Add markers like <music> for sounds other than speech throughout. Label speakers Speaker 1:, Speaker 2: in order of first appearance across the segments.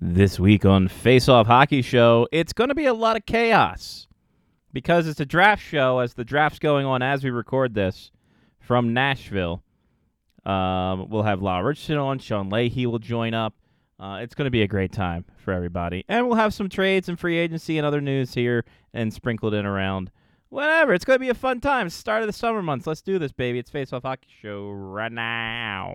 Speaker 1: This week on Face Off Hockey Show, it's going to be a lot of chaos because it's a draft show as the draft's going on as we record this from Nashville. Um, we'll have Law Richardson on, Sean Leahy will join up. Uh, it's going to be a great time for everybody. And we'll have some trades and free agency and other news here and sprinkled in around. Whatever. It's going to be a fun time. Start of the summer months. Let's do this, baby. It's Face Off Hockey Show right now.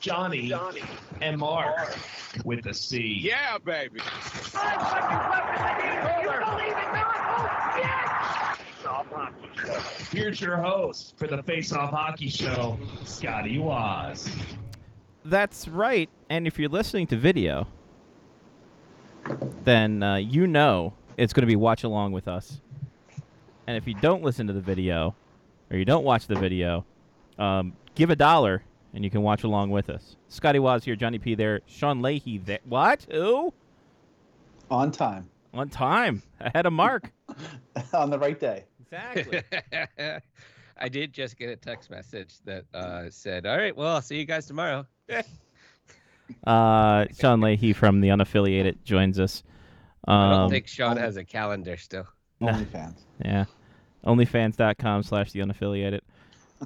Speaker 2: Johnny, and Mark. With a C.
Speaker 3: Yeah, baby.
Speaker 2: Here's your host for the Face Off Hockey Show, Scotty Waz.
Speaker 1: That's right. And if you're listening to video, then uh, you know it's going to be watch along with us. And if you don't listen to the video or you don't watch the video, um, give a dollar and you can watch along with us. Scotty Waz here, Johnny P there, Sean Leahy there. What? Who?
Speaker 4: on time <laughs>
Speaker 1: On time. Ahead of Mark.
Speaker 4: on the right day.
Speaker 1: Exactly.
Speaker 5: <laughs> I did just get a text message that uh, said, "All right, well, I'll see you guys tomorrow."
Speaker 1: Uh, Sean Leahy from the unaffiliated joins us. Um,
Speaker 5: I don't think Sean
Speaker 4: um,
Speaker 5: has a calendar still.
Speaker 1: <laughs> Nah.
Speaker 4: OnlyFans.
Speaker 1: Yeah. Onlyfans.com slash the unaffiliated.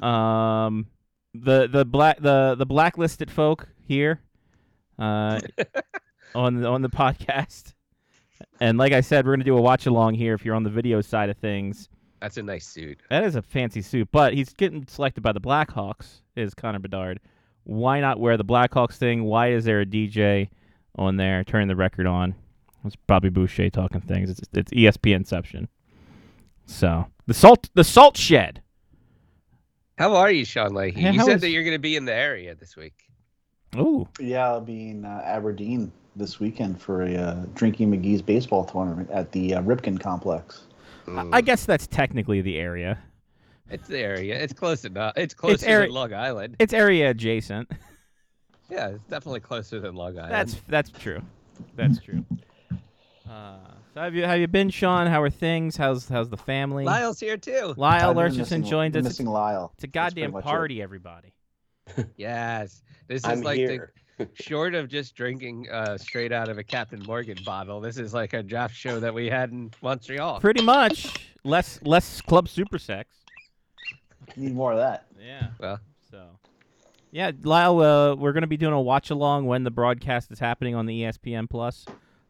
Speaker 1: Um the the black the the blacklisted folk here uh on the on the podcast. And like I said, we're gonna do a watch along here if you're on the video side of things.
Speaker 5: That's a nice suit.
Speaker 1: That is a fancy suit, but he's getting selected by the Blackhawks, is Connor Bedard. Why not wear the Blackhawks thing? Why is there a DJ on there turning the record on? It's Bobby Boucher talking things. It's it's E ESP Inception. So the salt the salt shed.
Speaker 5: How are you, Sean Leahy?
Speaker 1: Yeah,
Speaker 5: you
Speaker 1: how
Speaker 5: said
Speaker 1: is-
Speaker 5: that you're going to be in the area this week.
Speaker 1: Ooh.
Speaker 4: Yeah, I'll be in uh, Aberdeen this weekend for a uh, Drinking McGee's baseball tournament at the uh, Ripken Complex.
Speaker 1: I- I guess that's technically the area.
Speaker 5: It's the area. It's close enough. It's closer
Speaker 1: area-
Speaker 5: than Long Island.
Speaker 1: It's area adjacent.
Speaker 5: Yeah, it's definitely closer than Long
Speaker 4: Um.
Speaker 5: Island.
Speaker 1: That's that's true. That's true. Uh, so have you have you been, Sean? How are things? How's how's the family?
Speaker 5: Lyle's here too.
Speaker 1: Lyle
Speaker 4: I've been
Speaker 1: Lurchison
Speaker 4: missing-
Speaker 1: joins
Speaker 4: been
Speaker 1: us.
Speaker 4: Missing Lyle.
Speaker 1: It's a
Speaker 4: That's pretty
Speaker 1: goddamn
Speaker 4: much it.
Speaker 1: party, everybody.
Speaker 5: Yes, this is
Speaker 6: I'm
Speaker 5: like
Speaker 6: here.
Speaker 5: the short of just drinking uh, straight out of a Captain Morgan bottle. This is like a draft show that we had in Montreal.
Speaker 1: Pretty much. Less less club super sex.
Speaker 4: Need more of that.
Speaker 1: Yeah.
Speaker 5: Well.
Speaker 1: So. Yeah, Lyle, uh, we're going to be doing a watch along when the broadcast is happening on the E ESPN Plus.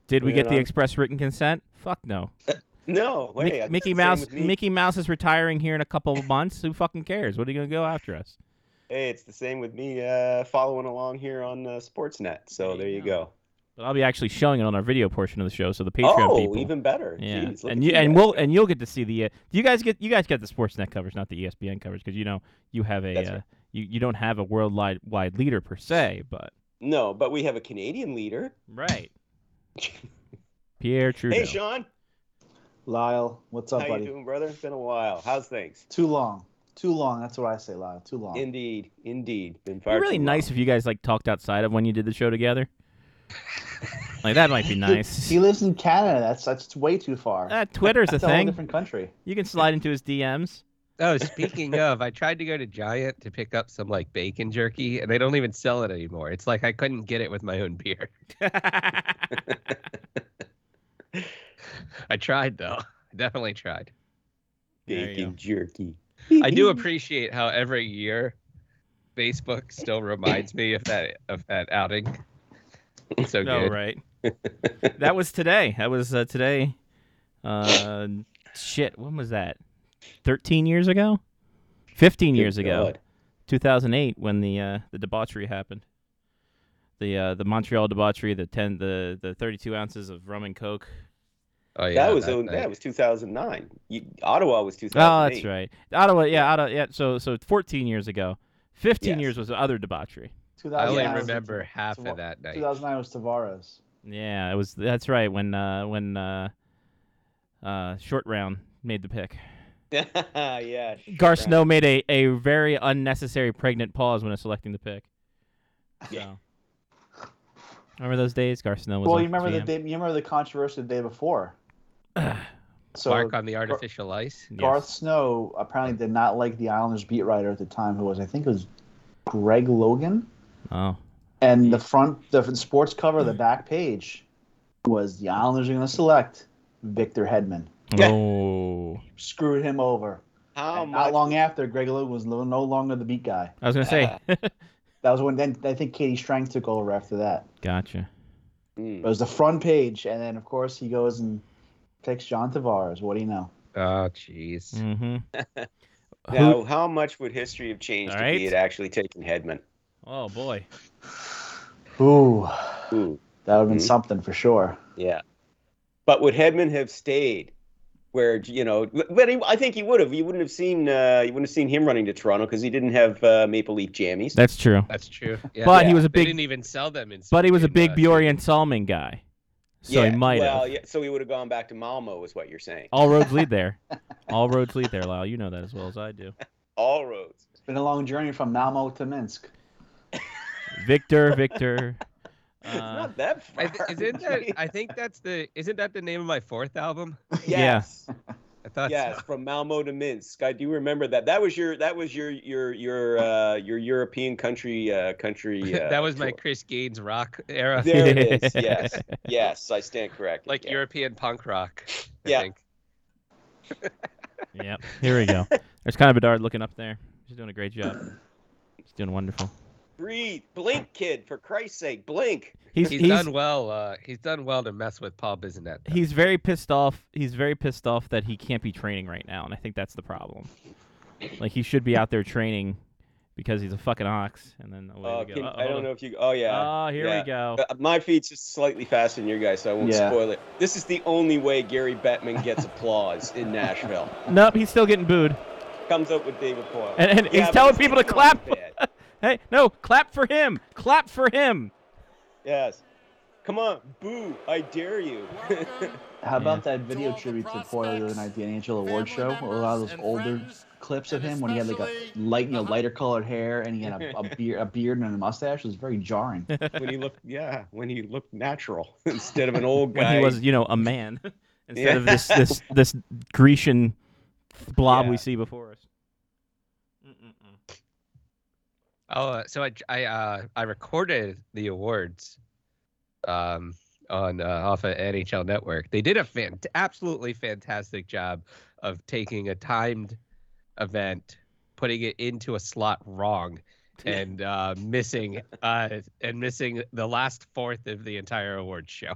Speaker 1: Did we
Speaker 6: Yeah,
Speaker 1: get the
Speaker 6: I'm-
Speaker 1: express written consent? Fuck no. Mic-
Speaker 6: No, uh, wait. that's
Speaker 1: Mickey
Speaker 6: the same
Speaker 1: Mouse
Speaker 6: with me.
Speaker 1: Mickey Mouse is retiring here in a couple of months. Who fucking cares? What are you going to go after us?
Speaker 6: Hey, it's the same with me uh, following along here on uh, Sportsnet. So there you go.
Speaker 1: But I'll be actually showing it on our video portion of the show, so the Patreon
Speaker 6: oh,
Speaker 1: people.
Speaker 6: even better.
Speaker 1: yeah,
Speaker 6: Jeez, look
Speaker 1: and
Speaker 6: at
Speaker 1: you and
Speaker 6: guys.
Speaker 1: we'll and you'll get to see the. Uh, do you guys get you guys get the Sportsnet coverage, not the E ESPN coverage, because you know you have a
Speaker 6: That's
Speaker 1: uh,
Speaker 6: right.
Speaker 1: you you don't have a worldwide wide leader per se, but
Speaker 6: No, but we have a Canadian leader.
Speaker 1: right. <laughs> Pierre Trudeau.
Speaker 6: Hey, Sean.
Speaker 4: Lyle, what's
Speaker 6: How
Speaker 4: up, buddy?
Speaker 6: you doing, brother? It's been a while. How's things?
Speaker 4: Too long. Too long. That's what I say, Lyle. Too long.
Speaker 6: Indeed, indeed. Been
Speaker 1: It'd
Speaker 6: far
Speaker 1: be really
Speaker 6: too
Speaker 1: nice if you guys like talked outside of when you did the show
Speaker 6: <laughs>
Speaker 1: together. like that might be nice.
Speaker 4: He lives in Canada. That's that's way too far.
Speaker 1: Uh, Twitter's a
Speaker 4: that's a whole
Speaker 1: thing.
Speaker 4: different country.
Speaker 1: You can slide into his DMs.
Speaker 5: Oh, speaking of, I tried to go to Giant to pick up some like bacon jerky, and they don't even sell it anymore. It's like I couldn't get it with my own
Speaker 6: <laughs>
Speaker 5: beer. <laughs> I tried though. I definitely tried.
Speaker 1: There you
Speaker 6: long. Bacon jerky.
Speaker 5: I
Speaker 6: <laughs>
Speaker 5: do appreciate how every year Facebook still reminds me of that of that outing. It's so
Speaker 1: No,
Speaker 5: good.
Speaker 1: right. that was today. That was uh, today. Uh, shit, when was that? 13 years ago? 15 years
Speaker 6: Good
Speaker 1: ago.
Speaker 6: God.
Speaker 1: 2008 when the uh, the debauchery happened. The uh, the Montreal debauchery, the 10 the the 32 ounces of rum and coke
Speaker 5: Oh yeah,
Speaker 6: that was
Speaker 5: that
Speaker 6: oh,
Speaker 5: thing.
Speaker 6: that was 2009. You, Ottawa was
Speaker 1: Oh,
Speaker 6: 2008.
Speaker 1: that's right. Ottawa, yeah, Ottawa, yeah. So, so 14 years ago, 15
Speaker 6: Yes.
Speaker 1: years was the other debauchery.
Speaker 5: I only
Speaker 4: 2009 was-
Speaker 5: remember half
Speaker 4: Tava-
Speaker 5: of that night.
Speaker 4: 2009 was Tavares.
Speaker 1: Yeah, it was. That's right. When, uh, when, uh, uh, short round made the pick.
Speaker 6: <laughs> yeah.
Speaker 1: Gar
Speaker 6: sure.
Speaker 1: Snow made a, a very unnecessary pregnant pause when selecting the pick.
Speaker 6: Yeah.
Speaker 1: So. Remember those days? Gar Snow was
Speaker 4: Well,
Speaker 1: like
Speaker 4: you remember the
Speaker 1: GM.
Speaker 4: day, you remember the controversy the
Speaker 1: <sighs>
Speaker 4: day before. so
Speaker 5: Mark on the artificial ice.
Speaker 1: Yes.
Speaker 4: Garth Snow apparently did not like the Islanders beat writer at the time, who was I think it was Greg Logan,
Speaker 1: Oh.
Speaker 4: and the front the sports cover, the back page, was the Islanders are going to select Victor Hedman.
Speaker 1: Oh.
Speaker 4: Screwed him over.
Speaker 6: How
Speaker 4: And not
Speaker 6: much?
Speaker 4: long after, Greg Logan was no no longer the beat guy.
Speaker 1: I was gonna say.
Speaker 4: That was when then I think Katie Strang took over after that.
Speaker 1: gotcha.
Speaker 4: It
Speaker 6: Mm.
Speaker 4: was the front page, and then of course he goes and picks John Tavares. What do you know?
Speaker 5: Oh jeez.
Speaker 1: Mm-hmm.
Speaker 6: Now, how much would history have changed
Speaker 1: All
Speaker 6: if
Speaker 1: right.
Speaker 6: he had actually taken Hedman?
Speaker 1: Oh boy.
Speaker 4: Ooh,
Speaker 6: Ooh,
Speaker 4: that would have been
Speaker 6: Mhm.
Speaker 4: something for sure.
Speaker 6: yeah. But would Hedman have stayed? Where you know, but he, I think he would have. You wouldn't have seen. Uh, you wouldn't have seen him running to Toronto because he didn't have uh, maple leaf jammies.
Speaker 1: That's true.
Speaker 5: That's true. Yeah.
Speaker 1: But he was a
Speaker 5: they
Speaker 1: big-
Speaker 5: didn't even sell them in.
Speaker 1: But he was a
Speaker 5: in,
Speaker 1: big
Speaker 5: uh,
Speaker 1: Bjorn Salmon guy, so he might
Speaker 6: well,
Speaker 1: have.
Speaker 6: yeah. So he would have gone back to Malmo, is what you're saying.
Speaker 1: All roads lead there. All roads lead there, Lyle. You know that as well as I do.
Speaker 6: All roads. <laughs>
Speaker 4: It's been a long journey from Malmo to Minsk.
Speaker 1: Victor, Victor.
Speaker 6: It's
Speaker 1: Uh,
Speaker 6: not that far.
Speaker 5: I th-
Speaker 6: <laughs>
Speaker 5: isn't <laughs> that? I think that's the. Isn't that the name of my fourth album?
Speaker 6: yes.
Speaker 5: I thought. <laughs>
Speaker 6: Yes,
Speaker 5: So.
Speaker 6: from Malmo to Minsk. I do remember that. That was your that was your your your uh your European country
Speaker 5: <laughs>
Speaker 6: uh country uh,
Speaker 5: that was my
Speaker 6: tour.
Speaker 5: Chris Gaines rock era.
Speaker 6: There
Speaker 1: <laughs>
Speaker 6: it is. Yes. Yes, I stand corrected.
Speaker 5: like
Speaker 6: yeah.
Speaker 5: European punk rock. I
Speaker 6: Yeah.
Speaker 5: think.
Speaker 1: yep. <laughs> Here we go. There's kind of Bedard looking up there. He's doing a great job. He's doing wonderful.
Speaker 6: Breathe. Blink, kid, for Christ's sake, blink.
Speaker 1: He's he's
Speaker 5: He's,
Speaker 1: he's,
Speaker 5: done well. Uh, he's done well to mess with Paul Bissonnette. though.
Speaker 1: very pissed off. He's very pissed off that he can't be training right now, and I think that's the problem. Like he should be out there training because he's a fucking ox, and then away
Speaker 6: Uh,
Speaker 1: we go.
Speaker 6: can,
Speaker 1: Uh-oh,
Speaker 6: I
Speaker 1: hold
Speaker 6: don't
Speaker 1: on.
Speaker 6: know if you oh yeah.
Speaker 1: Oh, here
Speaker 6: yeah.
Speaker 1: we go.
Speaker 6: Uh, my feet's just slightly faster than your guys, so I won't
Speaker 4: Yeah.
Speaker 6: spoil it. This is the only way Gary Bettman gets applause in Nashville.
Speaker 1: Nope, he's still getting booed.
Speaker 6: Comes up with David Poyle.
Speaker 1: And- and he's
Speaker 6: but
Speaker 1: telling
Speaker 6: it's
Speaker 1: people to
Speaker 6: not
Speaker 1: clap.
Speaker 6: bad.
Speaker 1: Hey, no, clap for him. Clap for him.
Speaker 6: Yes. Come on, boo! I dare you.
Speaker 4: How
Speaker 1: Yeah.
Speaker 4: about that video
Speaker 3: all the
Speaker 4: tribute to Poyer the other night, at the NHL award show? A lot of those older clips of
Speaker 3: and
Speaker 4: him when he had like a
Speaker 3: especially Uh-huh.
Speaker 4: light, you know,
Speaker 3: the hu-
Speaker 4: lighter colored hair and he had
Speaker 3: <laughs>
Speaker 4: a, a beard, a beard and a mustache. It was very jarring.
Speaker 6: <laughs> when he looked, yeah, when he looked natural <laughs> instead of an old
Speaker 1: When
Speaker 6: guy.
Speaker 1: he was, you know, a man <laughs> instead of
Speaker 6: Yeah.
Speaker 1: this this this
Speaker 6: <laughs>
Speaker 1: Grecian blob we
Speaker 6: Yeah.
Speaker 1: see before us. Mm-mm-mm.
Speaker 5: Oh, uh, so I I uh, I recorded the awards, um, on uh, off of NHL Network. They did a fan- absolutely fantastic job of taking a timed event, putting it into a slot wrong, and uh, missing uh, and missing the last fourth of the entire awards show.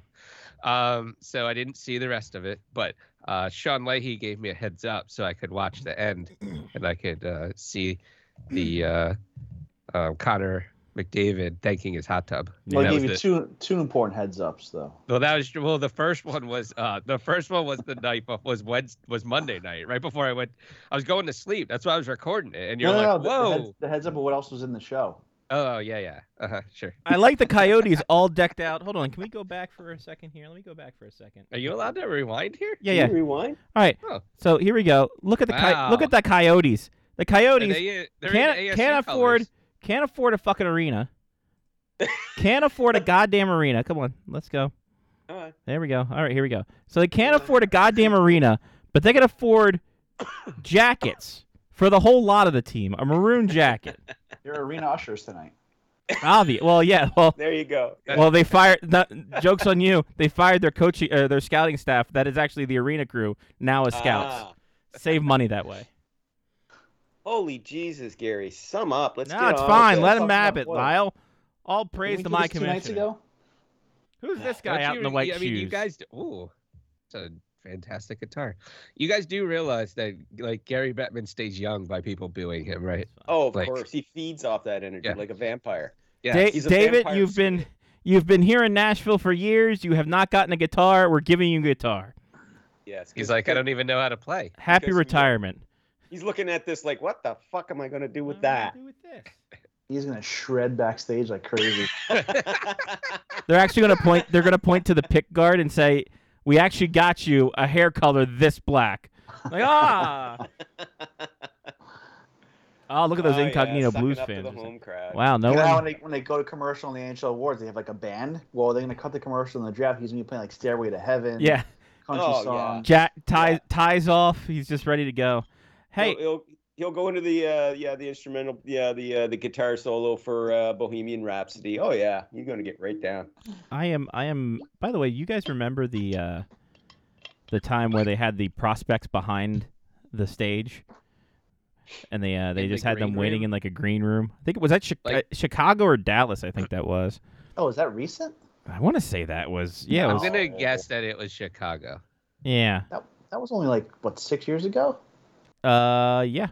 Speaker 5: Um, so I didn't see the rest of it, but uh, Sean Leahy gave me a heads up so I could watch the end, and I could uh, see the. Uh, um, Connor McDavid thanking his hot tub.
Speaker 4: Well,
Speaker 5: that
Speaker 4: I
Speaker 5: was
Speaker 4: gave you
Speaker 5: the-
Speaker 4: two two important heads ups though.
Speaker 5: Well, that was well. The first one was uh, the first one was the night before was Wednesday was Monday night right before I went. I was going to sleep. That's why I was recording it, and you're like,
Speaker 4: the- The, heads,
Speaker 5: "Whoa!"
Speaker 4: the heads up of what else was in the show.
Speaker 5: Oh yeah, yeah, uh-huh, sure.
Speaker 1: I like the coyotes all decked out. Hold on, can we go back for a second here? Let me go back for a second.
Speaker 5: Are you allowed to rewind here?
Speaker 1: Yeah,
Speaker 6: Can
Speaker 1: yeah.
Speaker 6: you rewind.
Speaker 1: All right.
Speaker 5: Oh.
Speaker 1: So here we go. Look at the coy- look
Speaker 5: Wow.
Speaker 1: at the coyotes. The
Speaker 5: Are
Speaker 1: coyotes
Speaker 5: they, uh, they're in
Speaker 1: can't
Speaker 5: ASU
Speaker 1: can't afford
Speaker 5: colours.
Speaker 1: can't afford a fucking arena. can't afford a goddamn arena. Come on, let's go.
Speaker 6: All right.
Speaker 1: There we go. All right, here we go. So they can't afford a goddamn arena, but they can afford jackets for the whole lot of the team. A maroon jacket.
Speaker 4: You're arena ushers tonight.
Speaker 1: Obvious. Well, yeah. Well,
Speaker 6: There you go.
Speaker 1: well, they fired. no, jokes on you. They fired their coaching, uh, their scouting staff. That is actually the arena crew now as scouts.
Speaker 6: Ah.
Speaker 1: Save money that way.
Speaker 6: holy Jesus, Gary! Sum up. Let's
Speaker 1: no,
Speaker 6: get
Speaker 1: it's
Speaker 6: on
Speaker 1: fine.
Speaker 6: with
Speaker 1: Let
Speaker 6: this.
Speaker 1: him
Speaker 4: Talking
Speaker 1: have
Speaker 4: about
Speaker 1: it,
Speaker 4: oil.
Speaker 1: Lyle. All
Speaker 4: Didn't
Speaker 1: praise
Speaker 4: we
Speaker 1: to
Speaker 4: do
Speaker 1: my
Speaker 4: this two nights
Speaker 1: commissioner.
Speaker 4: ago.
Speaker 1: Who's this
Speaker 5: Don't
Speaker 1: guy out
Speaker 5: you-
Speaker 1: in the white
Speaker 5: I mean,
Speaker 1: shoes?
Speaker 5: you guys. d- Ooh, it's a fantastic guitar. You guys do realize that like Gary Bettman stays young by people booing him, right?
Speaker 6: Oh, of
Speaker 5: Like-
Speaker 6: course, he feeds off that energy
Speaker 5: Yeah.
Speaker 6: like a vampire.
Speaker 5: Yeah.
Speaker 1: Da-
Speaker 6: he's a
Speaker 1: David,
Speaker 6: vampire
Speaker 1: you've been you've been here in Nashville for years. You have not gotten a guitar. We're giving you a guitar.
Speaker 6: Yes.
Speaker 5: He's like, I don't even know how to play.
Speaker 1: Happy
Speaker 6: Because we-
Speaker 1: retirement.
Speaker 6: He's looking at this like, what the fuck am I gonna do with
Speaker 1: What do I <laughs>
Speaker 6: that? <laughs>
Speaker 1: do with this?
Speaker 4: He's gonna shred backstage like crazy.
Speaker 5: <laughs>
Speaker 1: They're actually gonna point. They're gonna point to the pick guard and say, "We actually got you a hair color this black." Like ah. oh, look at those
Speaker 6: Oh, yeah,
Speaker 1: incognito
Speaker 6: sucking
Speaker 1: blues
Speaker 6: up to the
Speaker 1: fans.
Speaker 6: home crowd.
Speaker 1: Wow, no
Speaker 4: you know how
Speaker 1: one.
Speaker 4: when they, when they go to commercial in the NHL awards, they have like a band. Well, they're gonna cut the commercial in the draft. He's gonna be playing like "Stairway to Heaven."
Speaker 1: Yeah,
Speaker 4: Country
Speaker 6: Oh,
Speaker 4: song.
Speaker 1: Jack ties ties off. He's just ready to go. Hey,
Speaker 6: he'll, he'll, he'll go into the uh, yeah the instrumental yeah the uh, the guitar solo for uh, Bohemian Rhapsody. Oh yeah, you're gonna get right down.
Speaker 1: I am. I am. By the way, you guys remember the uh, the time where they had the prospects behind the stage, and they uh, they
Speaker 5: In the
Speaker 1: just had them
Speaker 5: green
Speaker 1: waiting
Speaker 5: room?
Speaker 1: in like a green room. I think it was that Chi-
Speaker 5: Like-
Speaker 1: uh, Chicago or Dallas. I think that was.
Speaker 4: Oh, is that recent?
Speaker 1: I want to say that was. Yeah. It
Speaker 5: I'm
Speaker 1: was,
Speaker 5: gonna
Speaker 6: Oh.
Speaker 5: guess that it was Chicago.
Speaker 1: yeah.
Speaker 4: That was only like what six years ago.
Speaker 1: Uh. Yeah.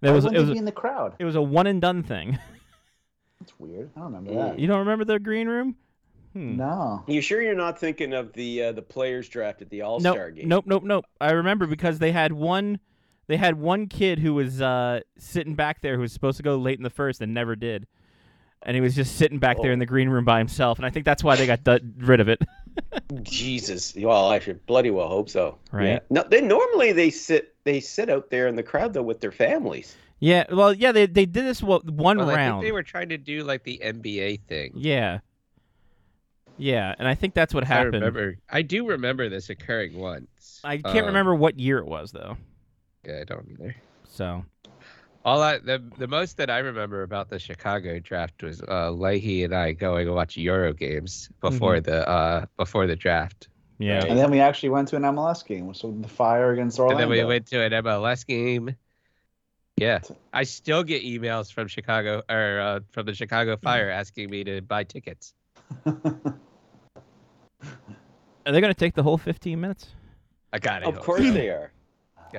Speaker 1: That
Speaker 4: Why
Speaker 1: was. It
Speaker 4: wouldn't he
Speaker 1: was.
Speaker 4: be in the crowd.
Speaker 1: It was a one and done thing. <laughs>
Speaker 4: That's weird. I don't remember
Speaker 6: Mm.
Speaker 4: that.
Speaker 1: you don't remember the green room? Hmm.
Speaker 4: No.
Speaker 6: You sure you're not thinking of the uh, the players draft at the All
Speaker 1: nope,
Speaker 6: Star game?
Speaker 1: Nope, nope, nope. I remember because they had one they had one kid who was uh, sitting back there who was supposed to go late in the first and never did. And he was just sitting back there in the green room by himself, and I think that's why they got du- rid of it.
Speaker 6: Jesus. Well, I should bloody well hope so.
Speaker 1: Right.
Speaker 6: Yeah. No, they normally they sit they sit out there in the crowd though with their families.
Speaker 1: <laughs> Yeah, well, yeah, they they did this wa- one
Speaker 5: Well, I think
Speaker 1: round.
Speaker 5: they were trying to do like the NBA thing.
Speaker 1: Yeah, yeah, and I think that's what
Speaker 5: I
Speaker 1: happened.
Speaker 5: remember. I do remember this occurring once.
Speaker 1: I can't
Speaker 5: Um,
Speaker 1: remember what year it was though.
Speaker 5: Yeah, I don't either.
Speaker 1: So
Speaker 5: All I, the the most that I remember about the Chicago draft was uh, Leahy and I going to watch Euro games before
Speaker 1: Mm-hmm.
Speaker 5: the uh, before the draft,
Speaker 1: yeah,
Speaker 6: Right.
Speaker 4: And then we actually went to an MLS game. So the fire against Orlando.
Speaker 5: and then we went to an MLS game. Yeah, I still get emails from Chicago or uh, from the
Speaker 1: Mm.
Speaker 5: Chicago Fire asking me to buy tickets.
Speaker 1: are they gonna take the whole fifteen minutes?
Speaker 5: I got it.
Speaker 6: of
Speaker 1: <clears throat>
Speaker 6: course they are.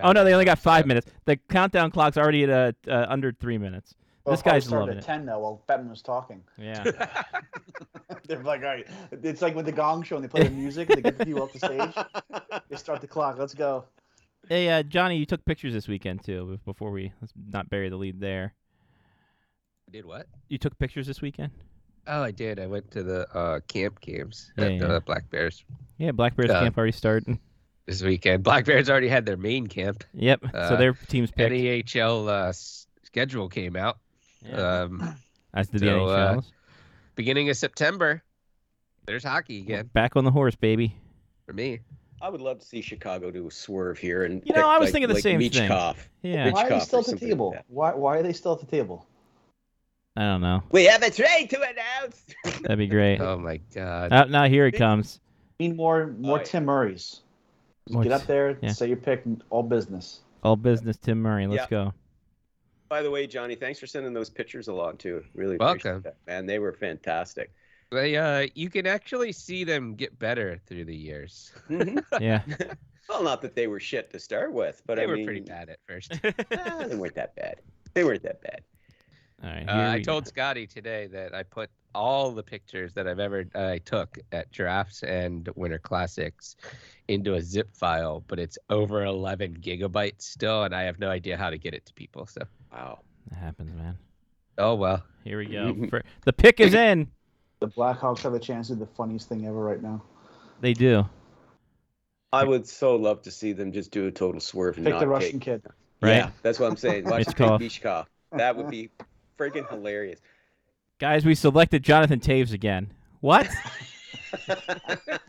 Speaker 1: Oh no, they only got
Speaker 5: <laughs>
Speaker 1: five minutes. The countdown clock's already at uh, uh, under three minutes.
Speaker 4: Well,
Speaker 1: This
Speaker 4: the fire
Speaker 1: guy's
Speaker 4: started
Speaker 1: loving
Speaker 4: at
Speaker 1: it.
Speaker 4: ten though. While Bettman was talking, <laughs>
Speaker 1: Yeah.
Speaker 4: they're like, "All right." It's like with the Gong Show, and they play the music. They get the people off the stage.
Speaker 6: <laughs>
Speaker 4: They start the clock. Let's go.
Speaker 1: Hey, uh, Johnny, you took pictures this weekend too. b- Before we let's not bury the lead there.
Speaker 5: Did what?
Speaker 1: You took pictures this weekend.
Speaker 5: Oh, I did. I went to the uh, camp games
Speaker 1: Yeah,
Speaker 5: at
Speaker 1: yeah.
Speaker 5: the Black Bears
Speaker 1: Yeah, Black Bears
Speaker 5: Yeah.
Speaker 1: camp already started.
Speaker 5: this weekend. Black Bears already had their main camp.
Speaker 1: Yep. so
Speaker 5: Uh,
Speaker 1: their team's picked.
Speaker 5: NHL uh, s- schedule came out.
Speaker 1: Yeah.
Speaker 5: Um,
Speaker 1: as did the
Speaker 5: so, uh,
Speaker 1: NHLs.
Speaker 5: beginning of September, there's hockey again
Speaker 1: Back on the horse, baby.
Speaker 5: for me.
Speaker 6: I would love to see Chicago do a swerve here and
Speaker 1: You know, I was
Speaker 6: like-
Speaker 1: thinking the
Speaker 6: like
Speaker 1: same thing.
Speaker 6: Michkov.
Speaker 1: Yeah.
Speaker 6: Rich
Speaker 4: Why are they
Speaker 6: cop or
Speaker 4: still at the
Speaker 6: something like
Speaker 4: table?
Speaker 6: that.
Speaker 4: why? Why are they still at the table?
Speaker 1: I don't know.
Speaker 6: We have a trade to announce. <laughs>
Speaker 1: That'd be great. <laughs>
Speaker 5: Oh my god.
Speaker 1: Now, now here it comes.
Speaker 4: Need more, more
Speaker 6: yeah.
Speaker 4: Tim Murray's. Just
Speaker 1: More
Speaker 4: get
Speaker 1: t-
Speaker 4: up there,
Speaker 1: yeah.
Speaker 4: say your pick, and all business.
Speaker 1: All business, Tim Murray. Let's go.
Speaker 6: By the way, Johnny, thanks for sending those pictures along too. Really
Speaker 5: Welcome.
Speaker 6: appreciate that, man. They were fantastic.
Speaker 5: They uh you can actually see them get better through the years. <laughs>
Speaker 6: Mhm.
Speaker 1: Yeah.
Speaker 6: well, not that they were shit to start with, but
Speaker 5: they
Speaker 6: I
Speaker 5: were
Speaker 6: mean,
Speaker 5: pretty
Speaker 6: <laughs>
Speaker 5: bad at
Speaker 1: <laughs>
Speaker 5: first.
Speaker 6: ah, they weren't that bad. They weren't that bad.
Speaker 1: All right.
Speaker 5: Uh,
Speaker 1: here
Speaker 5: I
Speaker 1: we go.
Speaker 5: told Scotty today that I put all the pictures that I've ever I took at drafts and winter classics into a zip file, but it's over 11 gigabytes still, and I have no idea how to get it to people. So,
Speaker 6: Wow.
Speaker 1: It happens, man.
Speaker 5: oh well.
Speaker 1: Here we go.
Speaker 5: <laughs>
Speaker 1: For, the pick is in.
Speaker 4: The Blackhawks have a chance to do the funniest thing ever right now.
Speaker 1: They do.
Speaker 6: I would so love to see them just do a total swerve and
Speaker 4: Pick
Speaker 6: not
Speaker 4: the Russian
Speaker 6: take.
Speaker 4: kid.
Speaker 1: Right.
Speaker 6: Yeah, that's what
Speaker 1: <laughs>
Speaker 6: I'm saying. Watch them
Speaker 1: Michkov.
Speaker 6: take Michkov. That would be friggin'
Speaker 5: <laughs>
Speaker 6: hilarious.
Speaker 1: Guys, we selected Jonathan Taves again.
Speaker 5: <laughs>
Speaker 1: What?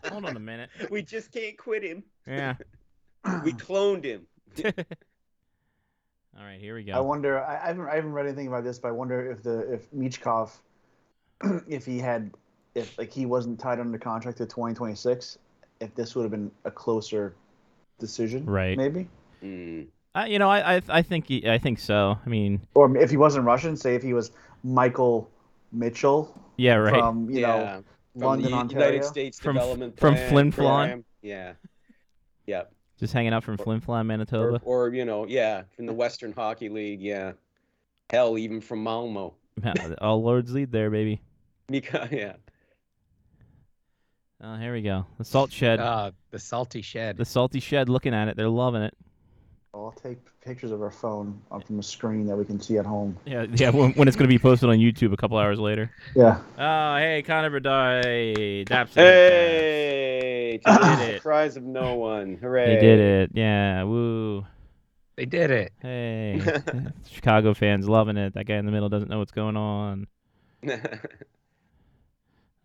Speaker 1: Hold on a minute.
Speaker 6: <laughs> we just can't quit him.
Speaker 1: Yeah.
Speaker 6: We cloned him.
Speaker 5: <clears throat>
Speaker 1: All right, here we
Speaker 4: I
Speaker 1: go.
Speaker 4: wonder. I, I haven't. I haven't read anything about this, but I wonder if the if Michkov, <clears throat> if he had, if like he wasn't tied under contract to 2026, if this would have been a closer decision,
Speaker 1: Right.
Speaker 4: Maybe.
Speaker 6: Mm.
Speaker 1: I, you know, I, I I think he- I think so. I mean,
Speaker 4: Or if he wasn't Russian, say if he was Michael Mitchell
Speaker 1: yeah, right.
Speaker 4: from you know
Speaker 6: yeah. From
Speaker 4: London,
Speaker 6: the U-
Speaker 4: Ontario.
Speaker 6: United States
Speaker 1: From f-
Speaker 6: Development
Speaker 1: from
Speaker 6: Plan
Speaker 1: Flin Flon?
Speaker 6: program. Yeah. Yeah.
Speaker 1: Just hanging out from
Speaker 6: or-
Speaker 1: Flin Flon,
Speaker 6: Or,
Speaker 1: Manitoba.
Speaker 6: or you know, yeah, from the Western Hockey League, yeah. Hell, even from Malmo. <laughs>
Speaker 1: <laughs> All Lords lead there, baby.
Speaker 6: Mika, yeah.
Speaker 1: Oh, here we go. The salt shed.
Speaker 5: Uh, the salty shed.
Speaker 1: the salty shed looking at it. They're loving it.
Speaker 4: I'll take pictures of our phone up from a screen that we can see at home.
Speaker 1: Yeah, yeah. When, when it's going to be posted on YouTube a couple hours later.
Speaker 4: Yeah.
Speaker 1: Oh, hey, Connor Bedard. Daps.
Speaker 6: Hey, to
Speaker 1: Did
Speaker 6: the
Speaker 1: it.
Speaker 6: surprise of no one. Hooray!
Speaker 1: He did it. Yeah. Woo.
Speaker 5: They did it.
Speaker 1: <laughs> Hey. Chicago fans loving it. That guy in the middle doesn't know what's going on.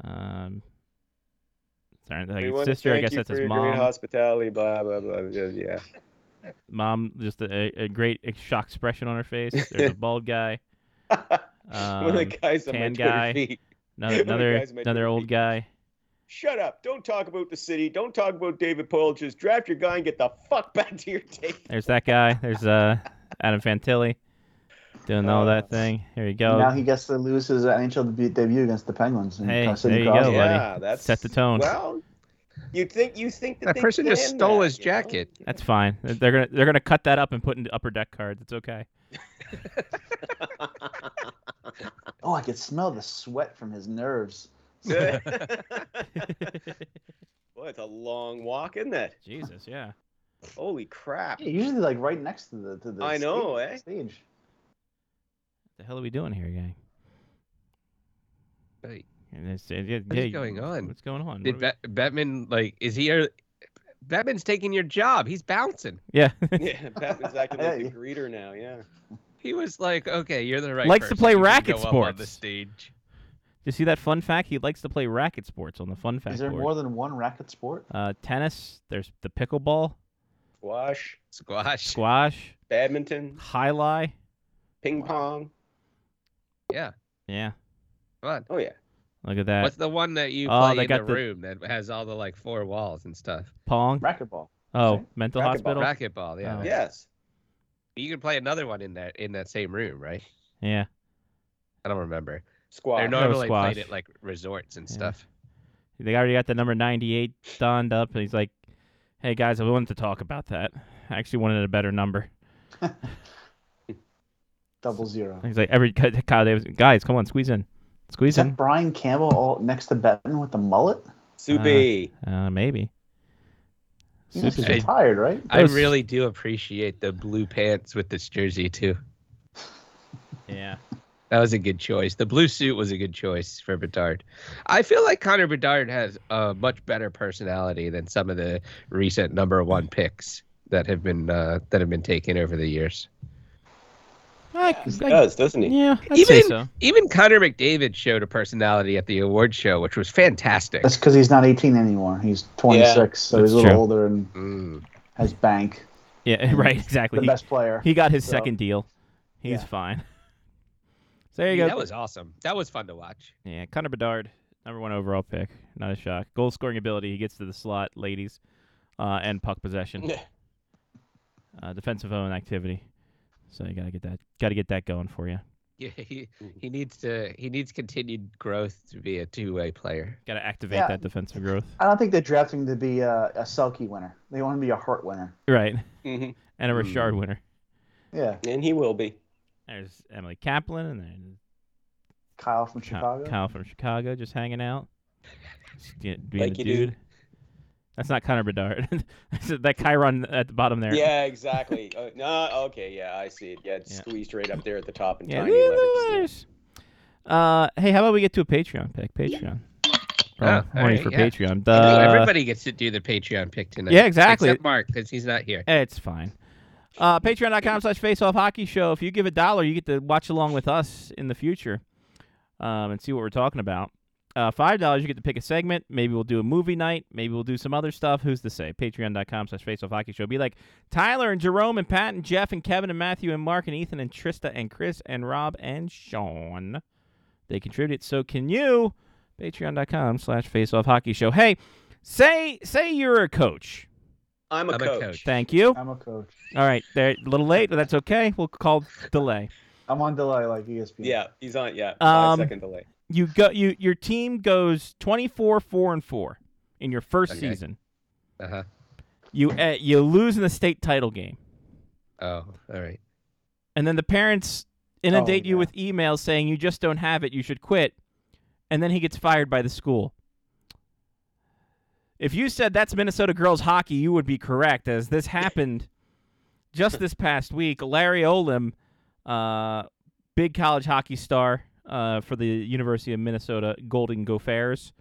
Speaker 1: Um, sorry, like
Speaker 6: <laughs> we
Speaker 1: his
Speaker 6: want to
Speaker 1: sister. I
Speaker 6: thank
Speaker 1: guess
Speaker 6: you
Speaker 1: that's
Speaker 6: for
Speaker 1: his
Speaker 6: your
Speaker 1: mom.
Speaker 6: Great hospitality, blah blah blah. Yeah, Yeah. <laughs>
Speaker 1: Mom, just a, a great ex- shock expression on her face.
Speaker 6: <laughs>
Speaker 1: There's a bald guy.
Speaker 6: One of the
Speaker 1: Um,
Speaker 6: guys on my
Speaker 1: tan
Speaker 6: Twitter
Speaker 1: guy.
Speaker 6: feed.
Speaker 1: another
Speaker 6: One of the
Speaker 1: another,
Speaker 6: guys made
Speaker 1: another
Speaker 6: me
Speaker 1: old
Speaker 6: beat.
Speaker 1: guy.
Speaker 6: Shut up! Don't talk about the city. Don't talk about David Poyle. Just draft your guy and get the fuck back to your <laughs> table.
Speaker 1: There's that guy. There's
Speaker 6: <laughs>
Speaker 1: uh Adam Fantilli doing all
Speaker 6: Uh,
Speaker 1: that thing. Here you go.
Speaker 4: Now he gets to lose his NHL debut, debut against the Penguins. And
Speaker 1: Hey,
Speaker 4: kinda Sidney
Speaker 1: there you
Speaker 5: Oh,
Speaker 4: Crosby.
Speaker 1: go, buddy.
Speaker 6: yeah, that's
Speaker 1: Set the tone.
Speaker 6: Well, you think you think that
Speaker 5: That
Speaker 6: they
Speaker 5: person just
Speaker 6: planned
Speaker 5: stole
Speaker 6: that,
Speaker 5: his
Speaker 6: you know?
Speaker 5: jacket. <laughs>
Speaker 1: That's fine. They're- They're gonna they're gonna cut that up and put into upper deck cards. It's okay.
Speaker 4: Oh, I could smell the sweat from his nerves.
Speaker 6: <laughs> Boy, it's a long walk, isn't it?
Speaker 1: Jesus, yeah.
Speaker 6: Holy crap! <laughs>
Speaker 4: Yeah, usually like right next to the to the.
Speaker 6: I know,
Speaker 4: stage,
Speaker 6: eh?
Speaker 4: Stage.
Speaker 1: The hell are we doing here, gang?
Speaker 5: Like,
Speaker 1: And it's, it- it-
Speaker 5: What is
Speaker 1: yeah,
Speaker 5: going on?
Speaker 1: What's going on?
Speaker 5: Did
Speaker 1: What are
Speaker 5: Bat- Batman like? Is he? a- Batman's taking your job. He's bouncing.
Speaker 1: we- yeah,
Speaker 6: Yeah, Batman's acting like the
Speaker 4: Hey.
Speaker 6: greeter now. Yeah.
Speaker 5: He was like, "Okay, you're the right."
Speaker 1: Likes to
Speaker 5: person.
Speaker 1: play
Speaker 5: You can
Speaker 1: racket
Speaker 5: go up on the
Speaker 1: sports.
Speaker 5: stage.
Speaker 1: you see that fun fact? He likes to play racket sports on the fun fact
Speaker 4: Is there
Speaker 1: board.
Speaker 4: more than one racket sport?
Speaker 1: uh, tennis. There's the pickleball,
Speaker 6: Squash,
Speaker 5: Squash.
Speaker 1: squash,
Speaker 6: badminton,
Speaker 1: high lie.
Speaker 6: ping pong.
Speaker 5: Yeah.
Speaker 1: Yeah,
Speaker 5: Come on.
Speaker 6: Oh yeah.
Speaker 1: look at that
Speaker 5: What's the one that you
Speaker 1: Oh,
Speaker 5: play
Speaker 1: they
Speaker 5: in
Speaker 1: got
Speaker 5: the
Speaker 1: the-
Speaker 5: room that has all the like four walls and stuff?
Speaker 1: pong.
Speaker 4: Racquetball.
Speaker 1: oh,
Speaker 4: sorry.
Speaker 1: mental
Speaker 6: racquetball.
Speaker 1: hospital.
Speaker 5: Racquetball. Yeah.
Speaker 1: Oh.
Speaker 5: that's-
Speaker 6: Yes.
Speaker 5: You can play another one in that in that same room, right?
Speaker 1: Yeah,
Speaker 5: I don't remember.
Speaker 6: Squash.
Speaker 5: They're
Speaker 1: no-
Speaker 5: normally
Speaker 1: squash.
Speaker 5: played at like resorts and
Speaker 1: Yeah.
Speaker 5: stuff.
Speaker 1: they already got the number 98 donned up, and he's like, "Hey guys, I wanted to talk about that. I actually wanted a better number."
Speaker 4: Double zero.
Speaker 1: He's like, "Every Kyle Davis, guys, come on, squeeze in,
Speaker 4: Is
Speaker 1: squeeze in."
Speaker 4: that Brian Campbell all next to Benton with the mullet?
Speaker 6: Soupy.
Speaker 1: Uh, maybe.
Speaker 4: He's
Speaker 1: Super-
Speaker 5: Hey.
Speaker 4: retired, right?
Speaker 5: I
Speaker 1: Those-
Speaker 5: really do appreciate the blue pants with this jersey too.
Speaker 1: yeah.
Speaker 5: That was a good choice. The blue suit was a good choice for Bedard. I feel like Connor Bedard has a much better personality than some of the recent number one picks that have been uh, that have been taken over the years.
Speaker 1: I,
Speaker 6: He
Speaker 1: I,
Speaker 6: does, doesn't he?
Speaker 1: yeah, I'd say
Speaker 5: Even-
Speaker 1: so.
Speaker 5: Even Connor McDavid showed a personality at the award show, which was fantastic.
Speaker 4: That's because he's not 18 anymore. He's 26, so
Speaker 1: That's
Speaker 4: he's a little
Speaker 1: true.
Speaker 4: older and
Speaker 5: Mm.
Speaker 4: has bank.
Speaker 1: Yeah, <laughs> right, exactly.
Speaker 4: The
Speaker 1: He,
Speaker 4: best player.
Speaker 1: he got his
Speaker 4: so-
Speaker 1: second deal. He's
Speaker 4: Yeah.
Speaker 1: fine. <laughs> So there you go.
Speaker 5: That was awesome. That was fun to watch. <laughs>
Speaker 1: Yeah, Connor Bedard, number one overall pick. Not a shock. Goal scoring ability. He gets to the slot, ladies, uh, and puck possession.
Speaker 6: <laughs> Yeah.
Speaker 1: Uh, defensive own activity. So you gotta get that. Gotta get that going for you.
Speaker 5: He, he, he needs to he needs continued growth to be a two way player.
Speaker 1: Gotta activate
Speaker 4: Yeah.
Speaker 1: that defensive growth.
Speaker 4: I don't think they're drafting to be a, a Selkie winner. They want him to be a Hart winner.
Speaker 1: Right.
Speaker 6: hmm
Speaker 1: And a
Speaker 5: Hmm.
Speaker 1: Richard winner.
Speaker 4: Yeah,
Speaker 6: And he will be.
Speaker 1: There's Emily Kaplan and then
Speaker 4: Kyle from
Speaker 1: Ky-
Speaker 4: Chicago.
Speaker 1: Kyle from Chicago just hanging out. Just get- being
Speaker 6: Like
Speaker 1: a
Speaker 6: you
Speaker 1: dude.
Speaker 6: do.
Speaker 1: That's not Connor Bedard. <laughs> That's that Chiron at the bottom there.
Speaker 6: Yeah, exactly. Uh, <laughs> no, okay, yeah, I see it. Yeah, it's
Speaker 1: Yeah.
Speaker 6: squeezed right up there at the top in
Speaker 1: Yeah,
Speaker 6: tiny
Speaker 1: little
Speaker 6: letters.
Speaker 1: letters. Uh, hey, how about we get to a Patreon pick? Patreon.
Speaker 5: Oh,
Speaker 1: Oh, horny
Speaker 5: alright,
Speaker 1: for
Speaker 5: yeah.
Speaker 1: Patreon. Uh, Duh.
Speaker 5: Ooh, Everybody gets to do the Patreon pick tonight.
Speaker 1: Yeah, exactly.
Speaker 5: Except Mark, because he's not here.
Speaker 1: It's fine. Uh, Patreon.com slash faceoff hockey show. If you give a dollar, you get to watch along with us in the future um, and see what we're talking about. Uh, $5, you get to pick a segment. Maybe we'll do a movie night. Maybe we'll do some other stuff. Who's to say? Patreon.com slash faceoff hockey show. Be like Tyler and Jerome and Pat and Jeff and Kevin and Matthew and Mark and Ethan and Trista and Chris and Rob and Sean. They contribute. So can you? Patreon.com slash faceoff hockey show. Hey, say say you're a coach.
Speaker 6: I'm a
Speaker 5: I'm
Speaker 6: coach.
Speaker 5: a coach.
Speaker 1: Thank you.
Speaker 4: I'm a coach.
Speaker 1: All right, they're a little late, but that's okay. We'll call delay.
Speaker 4: I'm on delay like E ESPN.
Speaker 6: Yeah, he's on. Yeah,
Speaker 1: Um,
Speaker 6: five second delay.
Speaker 1: You go. You your team goes twenty four four and four in your first
Speaker 5: Okay.
Speaker 1: season.
Speaker 5: Uh-huh.
Speaker 1: You uh, you lose in the state title game,
Speaker 5: Oh, all right.
Speaker 1: and then the parents inundate you
Speaker 4: yeah.
Speaker 1: with emails saying you just don't have it. You should quit, and then he gets fired by the school. If you said that's Minnesota girls hockey, you would be correct, as this happened just this past week. Larry Olim, uh, big college hockey star uh, for the University of Minnesota Golden Gophers,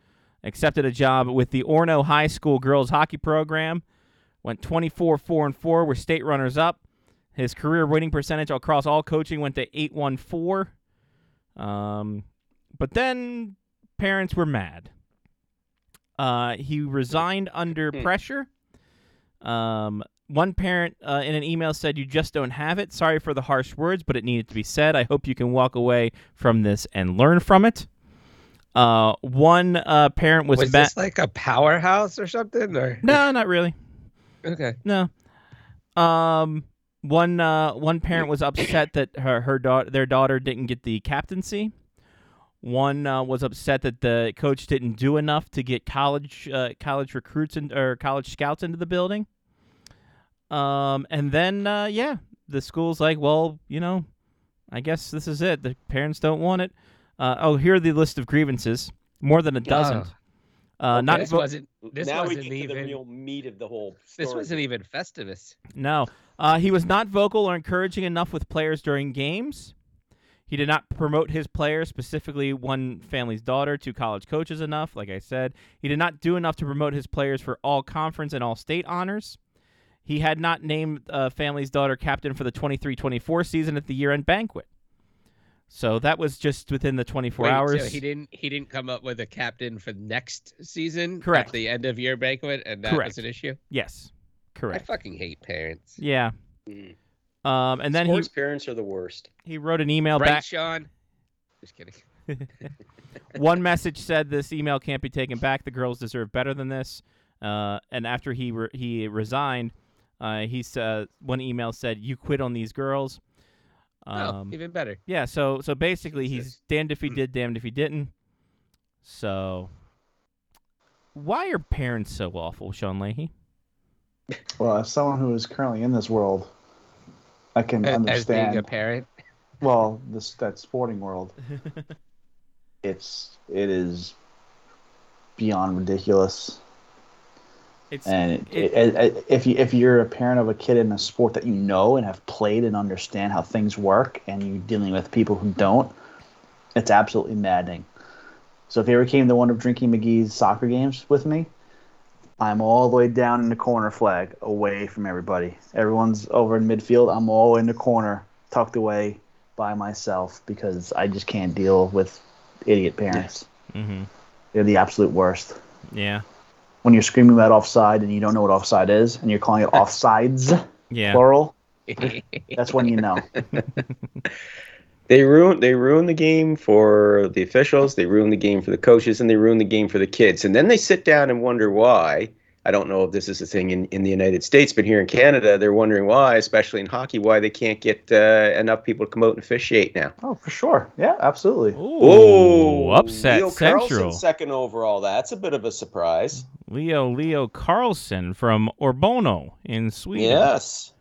Speaker 1: accepted a job with the Orno High School girls hockey program. Went 24 4 and 4, were state runners up. His career winning percentage across all coaching went to 814. Um, but then parents were mad. Uh, he resigned under
Speaker 6: Hmm.
Speaker 1: pressure. Um, one parent uh, in an email said, You just don't have it. Sorry for the harsh words, but it needed to be said. I hope you can walk away from this and learn from it. Uh, one uh, parent was,
Speaker 5: Was
Speaker 1: ba-
Speaker 5: this like a powerhouse or something? Or
Speaker 1: No, not really.
Speaker 5: okay,
Speaker 1: No. Um one uh one parent was upset that her her daughter their daughter didn't get the captaincy. One uh, was upset that the coach didn't do enough to get college uh, college recruits in, or college scouts into the building. Um and then uh yeah, the school's like, "Well, you know, I guess this is it. The parents don't want it." Uh, oh, here are the list of grievances. More than a dozen. uh, not
Speaker 5: this
Speaker 1: vo-
Speaker 5: wasn't. This
Speaker 6: now we
Speaker 5: wasn't
Speaker 6: get to the
Speaker 5: even.
Speaker 6: real meat of the whole. Story.
Speaker 5: This wasn't even Festivus.
Speaker 1: No. Uh, he was not vocal or encouraging enough with players during games. He did not promote his players, specifically one family's daughter, to college coaches enough, like I said. He did not do enough to promote his players for all conference and all state honors. He had not named uh, family's daughter captain for the 23 24 season at the year end banquet. So that was just within the 24
Speaker 5: Wait,
Speaker 1: hours.
Speaker 5: So he didn't. He didn't come up with a captain for next season.
Speaker 1: Correct.
Speaker 5: At the end of year banquet, and that
Speaker 1: Correct.
Speaker 5: was an issue.
Speaker 1: yes. Correct.
Speaker 5: I fucking hate parents.
Speaker 1: Yeah.
Speaker 6: Mm.
Speaker 1: Um, and then
Speaker 6: Sports parents are the worst.
Speaker 1: he, he wrote an email
Speaker 5: right,
Speaker 1: back.
Speaker 5: Sean? Just kidding.
Speaker 1: One message said this email can't be taken back. The girls deserve better than this. Uh, and after he re- he resigned, uh, he said one email said, "You quit on these girls." Um,
Speaker 5: oh, even better.
Speaker 1: yeah. So so basically, he's
Speaker 5: Jesus.
Speaker 1: damned if he did, damned if he didn't. So why are parents so awful, Sean Leahy?
Speaker 4: Well, as someone who is currently in this world, I can
Speaker 5: As being
Speaker 4: understand.
Speaker 5: a parent.
Speaker 4: well, this that sporting world, it's it is beyond ridiculous.
Speaker 1: It's
Speaker 4: And
Speaker 1: It-
Speaker 4: it, it, it, if you if you're a parent of a kid in a sport that you know and have played and understand how things work, and you're dealing with people who don't, it's absolutely maddening. So if you ever came to one of Drinking McGee's soccer games with me, I'm all the way down in the corner flag, away from everybody. Everyone's over in midfield. I'm all in the corner, tucked away by myself because I just can't deal with idiot parents.
Speaker 1: hmm
Speaker 4: They're the absolute worst
Speaker 1: yeah
Speaker 4: when you're screaming about offside and you don't know what offside is and
Speaker 1: <laughs>
Speaker 4: you're calling it offsides
Speaker 1: yeah. <laughs>
Speaker 4: plural that's when you know
Speaker 6: They ruin they ruin the game for the officials, they ruin the game for the coaches, and they ruin the game for the kids. And then they sit down and wonder why. I don't know if this is a thing in, in the United States, but here in Canada, they're wondering why, especially in hockey, why they can't get uh, enough people to come out and officiate now.
Speaker 4: oh for sure yeah absolutely
Speaker 1: Ooh, upset
Speaker 6: Leo Carlson,
Speaker 1: central.
Speaker 6: second overall. That's a bit of a surprise.
Speaker 1: Leo Leo Carlson from Orbono in Sweden.
Speaker 6: Yes.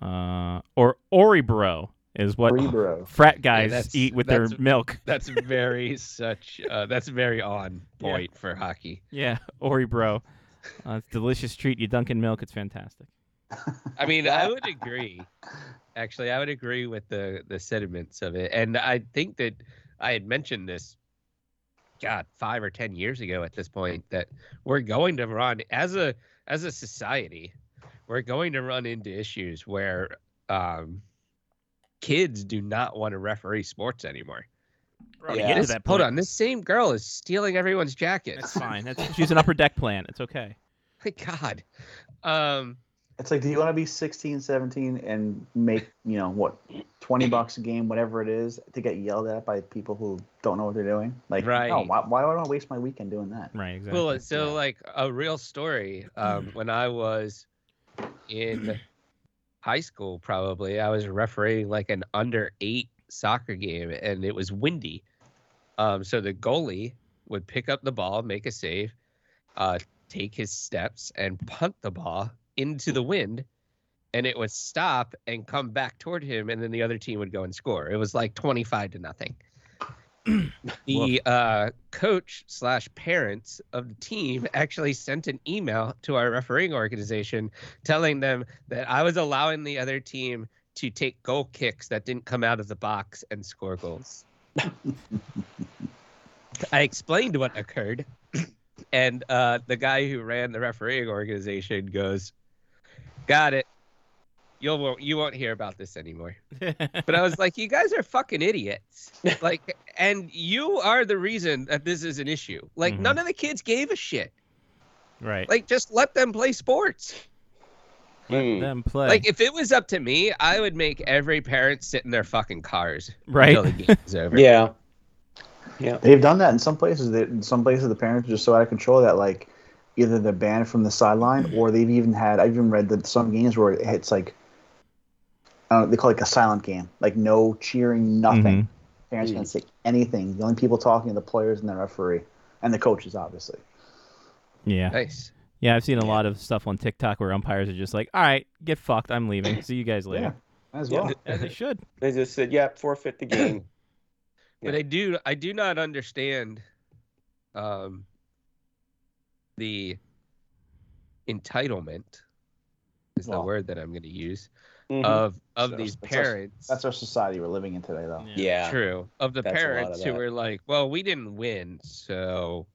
Speaker 1: uh, or Oribro is what
Speaker 4: Oribro.
Speaker 1: frat guys
Speaker 5: that's-
Speaker 1: eat with their
Speaker 5: that's- <laughs>
Speaker 1: milk.
Speaker 5: That's very such. Uh, that's very on point for hockey.
Speaker 1: <laughs> Yeah, Oribro. Uh, it's a delicious treat. You dunk in milk. It's fantastic.
Speaker 5: I mean, I would agree. Actually, I would agree with the the sentiments of it, and I think that I had mentioned this, God, five or ten years ago at this point, that we're going to run as a as a society, we're going to run into issues where um, kids do not want to referee sports anymore.
Speaker 1: We're
Speaker 6: Yeah.
Speaker 1: getting
Speaker 5: This-
Speaker 1: to that
Speaker 5: hold
Speaker 1: point.
Speaker 5: on, this same girl is stealing everyone's jackets.
Speaker 1: That's fine. That's, she's an upper deck plant. It's okay.
Speaker 5: <laughs> My God. Um,
Speaker 4: it's like do you want to be 16 17 and make you know what 20 bucks a game whatever it is to get yelled at by people who don't know what they're doing like
Speaker 5: Right.
Speaker 4: oh, why, why would i waste my weekend doing that
Speaker 1: Right. Exactly.
Speaker 5: Well, so uh, like a real story. Um, when I was in high school, probably I was refereeing like an under eight soccer game, and it was windy. Um, so the goalie would pick up the ball, make a save, uh, take his steps, and punt the ball into the wind, and it would stop and come back toward him, and then the other team would go and score. It was like twenty-five to nothing. the uh, coach slash parents of the team actually sent an email to our refereeing organization telling them that I was allowing the other team to take goal kicks that didn't come out of the box and score goals. I explained what occurred, <clears throat> and uh, the guy who ran the refereeing organization goes, "Got it. You'll won't, you won't hear about this anymore." But I was like, "You guys are fucking idiots! Like, and you are the reason that this is an issue. Like,
Speaker 1: Mhm.
Speaker 5: none of the kids gave a shit.
Speaker 1: right.
Speaker 5: Like, just let them play sports."
Speaker 6: Hmm.
Speaker 1: Them play.
Speaker 5: Like if it was up to me, I would make every parent sit in their fucking cars until
Speaker 1: <laughs>
Speaker 5: the
Speaker 1: right.
Speaker 5: game is over.
Speaker 6: Yeah.
Speaker 4: They've done that in some places. They, in some places, the parents are just so out of control that like either they're banned from the sideline or they've even had. I've even read that some games where it's like uh, they call it like a silent game, like no cheering, nothing. Parents can't say anything. The only people talking are the players and the referee and the coaches, obviously.
Speaker 1: Yeah.
Speaker 5: Nice.
Speaker 1: Yeah, I've seen a lot of stuff on TikTok where umpires are just like, "All right, get fucked. I'm leaving. See you guys later."
Speaker 4: As
Speaker 6: Yeah.
Speaker 4: well.
Speaker 1: As they should.
Speaker 6: They just said, "Yeah, forfeit the <clears throat> game."
Speaker 5: But I do I do not understand um the entitlement is
Speaker 4: Well.
Speaker 5: the word that I'm gonna use
Speaker 6: Mhm.
Speaker 5: of of
Speaker 4: So
Speaker 5: these
Speaker 4: that's us-
Speaker 5: parents.
Speaker 4: That's our society we're living in today, though.
Speaker 6: yeah.
Speaker 5: true. Of the
Speaker 6: That's a lot of
Speaker 5: parents who
Speaker 6: that.
Speaker 5: were like, Well, we didn't win, so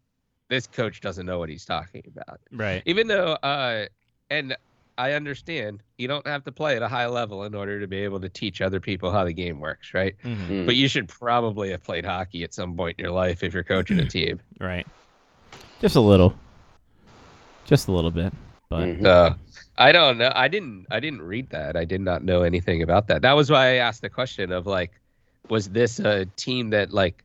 Speaker 5: this coach doesn't know what he's talking about.
Speaker 1: Right.
Speaker 5: even though uh and i understand you don't have to play at a high level in order to be able to teach other people how the game works right
Speaker 1: Mhm.
Speaker 6: Mm.
Speaker 5: but you should probably have played hockey at some point in your life if you're coaching a team
Speaker 1: Right. Just a little. Just a little bit. But
Speaker 6: Mhm.
Speaker 5: so i don't know i didn't i didn't read that i did not know anything about that that was why i asked the question of like was this a team that like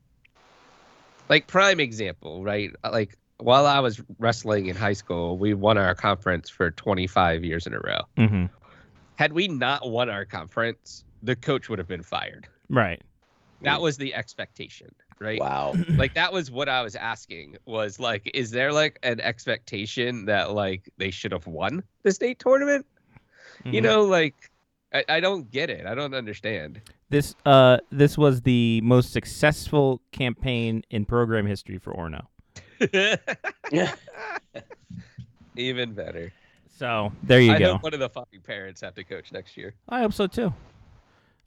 Speaker 5: like prime example right like while i was wrestling in high school we won our conference for 25 years in a row
Speaker 1: Mhm.
Speaker 5: had we not won our conference, the coach would have been fired.
Speaker 1: right.
Speaker 5: That
Speaker 1: Mm.
Speaker 5: was the expectation,
Speaker 1: <laughs>
Speaker 5: right?
Speaker 6: Wow.
Speaker 5: Like that was what I was asking was like, is there like an expectation that like they should have won the state tournament? You
Speaker 1: Mhm.
Speaker 5: know, like I, I don't get it. I don't
Speaker 1: <laughs>
Speaker 5: understand.
Speaker 1: this uh this was the most successful campaign in program history for Orno.
Speaker 5: <laughs> Even better.
Speaker 1: So there you
Speaker 5: I
Speaker 1: go.
Speaker 5: hope one of the fucking parents have to coach next year.
Speaker 1: I hope so too.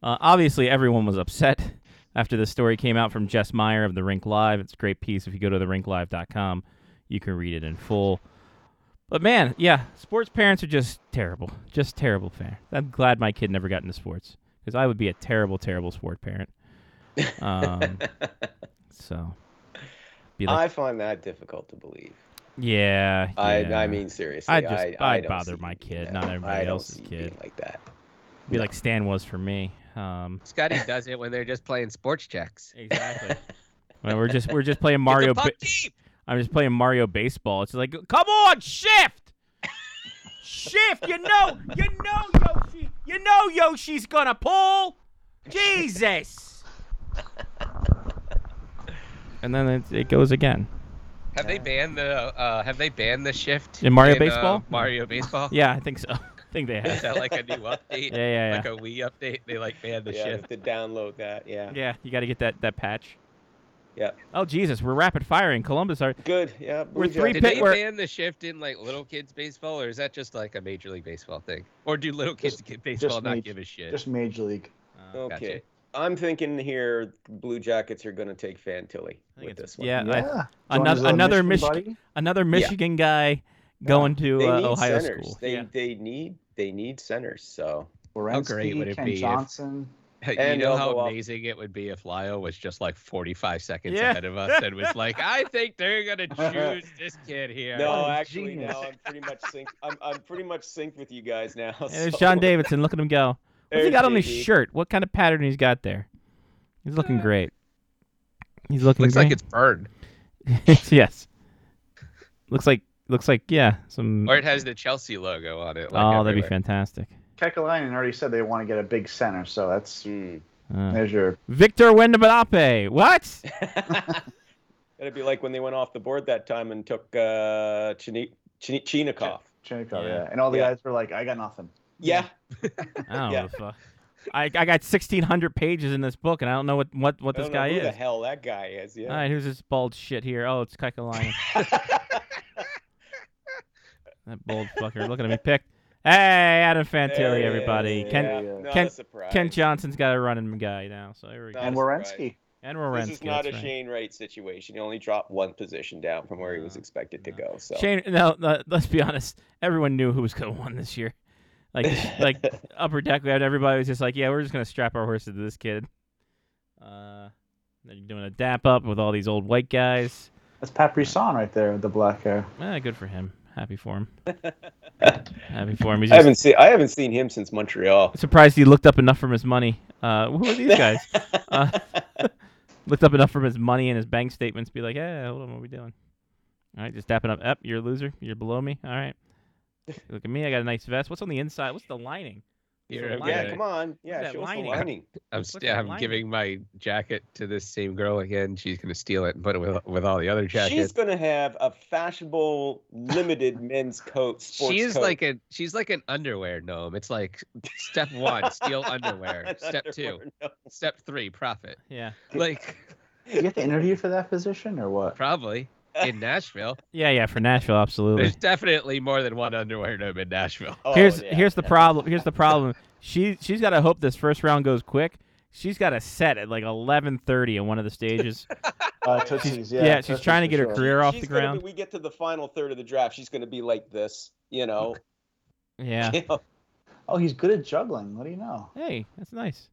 Speaker 1: Uh, obviously, everyone was upset <laughs> after this story came out from Jess Meyer of The Rink Live. It's a great piece. If you go to therinklive.com, you can read it in full. But man, yeah, sports parents are just terrible. Just terrible parents. I'm glad my kid never got into sports because I would be a terrible, terrible sport parent. Um, so, be like,
Speaker 6: I find that difficult to believe.
Speaker 1: yeah,
Speaker 6: I
Speaker 1: yeah.
Speaker 6: I mean seriously.
Speaker 1: I'd just-
Speaker 6: I,
Speaker 1: I'd
Speaker 6: don't
Speaker 1: bother
Speaker 6: see
Speaker 1: my
Speaker 6: you
Speaker 1: kid,
Speaker 6: being
Speaker 1: not
Speaker 6: that-
Speaker 1: everybody
Speaker 6: I don't
Speaker 1: else's
Speaker 6: see you being
Speaker 1: kid.
Speaker 6: like that.
Speaker 1: be like Stan was for me. Um,
Speaker 5: Scotty does it when they're just playing sports checks.
Speaker 1: <laughs> exactly. we're just we're just playing Mario.
Speaker 5: Get the puck
Speaker 1: Ba-
Speaker 5: deep!
Speaker 1: I'm just playing Mario Baseball. It's like, come on, shift, shift. You know, you know Yoshi, you know Yoshi's gonna pull. Jesus. and then it, it goes again.
Speaker 5: Have they banned the uh, Have they banned the shift
Speaker 1: In Mario
Speaker 5: uh,
Speaker 1: Baseball?
Speaker 5: Mario Baseball.
Speaker 1: <laughs> Yeah, I think so. I think they have.
Speaker 5: Is <laughs> that like a new update?
Speaker 1: Yeah, yeah, yeah.
Speaker 5: Like a Wii update? They like banned the
Speaker 6: yeah, I
Speaker 5: shift.
Speaker 6: have to download that. Yeah.
Speaker 1: yeah, you got to get that that patch.
Speaker 6: Yep.
Speaker 1: Oh Jesus, we're rapid firing. Columbus are.
Speaker 6: Good. Yeah. Blue
Speaker 1: We're three
Speaker 6: Jackets.
Speaker 5: Did they
Speaker 1: Pit where-
Speaker 5: ban the shift in like little kids baseball, or is that just like a major league baseball thing? Or do little kids
Speaker 4: Just-
Speaker 5: get baseball
Speaker 4: just
Speaker 5: not
Speaker 4: major-
Speaker 5: give a shit?
Speaker 4: Just Major League.
Speaker 1: Uh,
Speaker 6: Okay.
Speaker 5: Gotcha.
Speaker 6: I'm thinking here, Blue Jackets are going to take Fantilli
Speaker 1: I think
Speaker 6: with
Speaker 1: it's-
Speaker 6: this one.
Speaker 1: yeah, I-
Speaker 4: Join
Speaker 1: Another-
Speaker 4: his little
Speaker 1: another Michi-
Speaker 4: buddy.
Speaker 1: another Michigan guy going to
Speaker 6: They
Speaker 1: uh,
Speaker 6: need
Speaker 1: Ohio
Speaker 6: centers.
Speaker 1: school.
Speaker 6: They
Speaker 1: yeah.
Speaker 6: they need they need centers. So
Speaker 5: How great
Speaker 4: Wierenski,
Speaker 5: would it
Speaker 4: Ken
Speaker 5: be if-
Speaker 4: Johnson.
Speaker 5: <laughs> you
Speaker 6: And
Speaker 5: know
Speaker 6: they'll go
Speaker 5: how
Speaker 6: off-
Speaker 5: amazing it would be if Lyle was just like 45 seconds
Speaker 1: Yeah.
Speaker 5: ahead of us and was
Speaker 1: <laughs>
Speaker 5: like, "I think they're gonna choose this kid here."
Speaker 6: no,
Speaker 4: Oh,
Speaker 6: actually,
Speaker 4: genius.
Speaker 6: now I'm pretty much synced. I'm I'm pretty much synced with you guys now.
Speaker 1: And there's
Speaker 6: so- <laughs>
Speaker 1: John Davidson. Look at him go. What's he
Speaker 6: There's
Speaker 1: got on his
Speaker 6: JD.
Speaker 1: shirt? What kind of pattern he's got there? He's
Speaker 6: Uh,
Speaker 1: looking great. He's looking
Speaker 5: Looks like
Speaker 1: great.
Speaker 5: it's burned,
Speaker 1: it's <laughs> yes. Looks like looks like yeah some.
Speaker 5: or it has the Chelsea logo on it. Like
Speaker 1: oh, that'd be
Speaker 5: everywhere.
Speaker 1: fantastic.
Speaker 4: Kekalainen already said they want to get a big center, so that's
Speaker 6: <laughs> Hmm.
Speaker 1: Uh,
Speaker 4: there's your
Speaker 1: Victor Wembanyama. What?
Speaker 6: <laughs> That'd be like when they went off the board that time and took uh, Chini- Chini- Chinnikov.
Speaker 4: Chinnikov,
Speaker 1: Yeah.
Speaker 4: yeah. And all the
Speaker 6: Yeah.
Speaker 4: guys were like, I got nothing.
Speaker 6: Yeah.
Speaker 1: I don't know.
Speaker 6: Yeah.
Speaker 1: the fuck. I, I got 1,600 pages in this book, and I don't know what, what, what
Speaker 6: I
Speaker 1: this
Speaker 6: don't know
Speaker 1: guy
Speaker 6: who the
Speaker 1: is.
Speaker 6: hell that guy is?
Speaker 1: All
Speaker 6: Yeah. <laughs>
Speaker 1: right, who's this bald shit here? Oh, it's Kekalainen. that bald fucker. Look at him. He picked. Hey, Adam Fantilli,
Speaker 6: There he
Speaker 1: everybody.
Speaker 6: is.
Speaker 1: Ken,
Speaker 6: Yeah,
Speaker 4: Ken-
Speaker 6: not
Speaker 1: Ken
Speaker 6: a surprise.
Speaker 1: Ken Johnson's got a running guy now, so here we go.
Speaker 6: Not
Speaker 4: and
Speaker 6: a
Speaker 4: Wierenski.
Speaker 1: And Wierenski.
Speaker 6: This is not a
Speaker 1: that's right.
Speaker 6: Shane Wright situation. He only dropped one position down from where he was
Speaker 1: No,
Speaker 6: expected to
Speaker 1: no.
Speaker 6: go. So
Speaker 1: Shane, no, no, let's be honest. Everyone knew who was going to win this year. Like,
Speaker 6: <laughs>
Speaker 1: like upper deck, we had everybody was just like, yeah, we're just going to strap our horses to this kid. Uh, they're doing a dap up with all these old white guys.
Speaker 4: That's Pat Brisson right there with the black hair.
Speaker 1: Eh, good for him. Happy for
Speaker 6: <laughs>
Speaker 1: him. Happy for him. He's
Speaker 6: I
Speaker 1: just
Speaker 6: haven't seen I haven't seen him
Speaker 1: <laughs>
Speaker 6: since Montreal.
Speaker 1: surprised he looked up enough from his money. Uh, who are these
Speaker 6: <laughs>
Speaker 1: guys? Uh, <laughs> looked up enough from his money and his bank statements. to Be like, hey, hold on, what are we doing? All right, just dapping up. Up, you're a loser. You're below me. All
Speaker 6: <laughs>
Speaker 1: right. Look at me. I got a nice vest. What's on the inside? What's the lining?
Speaker 5: You're
Speaker 1: Lining.
Speaker 6: yeah,
Speaker 5: okay.
Speaker 6: come on. Yeah,
Speaker 1: that
Speaker 6: show us the
Speaker 1: lining?
Speaker 6: lining.
Speaker 1: <laughs>
Speaker 5: I'm,
Speaker 1: What's
Speaker 5: st-
Speaker 1: that
Speaker 5: I'm
Speaker 1: lining?
Speaker 5: giving my jacket to this same girl again. She's gonna steal it and put it with, with all the other
Speaker 6: She's
Speaker 5: jackets.
Speaker 6: gonna have a fashionable
Speaker 1: <laughs>
Speaker 6: limited men's coat. Sports
Speaker 5: She is
Speaker 6: coat.
Speaker 5: like a she's like an underwear gnome. It's like step
Speaker 6: <laughs>
Speaker 5: one, steal underwear.
Speaker 6: An
Speaker 5: Step two,
Speaker 6: underwear <laughs> gnome.
Speaker 5: step three, profit.
Speaker 1: Yeah.
Speaker 5: Like
Speaker 4: Do you have to interview for that position or what?
Speaker 5: probably in Nashville.
Speaker 1: Yeah, yeah, for Nashville, absolutely.
Speaker 5: There's definitely more than one underwear gnome in Nashville. <laughs>
Speaker 1: <laughs>
Speaker 6: Oh,
Speaker 1: here's
Speaker 6: yeah.
Speaker 1: here's the problem. Here's the problem. She she's got to hope this first round goes quick. She's got a set at like 11:30 on one of the stages.
Speaker 4: <laughs> Uh, Tootsie's, yeah.
Speaker 1: yeah, she's
Speaker 4: Tootsie's
Speaker 1: trying to
Speaker 4: for
Speaker 1: get her
Speaker 4: sure.
Speaker 1: career off
Speaker 6: She's
Speaker 1: the
Speaker 6: gonna
Speaker 1: ground.
Speaker 6: Be, we get to the final third of the draft. She's gonna be like this. You know. <laughs>
Speaker 1: Yeah.
Speaker 6: You know?
Speaker 4: Oh, he's good at juggling. What do you know?
Speaker 1: Hey, that's nice.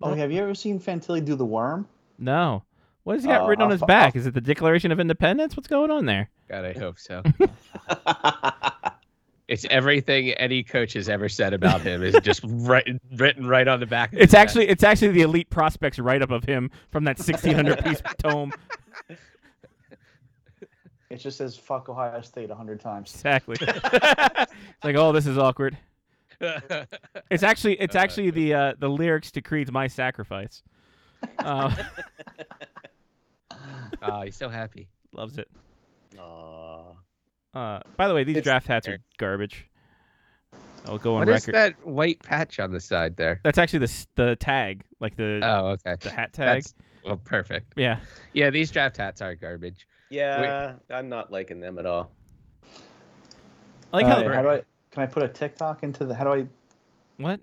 Speaker 4: Oh,
Speaker 1: Nope.
Speaker 4: have you ever seen Fantilli do the worm?
Speaker 1: No. What has he got
Speaker 4: Uh,
Speaker 1: written on
Speaker 4: I'll
Speaker 1: his
Speaker 4: fi-
Speaker 1: back? Is it the Declaration of Independence? What's going on there?
Speaker 5: God, I hope so.
Speaker 6: <laughs>
Speaker 5: It's everything any coach has ever said about him is just right, written right on the back. Of
Speaker 1: It's
Speaker 5: his vest.
Speaker 1: actually it's actually the elite prospects write up of him from that 1600 <laughs> piece tome.
Speaker 4: It just says fuck Ohio State a hundred times.
Speaker 1: <laughs> Exactly. it's like, oh, this is awkward.
Speaker 5: <laughs>
Speaker 1: It's actually it's
Speaker 5: Uh,
Speaker 1: actually the uh, the lyrics to Creed's "My Sacrifice." <laughs> Uh,
Speaker 5: oh, he's so happy.
Speaker 1: loves it.
Speaker 6: Aw.
Speaker 1: Uh, by the way, these
Speaker 6: It's
Speaker 1: draft hats are garbage. I'll go on
Speaker 5: What is
Speaker 1: record.
Speaker 5: that white patch on the
Speaker 1: <laughs>
Speaker 5: side there?
Speaker 1: That's actually the s- the tag, like the
Speaker 5: Oh, okay.
Speaker 1: the hat tag.
Speaker 5: That's well, perfect.
Speaker 1: Yeah,
Speaker 5: Yeah, these draft hats are garbage.
Speaker 6: yeah, I'm not liking them at all.
Speaker 1: I like
Speaker 4: Uh,
Speaker 5: Oh,
Speaker 1: how
Speaker 4: how do I? Can I put a TikTok into the? How do I?
Speaker 1: what?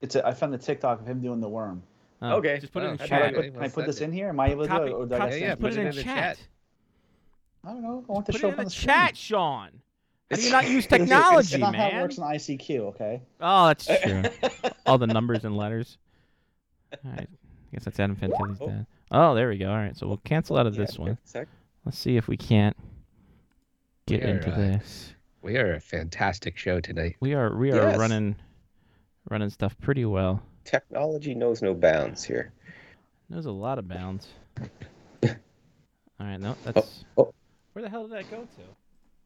Speaker 4: It's a, I found the TikTok of him doing the worm.
Speaker 1: Oh,
Speaker 6: Okay.
Speaker 1: just put it
Speaker 5: Oh,
Speaker 1: in
Speaker 5: how do
Speaker 4: Can I
Speaker 1: chat.
Speaker 5: Yeah,
Speaker 4: put,
Speaker 5: he
Speaker 4: can I
Speaker 5: wants
Speaker 4: put
Speaker 5: that
Speaker 4: this
Speaker 5: to-
Speaker 4: in here? Am I able to?
Speaker 1: Copy-
Speaker 4: do it,
Speaker 6: Oh,
Speaker 4: Or do I,
Speaker 1: copy-
Speaker 4: gotta
Speaker 5: yeah,
Speaker 4: send it?
Speaker 1: put it in
Speaker 5: in the
Speaker 1: chat.
Speaker 5: chat.
Speaker 4: I don't know. I want to
Speaker 1: Put
Speaker 4: show
Speaker 1: it
Speaker 4: up
Speaker 1: in
Speaker 4: on
Speaker 1: the
Speaker 4: screen.
Speaker 1: chat, Sean. How
Speaker 6: <laughs>
Speaker 1: do you
Speaker 6: It's-
Speaker 1: not use
Speaker 4: This is-
Speaker 1: technology,
Speaker 4: it's not How it
Speaker 1: man?
Speaker 4: works in ICQ, okay?
Speaker 1: Oh,
Speaker 6: <laughs>
Speaker 1: that's true. All the numbers and letters. All right. I guess that's Adam Fantilli's
Speaker 6: Oh.
Speaker 1: dad. Oh, there we go. All right. So we'll cancel out of this
Speaker 6: Yeah,
Speaker 1: one.
Speaker 6: sec.
Speaker 1: Let's see if we can't get
Speaker 5: We are,
Speaker 1: into
Speaker 5: uh,
Speaker 1: this.
Speaker 5: We are a fantastic show tonight.
Speaker 1: We are we are
Speaker 6: yes.
Speaker 1: running running stuff pretty well.
Speaker 6: Technology knows no bounds here. <laughs>
Speaker 1: Knows a lot of bounds. All right, no, that's
Speaker 6: oh. Uh-uh.
Speaker 1: where the hell did that go to?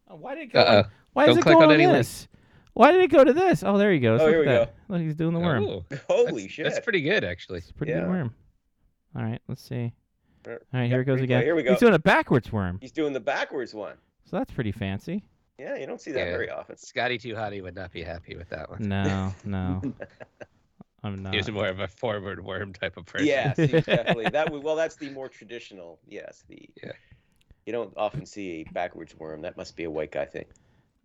Speaker 1: Oh, why did it go?
Speaker 5: Uh
Speaker 1: on- Why does
Speaker 5: Don't
Speaker 1: it
Speaker 5: click
Speaker 1: go
Speaker 5: on
Speaker 1: on,
Speaker 5: any link.
Speaker 1: this? Why did it go to this? Oh, there you go.
Speaker 6: Oh,
Speaker 1: look
Speaker 6: here
Speaker 1: at
Speaker 6: we
Speaker 1: that. Look, he's doing the worm.
Speaker 5: Oh,
Speaker 6: Holy
Speaker 5: that's,
Speaker 6: shit!
Speaker 5: That's pretty good, actually.
Speaker 1: It's a pretty good
Speaker 6: Yeah.
Speaker 1: worm. All right, let's see. All
Speaker 6: Er,
Speaker 1: right,
Speaker 6: yeah,
Speaker 1: here it goes
Speaker 6: replay,
Speaker 1: again.
Speaker 6: here we
Speaker 1: He's
Speaker 6: go.
Speaker 1: doing a backwards worm,
Speaker 6: He's doing the backwards one.
Speaker 1: so that's pretty fancy.
Speaker 6: Yeah, you don't see that
Speaker 5: Yeah.
Speaker 6: very often.
Speaker 5: Scotty Too Hottie would not be happy with that one. <laughs>
Speaker 1: No,
Speaker 6: <laughs>
Speaker 1: no, I'm not.
Speaker 5: He was more of a forward worm type of person.
Speaker 1: <laughs>
Speaker 6: Yes, exactly. That would, well, that's the more traditional. Yes, the
Speaker 5: Yeah.
Speaker 6: you don't often see a backwards worm. That must be a white guy thing.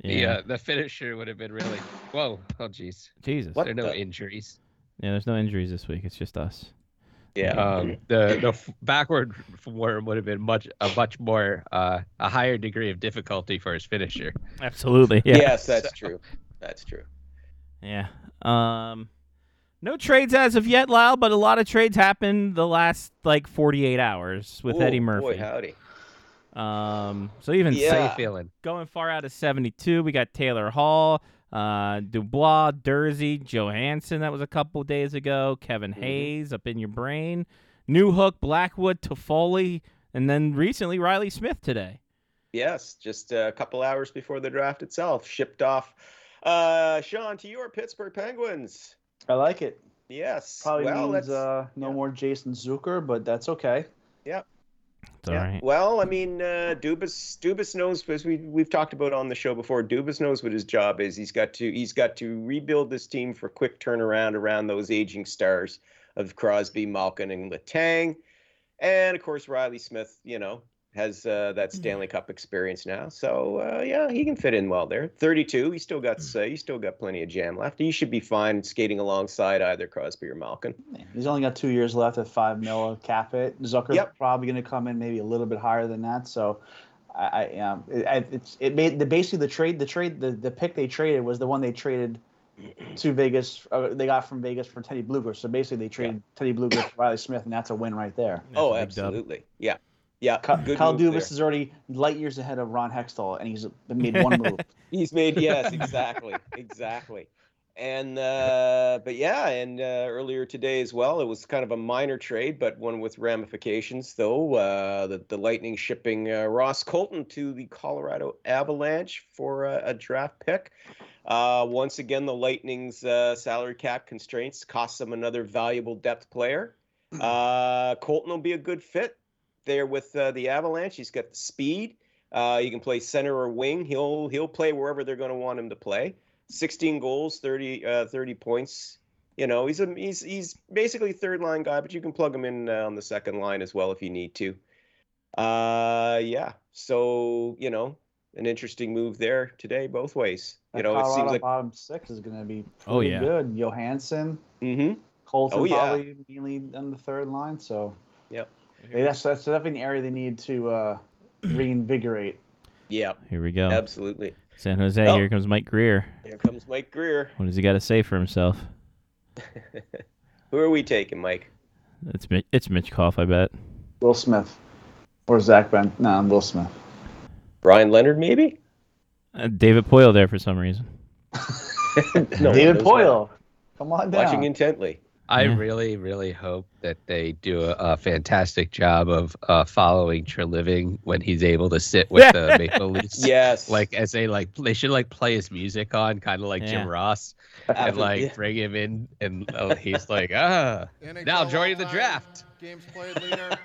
Speaker 1: Yeah,
Speaker 5: The, uh, the finisher would have been really. Whoa. Oh, jeez.
Speaker 1: Jesus.
Speaker 6: What
Speaker 5: There are no
Speaker 6: the-
Speaker 5: injuries.
Speaker 1: Yeah, there's no injuries this week. It's just us.
Speaker 6: Yeah.
Speaker 5: Um, the the f- backward f- worm would have been much a much more uh, a higher degree of difficulty for his finisher.
Speaker 1: Absolutely. Yeah.
Speaker 6: Yes, that's true. That's true.
Speaker 1: Yeah. Um, no trades as of yet, Lyle, but a lot of trades happened the last like 48 hours with
Speaker 6: Ooh,
Speaker 1: Eddie
Speaker 6: Boy,
Speaker 1: Murphy.
Speaker 6: howdy.
Speaker 1: um, so even
Speaker 6: Yeah.
Speaker 5: How you
Speaker 6: Ah.
Speaker 5: feeling?
Speaker 1: going far out of 72, we got Taylor Hall, uh, Dubois, Dursey, Johansson. That was a couple days ago. Kevin
Speaker 6: Mhm.
Speaker 1: Hayes up in your brain. New Hook, Blackwood, Toffoli, and then recently Riley Smith today.
Speaker 6: Yes, just a couple hours before the draft itself, shipped off. Uh, Sean, to your Pittsburgh Penguins.
Speaker 4: I like it.
Speaker 6: Yes.
Speaker 4: Probably
Speaker 6: well,
Speaker 4: means
Speaker 6: that's
Speaker 4: uh, no
Speaker 6: yeah.
Speaker 4: more Jason Zucker, but that's okay.
Speaker 1: It's all right.
Speaker 6: Well, I mean, uh, Dubas Dubas knows as we we've talked about on the show before. Dubas knows what his job is. He's got to he's got to rebuild this team for quick turnaround around those aging stars of Crosby, Malkin, and Latang, and of course Riley Smith. You know has uh,
Speaker 1: Mm-hmm.
Speaker 6: that Stanley Cup experience now, so uh, yeah, he can fit in well there. Thirty-two, he's still got
Speaker 1: Mm.
Speaker 6: uh, he's still got plenty of jam left. He should be fine skating alongside either Crosby or Malkin.
Speaker 4: He's only got two years left at five mil cap it. Zucker's
Speaker 6: Yep.
Speaker 4: probably going to come in maybe a little bit higher than that. So, I, I um, it, I- it's it made the basically the trade the trade the, the pick they traded was the one they traded to Vegas. Uh, they got from Vegas for Teddy Bluger. So basically they traded Teddy Bluger for Riley Smith, and that's a win right there.
Speaker 1: That's
Speaker 6: Oh,
Speaker 1: a big dub.
Speaker 6: absolutely, yeah, yeah.
Speaker 4: Ka-
Speaker 6: good
Speaker 4: Kyle
Speaker 6: move
Speaker 4: Dubas
Speaker 6: there.
Speaker 4: is already light years ahead of Ron Hextall, and he's made
Speaker 1: <laughs>
Speaker 4: one move.
Speaker 6: He's made yes, exactly, exactly. And uh, but yeah, and uh, earlier today as well, it was kind of a minor trade, but one with ramifications. Though uh, the the Lightning shipping uh, Ross Colton to the Colorado Avalanche for uh, a draft pick. Uh, once again, the Lightning's uh, salary cap constraints cost them another valuable depth player. Uh, Colton will be a good fit there with uh, the Avalanche. He's got the speed. Uh, you can play center or wing. He'll he'll play wherever they're going to want him to play. 16 goals, 30 uh, 30 points. You know, he's a he's he's basically third line guy, but you can plug him in uh, on the second line as well if you need to. Uh, yeah. So you know, an interesting move there today, both ways. You
Speaker 4: That
Speaker 6: know, it
Speaker 4: Colorado
Speaker 6: seems like.
Speaker 4: bottom six is going to be
Speaker 1: Oh,
Speaker 4: pretty
Speaker 1: yeah.
Speaker 4: good. Johansson,
Speaker 6: Mm-hmm.
Speaker 4: Colton
Speaker 6: Oh, yeah.
Speaker 4: probably mainly on the third line. So
Speaker 6: Yep.
Speaker 4: They- that's that's definitely an area they need to uh, reinvigorate.
Speaker 6: Yeah.
Speaker 1: Here we go.
Speaker 6: Absolutely.
Speaker 1: San Jose.
Speaker 6: Oh.
Speaker 1: Here comes Mike Greer.
Speaker 6: Here comes Mike Greer. <laughs>
Speaker 1: What does he got to say for himself?
Speaker 6: Who are we taking, Mike?
Speaker 1: It's Mi- it's Mitch Koff, I bet.
Speaker 4: Will Smith or Zach Ben? No, Will Smith.
Speaker 6: Brian Leonard, <laughs> maybe?
Speaker 1: Uh, David Poyle there for some reason.
Speaker 6: <laughs> No,
Speaker 4: David
Speaker 6: those not.
Speaker 4: Poyle. Come on down.
Speaker 6: Watching intently.
Speaker 5: I
Speaker 1: Yeah.
Speaker 5: really, really hope that they do a, a fantastic job of uh, following Treliving when he's able to sit
Speaker 1: <laughs>
Speaker 5: with the Maple Leafs.
Speaker 6: Yes.
Speaker 5: Like as they like, they should like play his music on, kind of like
Speaker 1: Yeah.
Speaker 5: Jim Ross, and
Speaker 6: Absolutely.
Speaker 5: like
Speaker 6: Yeah.
Speaker 5: bring him in, and uh, he's like, ah, Now join the draft.
Speaker 3: Games played leader.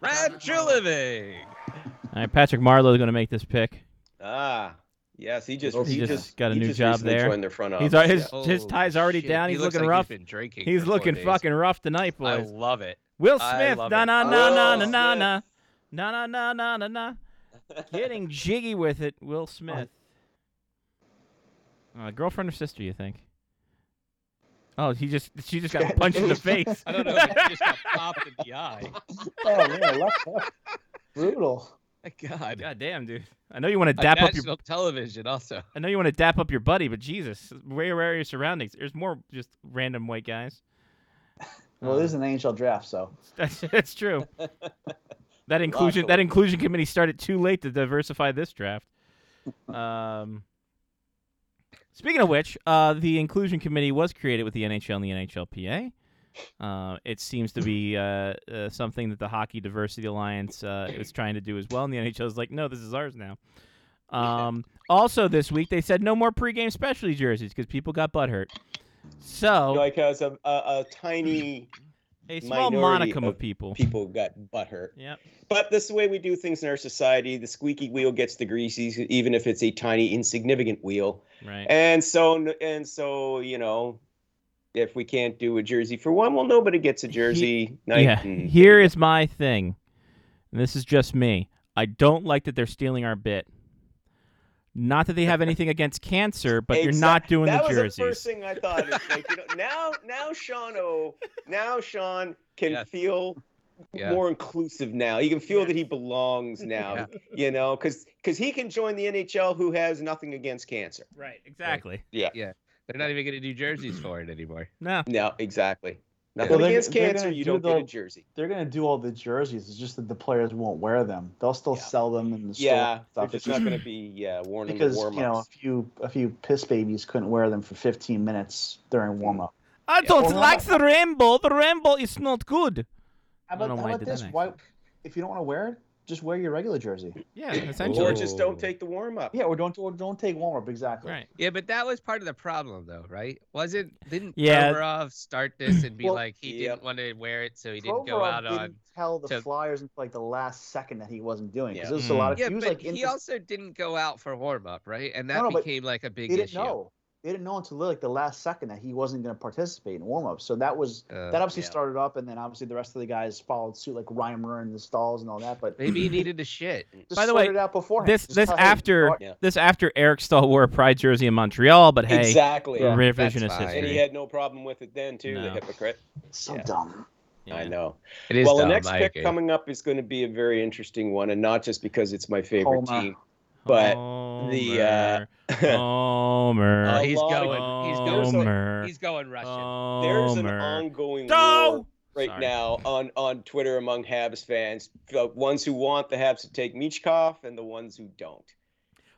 Speaker 5: Brad Treliving.
Speaker 1: All right, Patrick Marlowe's going to make this pick.
Speaker 6: <laughs> Ah, yes. He just
Speaker 1: He
Speaker 6: he,
Speaker 1: just
Speaker 6: just,
Speaker 1: got a
Speaker 6: he
Speaker 1: new
Speaker 6: just
Speaker 1: job
Speaker 6: recently
Speaker 1: there.
Speaker 6: Joined their front office.
Speaker 1: He's al- his
Speaker 6: yeah.
Speaker 1: his
Speaker 5: Oh,
Speaker 1: tie's already
Speaker 5: shit.
Speaker 1: down.
Speaker 5: He
Speaker 1: He's
Speaker 5: looks
Speaker 1: looking
Speaker 5: like
Speaker 1: rough.
Speaker 5: He's, been drinking
Speaker 1: He's
Speaker 5: for four
Speaker 1: looking
Speaker 5: days.
Speaker 1: fucking rough tonight,
Speaker 5: I
Speaker 1: boys.
Speaker 5: love it.
Speaker 1: Will
Speaker 5: I
Speaker 1: Smith,
Speaker 5: love
Speaker 1: na
Speaker 5: it.
Speaker 1: na na na na
Speaker 6: Will
Speaker 1: na na
Speaker 6: Smith.
Speaker 1: na na na na na.
Speaker 5: <laughs>
Speaker 1: Getting jiggy with it, Will Smith. Uh, girlfriend or sister, you think? Oh, he just she just <laughs> got punched in the face.
Speaker 5: I don't know. if
Speaker 1: <laughs>
Speaker 5: He just got popped in the eye.
Speaker 4: Oh man, left
Speaker 6: <laughs>
Speaker 4: hook. Brutal.
Speaker 5: My God.
Speaker 1: God damn, dude. I know you want to
Speaker 5: On
Speaker 1: dap up your
Speaker 5: national television also.
Speaker 1: I know you want to dap up your buddy, but Jesus, where where are your surroundings? There's more just random white guys.
Speaker 4: Well, it
Speaker 6: Uh-huh.
Speaker 4: is an NHL draft, so
Speaker 1: <laughs> That's that's true. That inclusion that
Speaker 6: Luckily.
Speaker 1: inclusion committee started too late to diversify this draft. Um, speaking of which, uh, the inclusion committee was created with the NHL and the NHLPA. Uh, it seems to be uh, uh, something that the Hockey Diversity Alliance uh, is trying to do as well, and the NHL is like, no, this is ours now. Um, also, this week they said no more pregame specialty jerseys because people got butthurt. So
Speaker 6: like has a, a, a tiny
Speaker 1: a small
Speaker 6: minority
Speaker 1: monicum of,
Speaker 6: of
Speaker 1: people.
Speaker 6: people got butthurt.
Speaker 1: Yep.
Speaker 6: But this is the way we do things in our society. The squeaky wheel gets the greasy, even if it's a tiny, insignificant wheel.
Speaker 1: Right.
Speaker 6: And so, and so, you know, if we can't do a jersey for one, well, nobody gets a jersey. night Mm.
Speaker 1: Yeah.
Speaker 6: and-
Speaker 1: Here is my thing. And this is just me. I don't like that they're stealing our bit. Not that they have
Speaker 6: <laughs>
Speaker 1: anything against cancer, but you're not
Speaker 6: Exact-
Speaker 1: doing
Speaker 6: that
Speaker 1: the
Speaker 6: was
Speaker 1: jerseys.
Speaker 6: the first thing I thought. It's like, you know, now, now Sean O, now Sean can
Speaker 5: Yeah.
Speaker 6: feel
Speaker 5: Yeah.
Speaker 6: more inclusive now. He can feel that he belongs now.
Speaker 5: Yeah.
Speaker 6: You know, because he can join the NHL, who has nothing against cancer.
Speaker 1: Right, exactly.
Speaker 5: They're not even going to do jerseys for it anymore.
Speaker 1: No.
Speaker 6: No, exactly.
Speaker 4: Well,
Speaker 6: Nothing
Speaker 4: they're-
Speaker 6: against
Speaker 4: they're
Speaker 6: cancer.
Speaker 4: gonna
Speaker 6: You
Speaker 4: do
Speaker 6: don't get a
Speaker 4: the-
Speaker 6: jersey.
Speaker 4: they're gonna do all the jerseys. It's just that the players won't wear them. They'll still
Speaker 6: Yeah.
Speaker 4: sell them in the store.
Speaker 6: Yeah,
Speaker 4: and
Speaker 6: they're
Speaker 4: stuff. It's
Speaker 6: just
Speaker 4: just
Speaker 6: not going to be yeah worn in the
Speaker 4: because you
Speaker 6: warm
Speaker 4: know a
Speaker 6: ups.
Speaker 4: few a few piss babies couldn't wear them for 15 minutes
Speaker 6: Mm.
Speaker 4: during warm up.
Speaker 1: I don't
Speaker 4: Or-
Speaker 1: like the rainbow. The rainbow is not good.
Speaker 4: How
Speaker 1: I don't
Speaker 4: about,
Speaker 1: know
Speaker 4: how
Speaker 1: why I
Speaker 4: about
Speaker 1: did that
Speaker 4: this?
Speaker 1: accent.
Speaker 4: Why, if you don't want to wear it, just wear your regular jersey.
Speaker 1: Yeah,
Speaker 6: Or
Speaker 1: essentially.
Speaker 6: just don't take the warm up.
Speaker 4: Yeah, or don't or don't take warm up exactly.
Speaker 1: Right.
Speaker 5: Yeah, but that was part of the problem, though, right? Wasn't didn't
Speaker 1: Yeah.
Speaker 5: Provorov start this and be
Speaker 4: Well,
Speaker 5: like he
Speaker 6: yeah.
Speaker 5: didn't want to wear it, so he didn't go
Speaker 4: Provorov
Speaker 5: out
Speaker 4: didn't
Speaker 5: on.
Speaker 4: tell the
Speaker 5: to-
Speaker 4: Flyers until like the last second that he wasn't doing because
Speaker 6: Yeah.
Speaker 4: was a lot of
Speaker 5: Yeah,
Speaker 4: he was
Speaker 5: but
Speaker 4: like in
Speaker 5: he also didn't go out for warm up, right? And that
Speaker 4: No, no, but
Speaker 5: became like a big
Speaker 4: they didn't
Speaker 5: issue.
Speaker 4: know they didn't know until like the last second that he wasn't going to participate in warm up. So that was
Speaker 5: Uh,
Speaker 4: that obviously
Speaker 5: yeah.
Speaker 4: started up, and then obviously the rest of the guys followed suit like Reimer and the stalls and all that. But
Speaker 5: Maybe he needed to shit.
Speaker 4: just
Speaker 1: By the
Speaker 4: sort
Speaker 1: way,
Speaker 4: it out beforehand.
Speaker 1: This
Speaker 4: Just
Speaker 1: this
Speaker 4: tell, hey,
Speaker 1: after
Speaker 4: Gar-
Speaker 6: Yeah.
Speaker 1: this after Eric Stahl wore a pride jersey in Montreal, but hey,
Speaker 6: exactly.
Speaker 4: Yeah.
Speaker 1: revisionist
Speaker 5: fine.
Speaker 6: And he
Speaker 1: history.
Speaker 6: had no problem with it then too. The
Speaker 1: No.
Speaker 6: hypocrite.
Speaker 7: So
Speaker 6: Yeah.
Speaker 7: dumb.
Speaker 6: I know.
Speaker 5: It is
Speaker 6: well,
Speaker 5: dumb,
Speaker 6: the next
Speaker 5: I
Speaker 6: pick
Speaker 5: agree.
Speaker 6: coming up is going to be a very interesting one, and not just because it's my favorite
Speaker 4: Homa.
Speaker 6: team. But the, uh,
Speaker 1: Homer,
Speaker 6: there's <laughs>
Speaker 1: Homer,
Speaker 5: Oh, he's
Speaker 6: A lot
Speaker 5: going.
Speaker 1: Homer,
Speaker 5: He's going.
Speaker 1: Homer,
Speaker 5: He's going Russian.
Speaker 1: Oh.
Speaker 6: an
Speaker 1: Homer.
Speaker 6: ongoing
Speaker 1: No!
Speaker 6: war right
Speaker 1: Sorry.
Speaker 6: now on on Twitter among Habs fans, the ones who want the Habs to take Michkov and the ones who don't.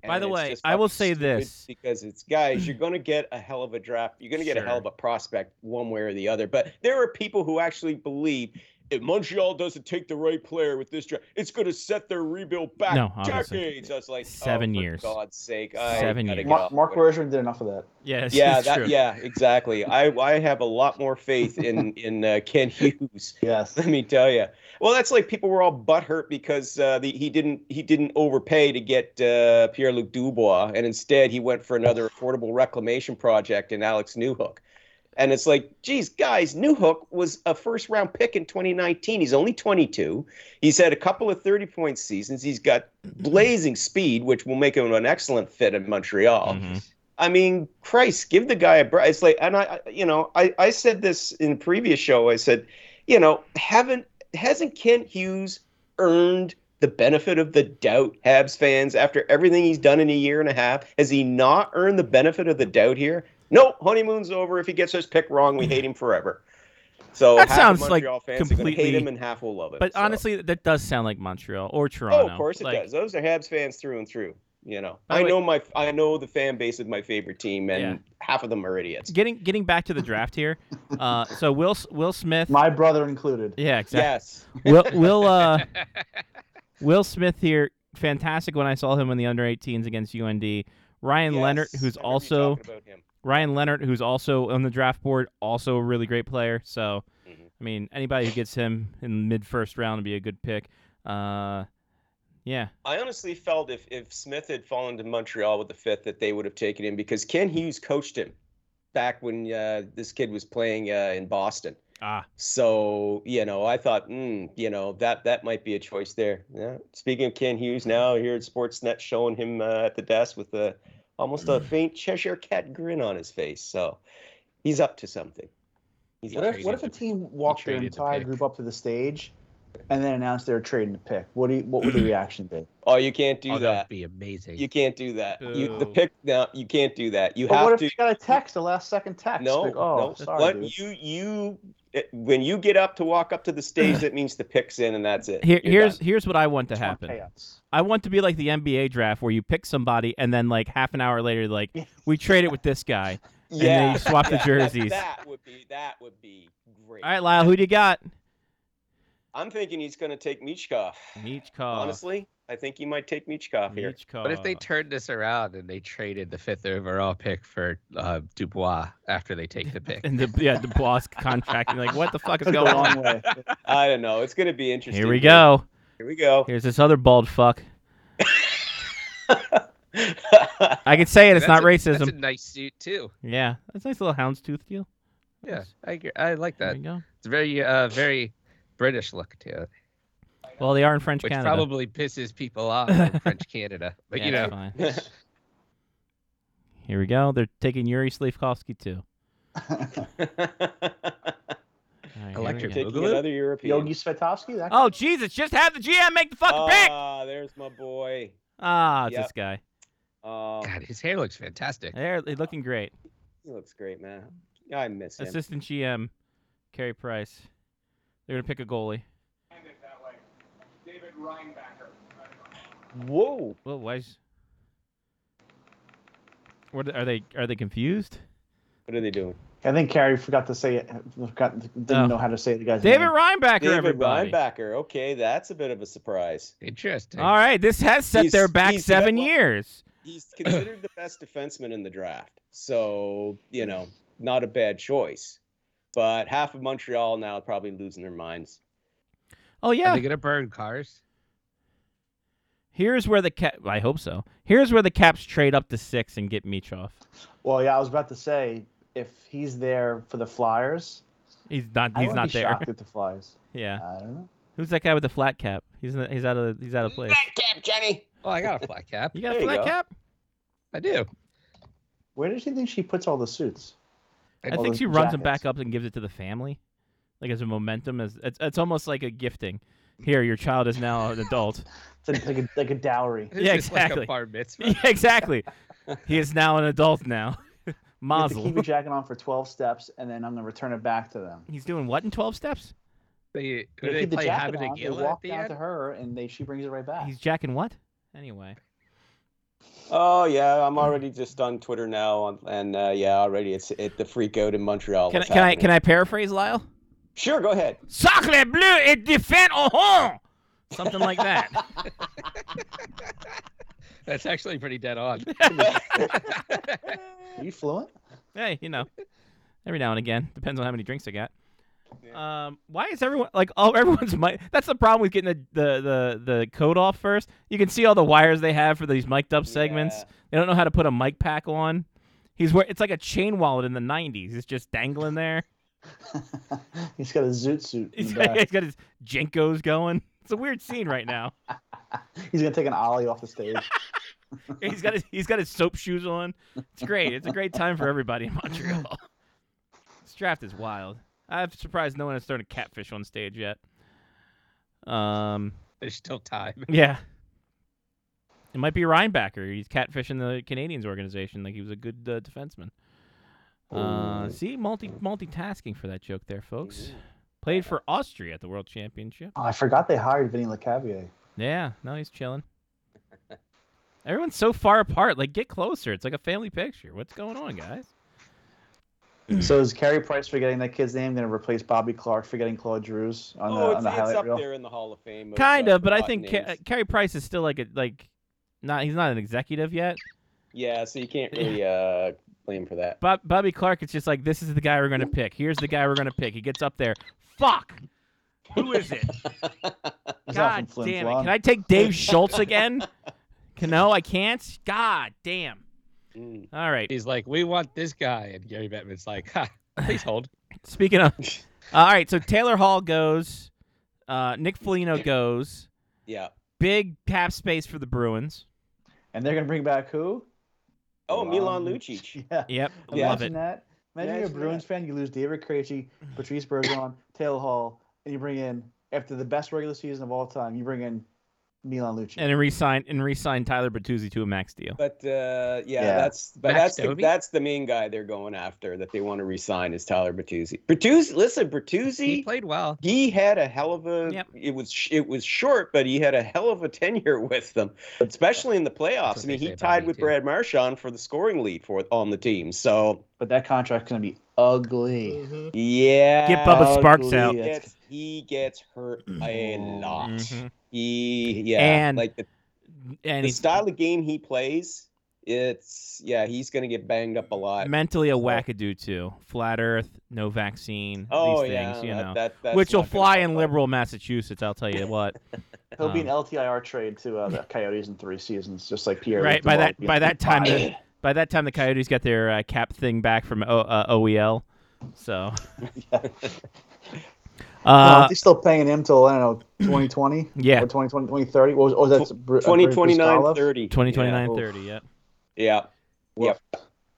Speaker 1: By the
Speaker 6: it's
Speaker 1: way,
Speaker 6: just
Speaker 1: I will
Speaker 6: fucking
Speaker 1: say
Speaker 6: stupid
Speaker 1: this.
Speaker 6: because it's guys, you're going to get a hell of a draft. You're going to get a hell of
Speaker 1: Sure.
Speaker 6: a prospect one way or the other. But there are people who actually believe if Montreal doesn't take the right player with this draft, it's going to set their rebuild back
Speaker 1: No, obviously.
Speaker 6: decades. I was like,
Speaker 1: Seven
Speaker 6: oh, for
Speaker 1: years.
Speaker 6: God's sake, I
Speaker 1: Seven
Speaker 6: gotta
Speaker 1: years.
Speaker 6: get
Speaker 4: Mark,
Speaker 6: off
Speaker 4: Mark
Speaker 6: Twitter
Speaker 4: Bergeron did enough of that.
Speaker 1: Yes,
Speaker 6: yeah,
Speaker 1: it's
Speaker 6: that,
Speaker 1: true.
Speaker 6: yeah, exactly. I I have a lot more faith in in uh, Ken Hughes.
Speaker 4: Yes.
Speaker 6: <laughs> Let me tell you. Well, that's like people were all butthurt because uh, the, he didn't he didn't overpay to get uh, Pierre Luc Dubois, and instead he went for another affordable reclamation project in Alex Newhook. And it's like, geez, guys, Newhook was a first round pick in 2019. He's only 22. He's had a couple of 30 point seasons. He's got blazing speed, which will make him an excellent fit in Montreal.
Speaker 1: Mhm.
Speaker 6: I mean, Christ, give the guy a break. It's like, and I, I- you know, I, I said this in a previous show. I said, you know, haven't hasn't Kent Hughes earned the benefit of the doubt, Habs fans, after everything he's done in a year and a half? Has he not earned the benefit of the doubt here? No, honeymoon's over. If he gets his pick wrong, we hate him forever. So
Speaker 1: That
Speaker 6: half the
Speaker 1: sounds like
Speaker 6: Montreal fans are gonna hate
Speaker 1: completely-
Speaker 6: him, and half will love him.
Speaker 1: But
Speaker 6: so.
Speaker 1: honestly, that does sound like Montreal or Toronto.
Speaker 6: Oh, of course it
Speaker 1: Like,
Speaker 6: does. Those are Habs fans through and through. You know,
Speaker 1: By the
Speaker 6: I
Speaker 1: way-
Speaker 6: know my I know the fan base of my favorite team, and
Speaker 1: Yeah.
Speaker 6: half of them are idiots.
Speaker 1: Getting getting back to the draft
Speaker 6: <laughs>
Speaker 1: here. Uh, so Will S- Will Smith.
Speaker 4: <laughs> My brother included.
Speaker 1: yeah, exactly.
Speaker 6: Yes,
Speaker 1: Will Will
Speaker 6: <laughs>
Speaker 1: uh, Will Smith here. Fantastic when I saw him in the under 18s against UND. Ryan
Speaker 6: Yes.
Speaker 1: Leonard, who's
Speaker 6: I remember you
Speaker 1: also
Speaker 6: talking about him.
Speaker 1: Ryan Leonard, who's also on the draft board, also a really great player. So,
Speaker 6: Mhm.
Speaker 1: I mean, anybody who gets him in mid first round would be a good pick. Uh, yeah,
Speaker 6: I honestly felt if if Smith had fallen to Montreal with the fifth, that they would have taken him because Ken Hughes coached him back when uh, this kid was playing uh, in Boston.
Speaker 1: ah,
Speaker 6: So you know, I thought, mm, you know, that that might be a choice there. Yeah. Speaking of Ken Hughes, now here at Sportsnet, showing him uh, at the desk with a almost
Speaker 4: Mm.
Speaker 6: a faint Cheshire cat grin on his face. So he's up to something. He's
Speaker 4: What
Speaker 6: up
Speaker 4: if,
Speaker 6: to
Speaker 4: what if a
Speaker 6: something.
Speaker 4: team walked their
Speaker 5: traded the
Speaker 4: entire
Speaker 5: pick.
Speaker 4: group up to the stage and then announced they were trading the pick? What do you, what
Speaker 6: <clears throat>
Speaker 4: would the reaction be?
Speaker 6: Oh, you can't do
Speaker 5: oh, that would
Speaker 6: that.
Speaker 5: be amazing.
Speaker 6: You can't do that. You, the
Speaker 1: Boo.
Speaker 6: pick now. You can't do that. You
Speaker 4: But
Speaker 6: have
Speaker 4: what if
Speaker 6: to.
Speaker 4: you got a text, a last second
Speaker 1: <laughs>
Speaker 4: text?
Speaker 6: No,
Speaker 4: Like, oh,
Speaker 6: no.
Speaker 4: sorry,
Speaker 6: what
Speaker 4: dude.
Speaker 6: you you it- when you get up to walk up to the stage,
Speaker 1: <laughs>
Speaker 6: that means the pick's in, and that's it.
Speaker 1: here,
Speaker 6: You're
Speaker 1: here's
Speaker 6: done.
Speaker 1: here's what I want to
Speaker 4: It's more
Speaker 1: happen.
Speaker 4: chaos.
Speaker 1: I want to be like the NBA draft where you pick somebody and then like half an hour later, like we trade it with this
Speaker 5: <laughs>
Speaker 1: guy.
Speaker 6: yeah.
Speaker 1: and they swap the
Speaker 6: Yeah, <laughs> that-
Speaker 1: jerseys.
Speaker 6: That would be that would be great.
Speaker 1: All right, Lyle, who do you got?
Speaker 6: I'm thinking he's going to take Michkov.
Speaker 1: Michkov.
Speaker 6: Honestly, I think he might take Michkov here.
Speaker 1: Michkov.
Speaker 5: What if they turned this around and they traded the fifth overall pick for uh, Dubois after they take the pick?
Speaker 1: and the yeah the boss contract? You're like, what the fuck is
Speaker 4: It's a
Speaker 1: going on?
Speaker 4: long
Speaker 6: <laughs>
Speaker 4: way.
Speaker 6: I don't know. It's going to be interesting.
Speaker 1: Here we go.
Speaker 6: Here we go. <laughs>
Speaker 1: Here's this other bald fuck. I can say it. <laughs> It's
Speaker 5: That's
Speaker 1: not
Speaker 5: a-
Speaker 1: racism.
Speaker 5: That's a nice suit too.
Speaker 1: Yeah, that's a nice little houndstooth deal.
Speaker 5: Yeah,
Speaker 1: Nice.
Speaker 5: I agree. I like
Speaker 1: There
Speaker 5: that.
Speaker 1: you go.
Speaker 5: It's very uh, very British look to it,
Speaker 1: Well, they are in French
Speaker 5: which
Speaker 1: Canada.
Speaker 5: probably pisses people
Speaker 1: <laughs>
Speaker 5: off in French Canada. But
Speaker 1: Yeah,
Speaker 5: you
Speaker 1: it's
Speaker 5: know,
Speaker 1: fine. Here we go. They're taking Yuri Slavkovsky too. All right, here we
Speaker 5: Electric
Speaker 1: go.
Speaker 5: boat.
Speaker 6: Taking another European.
Speaker 4: Yogi Svetovsky? That
Speaker 1: Oh Jesus! Just have the GM make the fucking
Speaker 5: Uh,
Speaker 1: pick.
Speaker 6: Ah, there's my boy.
Speaker 1: Ah, it's
Speaker 6: yep.
Speaker 1: this guy.
Speaker 6: Um,
Speaker 5: God, his hair looks fantastic.
Speaker 1: They're they're looking great.
Speaker 6: he looks great, man. I miss him.
Speaker 1: Assistant GM, Carey Price. They're gonna pick a goalie.
Speaker 6: Whoa.
Speaker 1: Well, why? Is... What are they? Are they confused?
Speaker 6: What are they doing?
Speaker 4: I think Carrie forgot to say it. Forgot, didn't
Speaker 1: Oh.
Speaker 4: know how to say the guy's
Speaker 1: David
Speaker 4: name.
Speaker 1: Reinbacker,
Speaker 6: David
Speaker 1: everybody.
Speaker 6: Reinbacker. Okay, that's a bit of a surprise.
Speaker 5: Interesting.
Speaker 1: All right, this has set
Speaker 6: He's-
Speaker 1: their back
Speaker 6: he's-
Speaker 1: seven
Speaker 6: well-
Speaker 1: years.
Speaker 6: <clears throat> He's considered the best defenseman in the draft, so you know, not a bad choice. But half of Montreal now are probably losing their minds.
Speaker 1: Oh
Speaker 5: Are
Speaker 1: yeah,
Speaker 5: they gonna burn cars?
Speaker 1: here's where the cap. I hope so. Here's where the Caps trade up to six and get Michov.
Speaker 4: Well, yeah, I was about to say if he's there for the Flyers,
Speaker 1: He's not.
Speaker 4: I
Speaker 1: He's
Speaker 4: would
Speaker 1: not
Speaker 4: be
Speaker 1: there.
Speaker 4: Shocked at the Flyers.
Speaker 1: <laughs> Yeah.
Speaker 4: I don't know.
Speaker 1: Who's that guy with the flat cap? He's not, he's out of he's out of place.
Speaker 6: cap, Jenny.
Speaker 5: Oh, I got a flat cap.
Speaker 1: You got a
Speaker 6: There you
Speaker 1: flat
Speaker 6: go.
Speaker 1: cap? <laughs>
Speaker 5: I do.
Speaker 4: Where does she think she puts all the suits?
Speaker 1: I
Speaker 4: All
Speaker 1: think
Speaker 4: those
Speaker 1: she runs them
Speaker 4: jackets.
Speaker 1: back up and gives it to the family, like as a momentum. As it's, it's almost like a gifting. Here, your child is now an
Speaker 4: <laughs>
Speaker 1: adult. <laughs>
Speaker 4: It's like, like a, like a dowry.
Speaker 5: It's
Speaker 1: Yeah,
Speaker 5: just Like
Speaker 1: exactly.
Speaker 5: a bar
Speaker 1: <laughs>
Speaker 5: mitzvah.
Speaker 1: yeah, exactly. He is now an adult now. <laughs>
Speaker 4: You have to keep <laughs>
Speaker 1: Mazel. <laughs>
Speaker 4: your jacket on for 12 steps, and then I'm gonna return it back to them.
Speaker 1: He's doing what in twelve steps?
Speaker 5: They,
Speaker 4: You
Speaker 5: they
Speaker 4: keep the
Speaker 5: play
Speaker 4: jacket
Speaker 5: Having a
Speaker 4: on, they
Speaker 5: Gila at
Speaker 4: walk
Speaker 5: the
Speaker 4: down
Speaker 5: end.
Speaker 4: to her, and they she brings it right back.
Speaker 1: He's jacking what? Anyway,
Speaker 6: Oh yeah, I'm already just on Twitter now, on, and uh, yeah, already it's it the freak out in
Speaker 4: Oh,
Speaker 6: Montreal.
Speaker 1: can I,
Speaker 6: What's
Speaker 1: can I
Speaker 6: happening?
Speaker 1: can I paraphrase Lyle?
Speaker 6: Sure, go ahead.
Speaker 1: Sacre bleu et défend au hon! Something like
Speaker 4: <laughs>
Speaker 1: that.
Speaker 5: That's actually pretty
Speaker 1: <laughs>
Speaker 5: dead on.
Speaker 4: Are you fluent? <laughs>
Speaker 1: hey, you know, every now and again depends on how many drinks I got. Um, why is everyone like all <laughs> everyone's mic? That's the problem with getting the, the the the coat off first. You can see all the wires they have for these mic'd up segments.
Speaker 6: Yeah.
Speaker 1: They don't know how to put a mic pack on. He's wear it's like a chain wallet in the '90s. It's just dangling there. <laughs>
Speaker 4: He's got a zoot suit. In
Speaker 1: He's <laughs>
Speaker 4: the
Speaker 1: got,
Speaker 4: back. <laughs>
Speaker 1: he's got his jinkos going. It's a weird scene right now.
Speaker 4: He's gonna take an ollie off
Speaker 1: <laughs>
Speaker 4: the stage.
Speaker 1: He's got his he's got his soap shoes on. It's great. It's a great time for everybody in Montreal. <laughs> this draft is wild. I'm surprised no one has thrown a catfish on stage yet. Um,
Speaker 5: There's still time.
Speaker 1: yeah, it might be Reinbacker. He's catfishing the Canadians organization. Like he was a good uh, defenseman. Uh, see, multi multitasking for that joke there, folks. Played for Austria at the World Championship.
Speaker 4: Oh, I forgot they hired Vinny LeCavier.
Speaker 1: Yeah, no, he's chilling. Everyone's so far apart. Like, get closer. It's like a family picture. What's going on, guys? Mm.
Speaker 4: So is Carey Price forgetting that kid's name going to replace Bobby Clark forgetting Claude Drews on the,
Speaker 6: oh,
Speaker 4: on
Speaker 6: it's,
Speaker 4: the
Speaker 6: it's
Speaker 4: highlight
Speaker 6: up
Speaker 4: reel?
Speaker 6: there in the Hall of Fame.
Speaker 1: Kind
Speaker 6: uh,
Speaker 1: of, but I
Speaker 6: forgotten
Speaker 1: think Ca-
Speaker 6: names.
Speaker 1: Carey Price is still like a like, not he's not an executive yet.
Speaker 6: yeah, so
Speaker 1: <laughs>
Speaker 6: you can't really uh, blame for <laughs> that.
Speaker 1: Bob, Bobby Clark is just like this is the guy we're gonna pick. Here's the guy we're gonna pick. He gets up there. Fuck. Who is it?
Speaker 4: He's not
Speaker 1: God
Speaker 4: from Flin
Speaker 1: damn it!
Speaker 4: Flon.
Speaker 1: Can I take Dave Schultz again? Can- No, I can't. God damn.
Speaker 6: Mm.
Speaker 1: All right.
Speaker 5: He's like, we want this guy, and Gary Bettman's like, ha, please hold.
Speaker 1: Speaking of, uh, all right. So Taylor Hall goes. Uh, Nick Foligno goes.
Speaker 6: Yeah.
Speaker 1: big cap space for the Bruins.
Speaker 4: And they're going to bring back who? <laughs>
Speaker 6: Oh, Milan Lucic.
Speaker 4: Yeah.
Speaker 1: Yep,
Speaker 4: Imagine
Speaker 1: love it.
Speaker 4: that. Imagine you're a
Speaker 6: Imagine
Speaker 4: Bruins fan. You lose David
Speaker 1: <sighs>
Speaker 4: Krejci, Patrice Bergeron, Taylor Hall, and you bring in after the best regular season of all time. You bring in Milan Lucic.
Speaker 1: And then resign and resign Tyler Bertuzzi to a max deal.
Speaker 6: But uh, yeah,
Speaker 4: Yeah.
Speaker 6: that's but
Speaker 5: Max
Speaker 6: that's the,
Speaker 5: Domi?
Speaker 6: that's the main guy they're going after that they want to resign is Tyler Bertuzzi. Bertuzzi,
Speaker 5: He
Speaker 6: listen,
Speaker 4: <laughs>
Speaker 6: Bertuzzi,
Speaker 5: played well.
Speaker 6: he had a hell of a.
Speaker 1: Yep.
Speaker 6: It was sh- it was short, but he had a hell of a <laughs> tenure with them, especially in the playoffs.
Speaker 5: what
Speaker 6: I mean,
Speaker 5: they say
Speaker 6: he
Speaker 5: about
Speaker 6: tied
Speaker 5: me,
Speaker 6: with
Speaker 5: too.
Speaker 6: Brad Marchand for the scoring lead for on the team. So
Speaker 4: but that contract's going to be ugly.
Speaker 1: Mm-hmm.
Speaker 6: yeah,
Speaker 1: Get Bubba Sparks out.
Speaker 6: He gets, he gets hurt a lot.
Speaker 5: Mm-hmm.
Speaker 1: Mhm.
Speaker 6: He yeah,
Speaker 1: And-
Speaker 6: like the
Speaker 1: And
Speaker 6: the
Speaker 1: he's
Speaker 6: style of game he plays, it's yeah, he's gonna get banged up a lot.
Speaker 1: mentally a wackadoo too. Flat Earth, no vaccine,
Speaker 6: oh
Speaker 1: these
Speaker 6: yeah,
Speaker 1: things, you
Speaker 6: that-
Speaker 1: know,
Speaker 6: that- that's
Speaker 1: which will
Speaker 6: not gonna
Speaker 1: fly
Speaker 6: help
Speaker 1: in
Speaker 6: out.
Speaker 1: liberal Massachusetts. I'll
Speaker 6: <laughs>
Speaker 1: tell you what.
Speaker 4: He'll be an
Speaker 1: Um,
Speaker 4: LTIR trade
Speaker 1: <laughs>
Speaker 4: to uh, the Coyotes in three seasons, just like Pierre.
Speaker 1: right by that by that time,
Speaker 4: Five.
Speaker 1: the, by that time the Coyotes got their uh, cap thing back from o, uh, OEL.
Speaker 6: <laughs>
Speaker 1: So,
Speaker 4: Uh, <laughs>
Speaker 1: uh,
Speaker 4: he's still paying him till I don't
Speaker 1: <clears throat>
Speaker 4: know 2020.
Speaker 1: Yeah.
Speaker 4: Or 2020, 2030. What was, what was that? Bru- uh,
Speaker 6: 2029
Speaker 4: Briskalov?
Speaker 6: 30.
Speaker 1: 2029
Speaker 4: oof.
Speaker 1: 30. Yep.
Speaker 6: Yeah. Yep.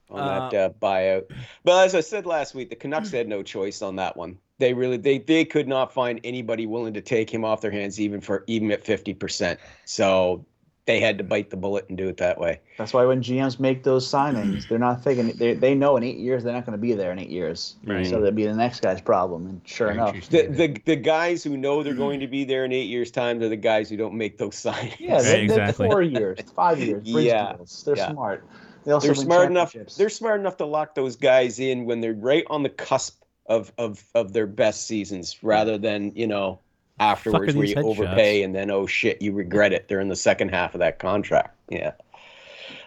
Speaker 6: On that uh, buyout. But as I said last week, the Canucks had no choice on that one. They really they they could not find anybody willing to take him off their hands even for even at 50%. So they had to bite the bullet and do it that way.
Speaker 4: That's why when GMs make those signings, they're not thinking they, they know in eight years they're not going to be there in eight years.
Speaker 1: Right.
Speaker 4: So that'd be the next guy's problem. And sure
Speaker 5: Very
Speaker 4: enough,
Speaker 5: interesting.
Speaker 6: The, the the guys who know they're going to be there in 8 years time, they're the guys who don't make those <laughs> signs.
Speaker 4: yeah, they,
Speaker 1: Right, exactly.
Speaker 6: <laughs>
Speaker 4: they're four years, five years, bridge
Speaker 6: Yeah,
Speaker 4: deals. They're
Speaker 6: yeah.
Speaker 4: smart. They also
Speaker 6: they're
Speaker 4: win
Speaker 6: smart enough.
Speaker 4: championships.
Speaker 6: They're smart enough to lock those guys in when they're right on the cusp of of of their best seasons, rather than you know afterwards
Speaker 1: Fuck are
Speaker 6: where
Speaker 1: these
Speaker 6: you
Speaker 1: headshots?
Speaker 6: overpay and then oh shit you regret it. They're in the second half of that contract. Yeah,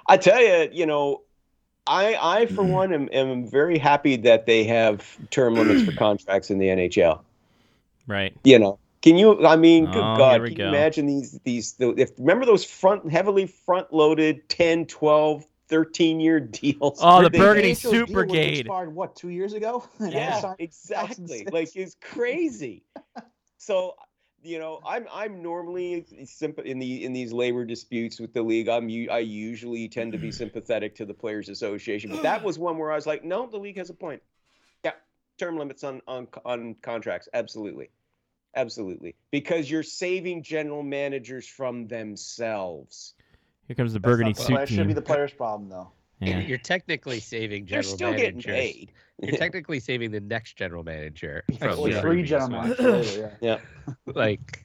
Speaker 6: I tell you, you know. I, I
Speaker 1: Mm.
Speaker 6: for one am, am very happy that they have term limits
Speaker 1: <clears throat>
Speaker 6: for contracts in the NHL
Speaker 1: Right.
Speaker 6: you know can you i mean good
Speaker 1: Oh,
Speaker 6: god
Speaker 1: here we
Speaker 6: can
Speaker 1: go.
Speaker 6: you imagine these these the, if remember those front heavily front loaded 10 12 13 year <laughs> deals
Speaker 1: Oh, the
Speaker 6: They-
Speaker 1: Burgundy
Speaker 4: They-
Speaker 1: Soup
Speaker 4: deal was
Speaker 1: Brigade.
Speaker 4: expired, what two years ago? <laughs> And they
Speaker 6: yeah
Speaker 4: signed-
Speaker 6: exactly
Speaker 4: 2006.
Speaker 6: like it's crazy so you know i'm i'm normally simp- in the in these labor disputes with the league i'm u- i usually tend
Speaker 5: Mm.
Speaker 6: to be sympathetic to the players association but that was one where i was like no the league has a point yeah term limits on on on contracts absolutely absolutely because you're saving general managers from themselves
Speaker 1: Here comes the
Speaker 4: That's
Speaker 1: Burgundy
Speaker 4: not the player-
Speaker 1: Soup
Speaker 4: should be
Speaker 1: team.
Speaker 4: the player's problem though.
Speaker 1: yeah.
Speaker 5: You're technically saving
Speaker 6: they're
Speaker 5: general
Speaker 6: still getting
Speaker 5: managers.
Speaker 6: paid <laughs>
Speaker 5: You're technically saving the next general manager from
Speaker 4: Only
Speaker 5: the
Speaker 4: three
Speaker 5: previous
Speaker 4: gentlemen.
Speaker 6: <laughs>
Speaker 5: one.
Speaker 4: actually, later, yeah.
Speaker 5: Like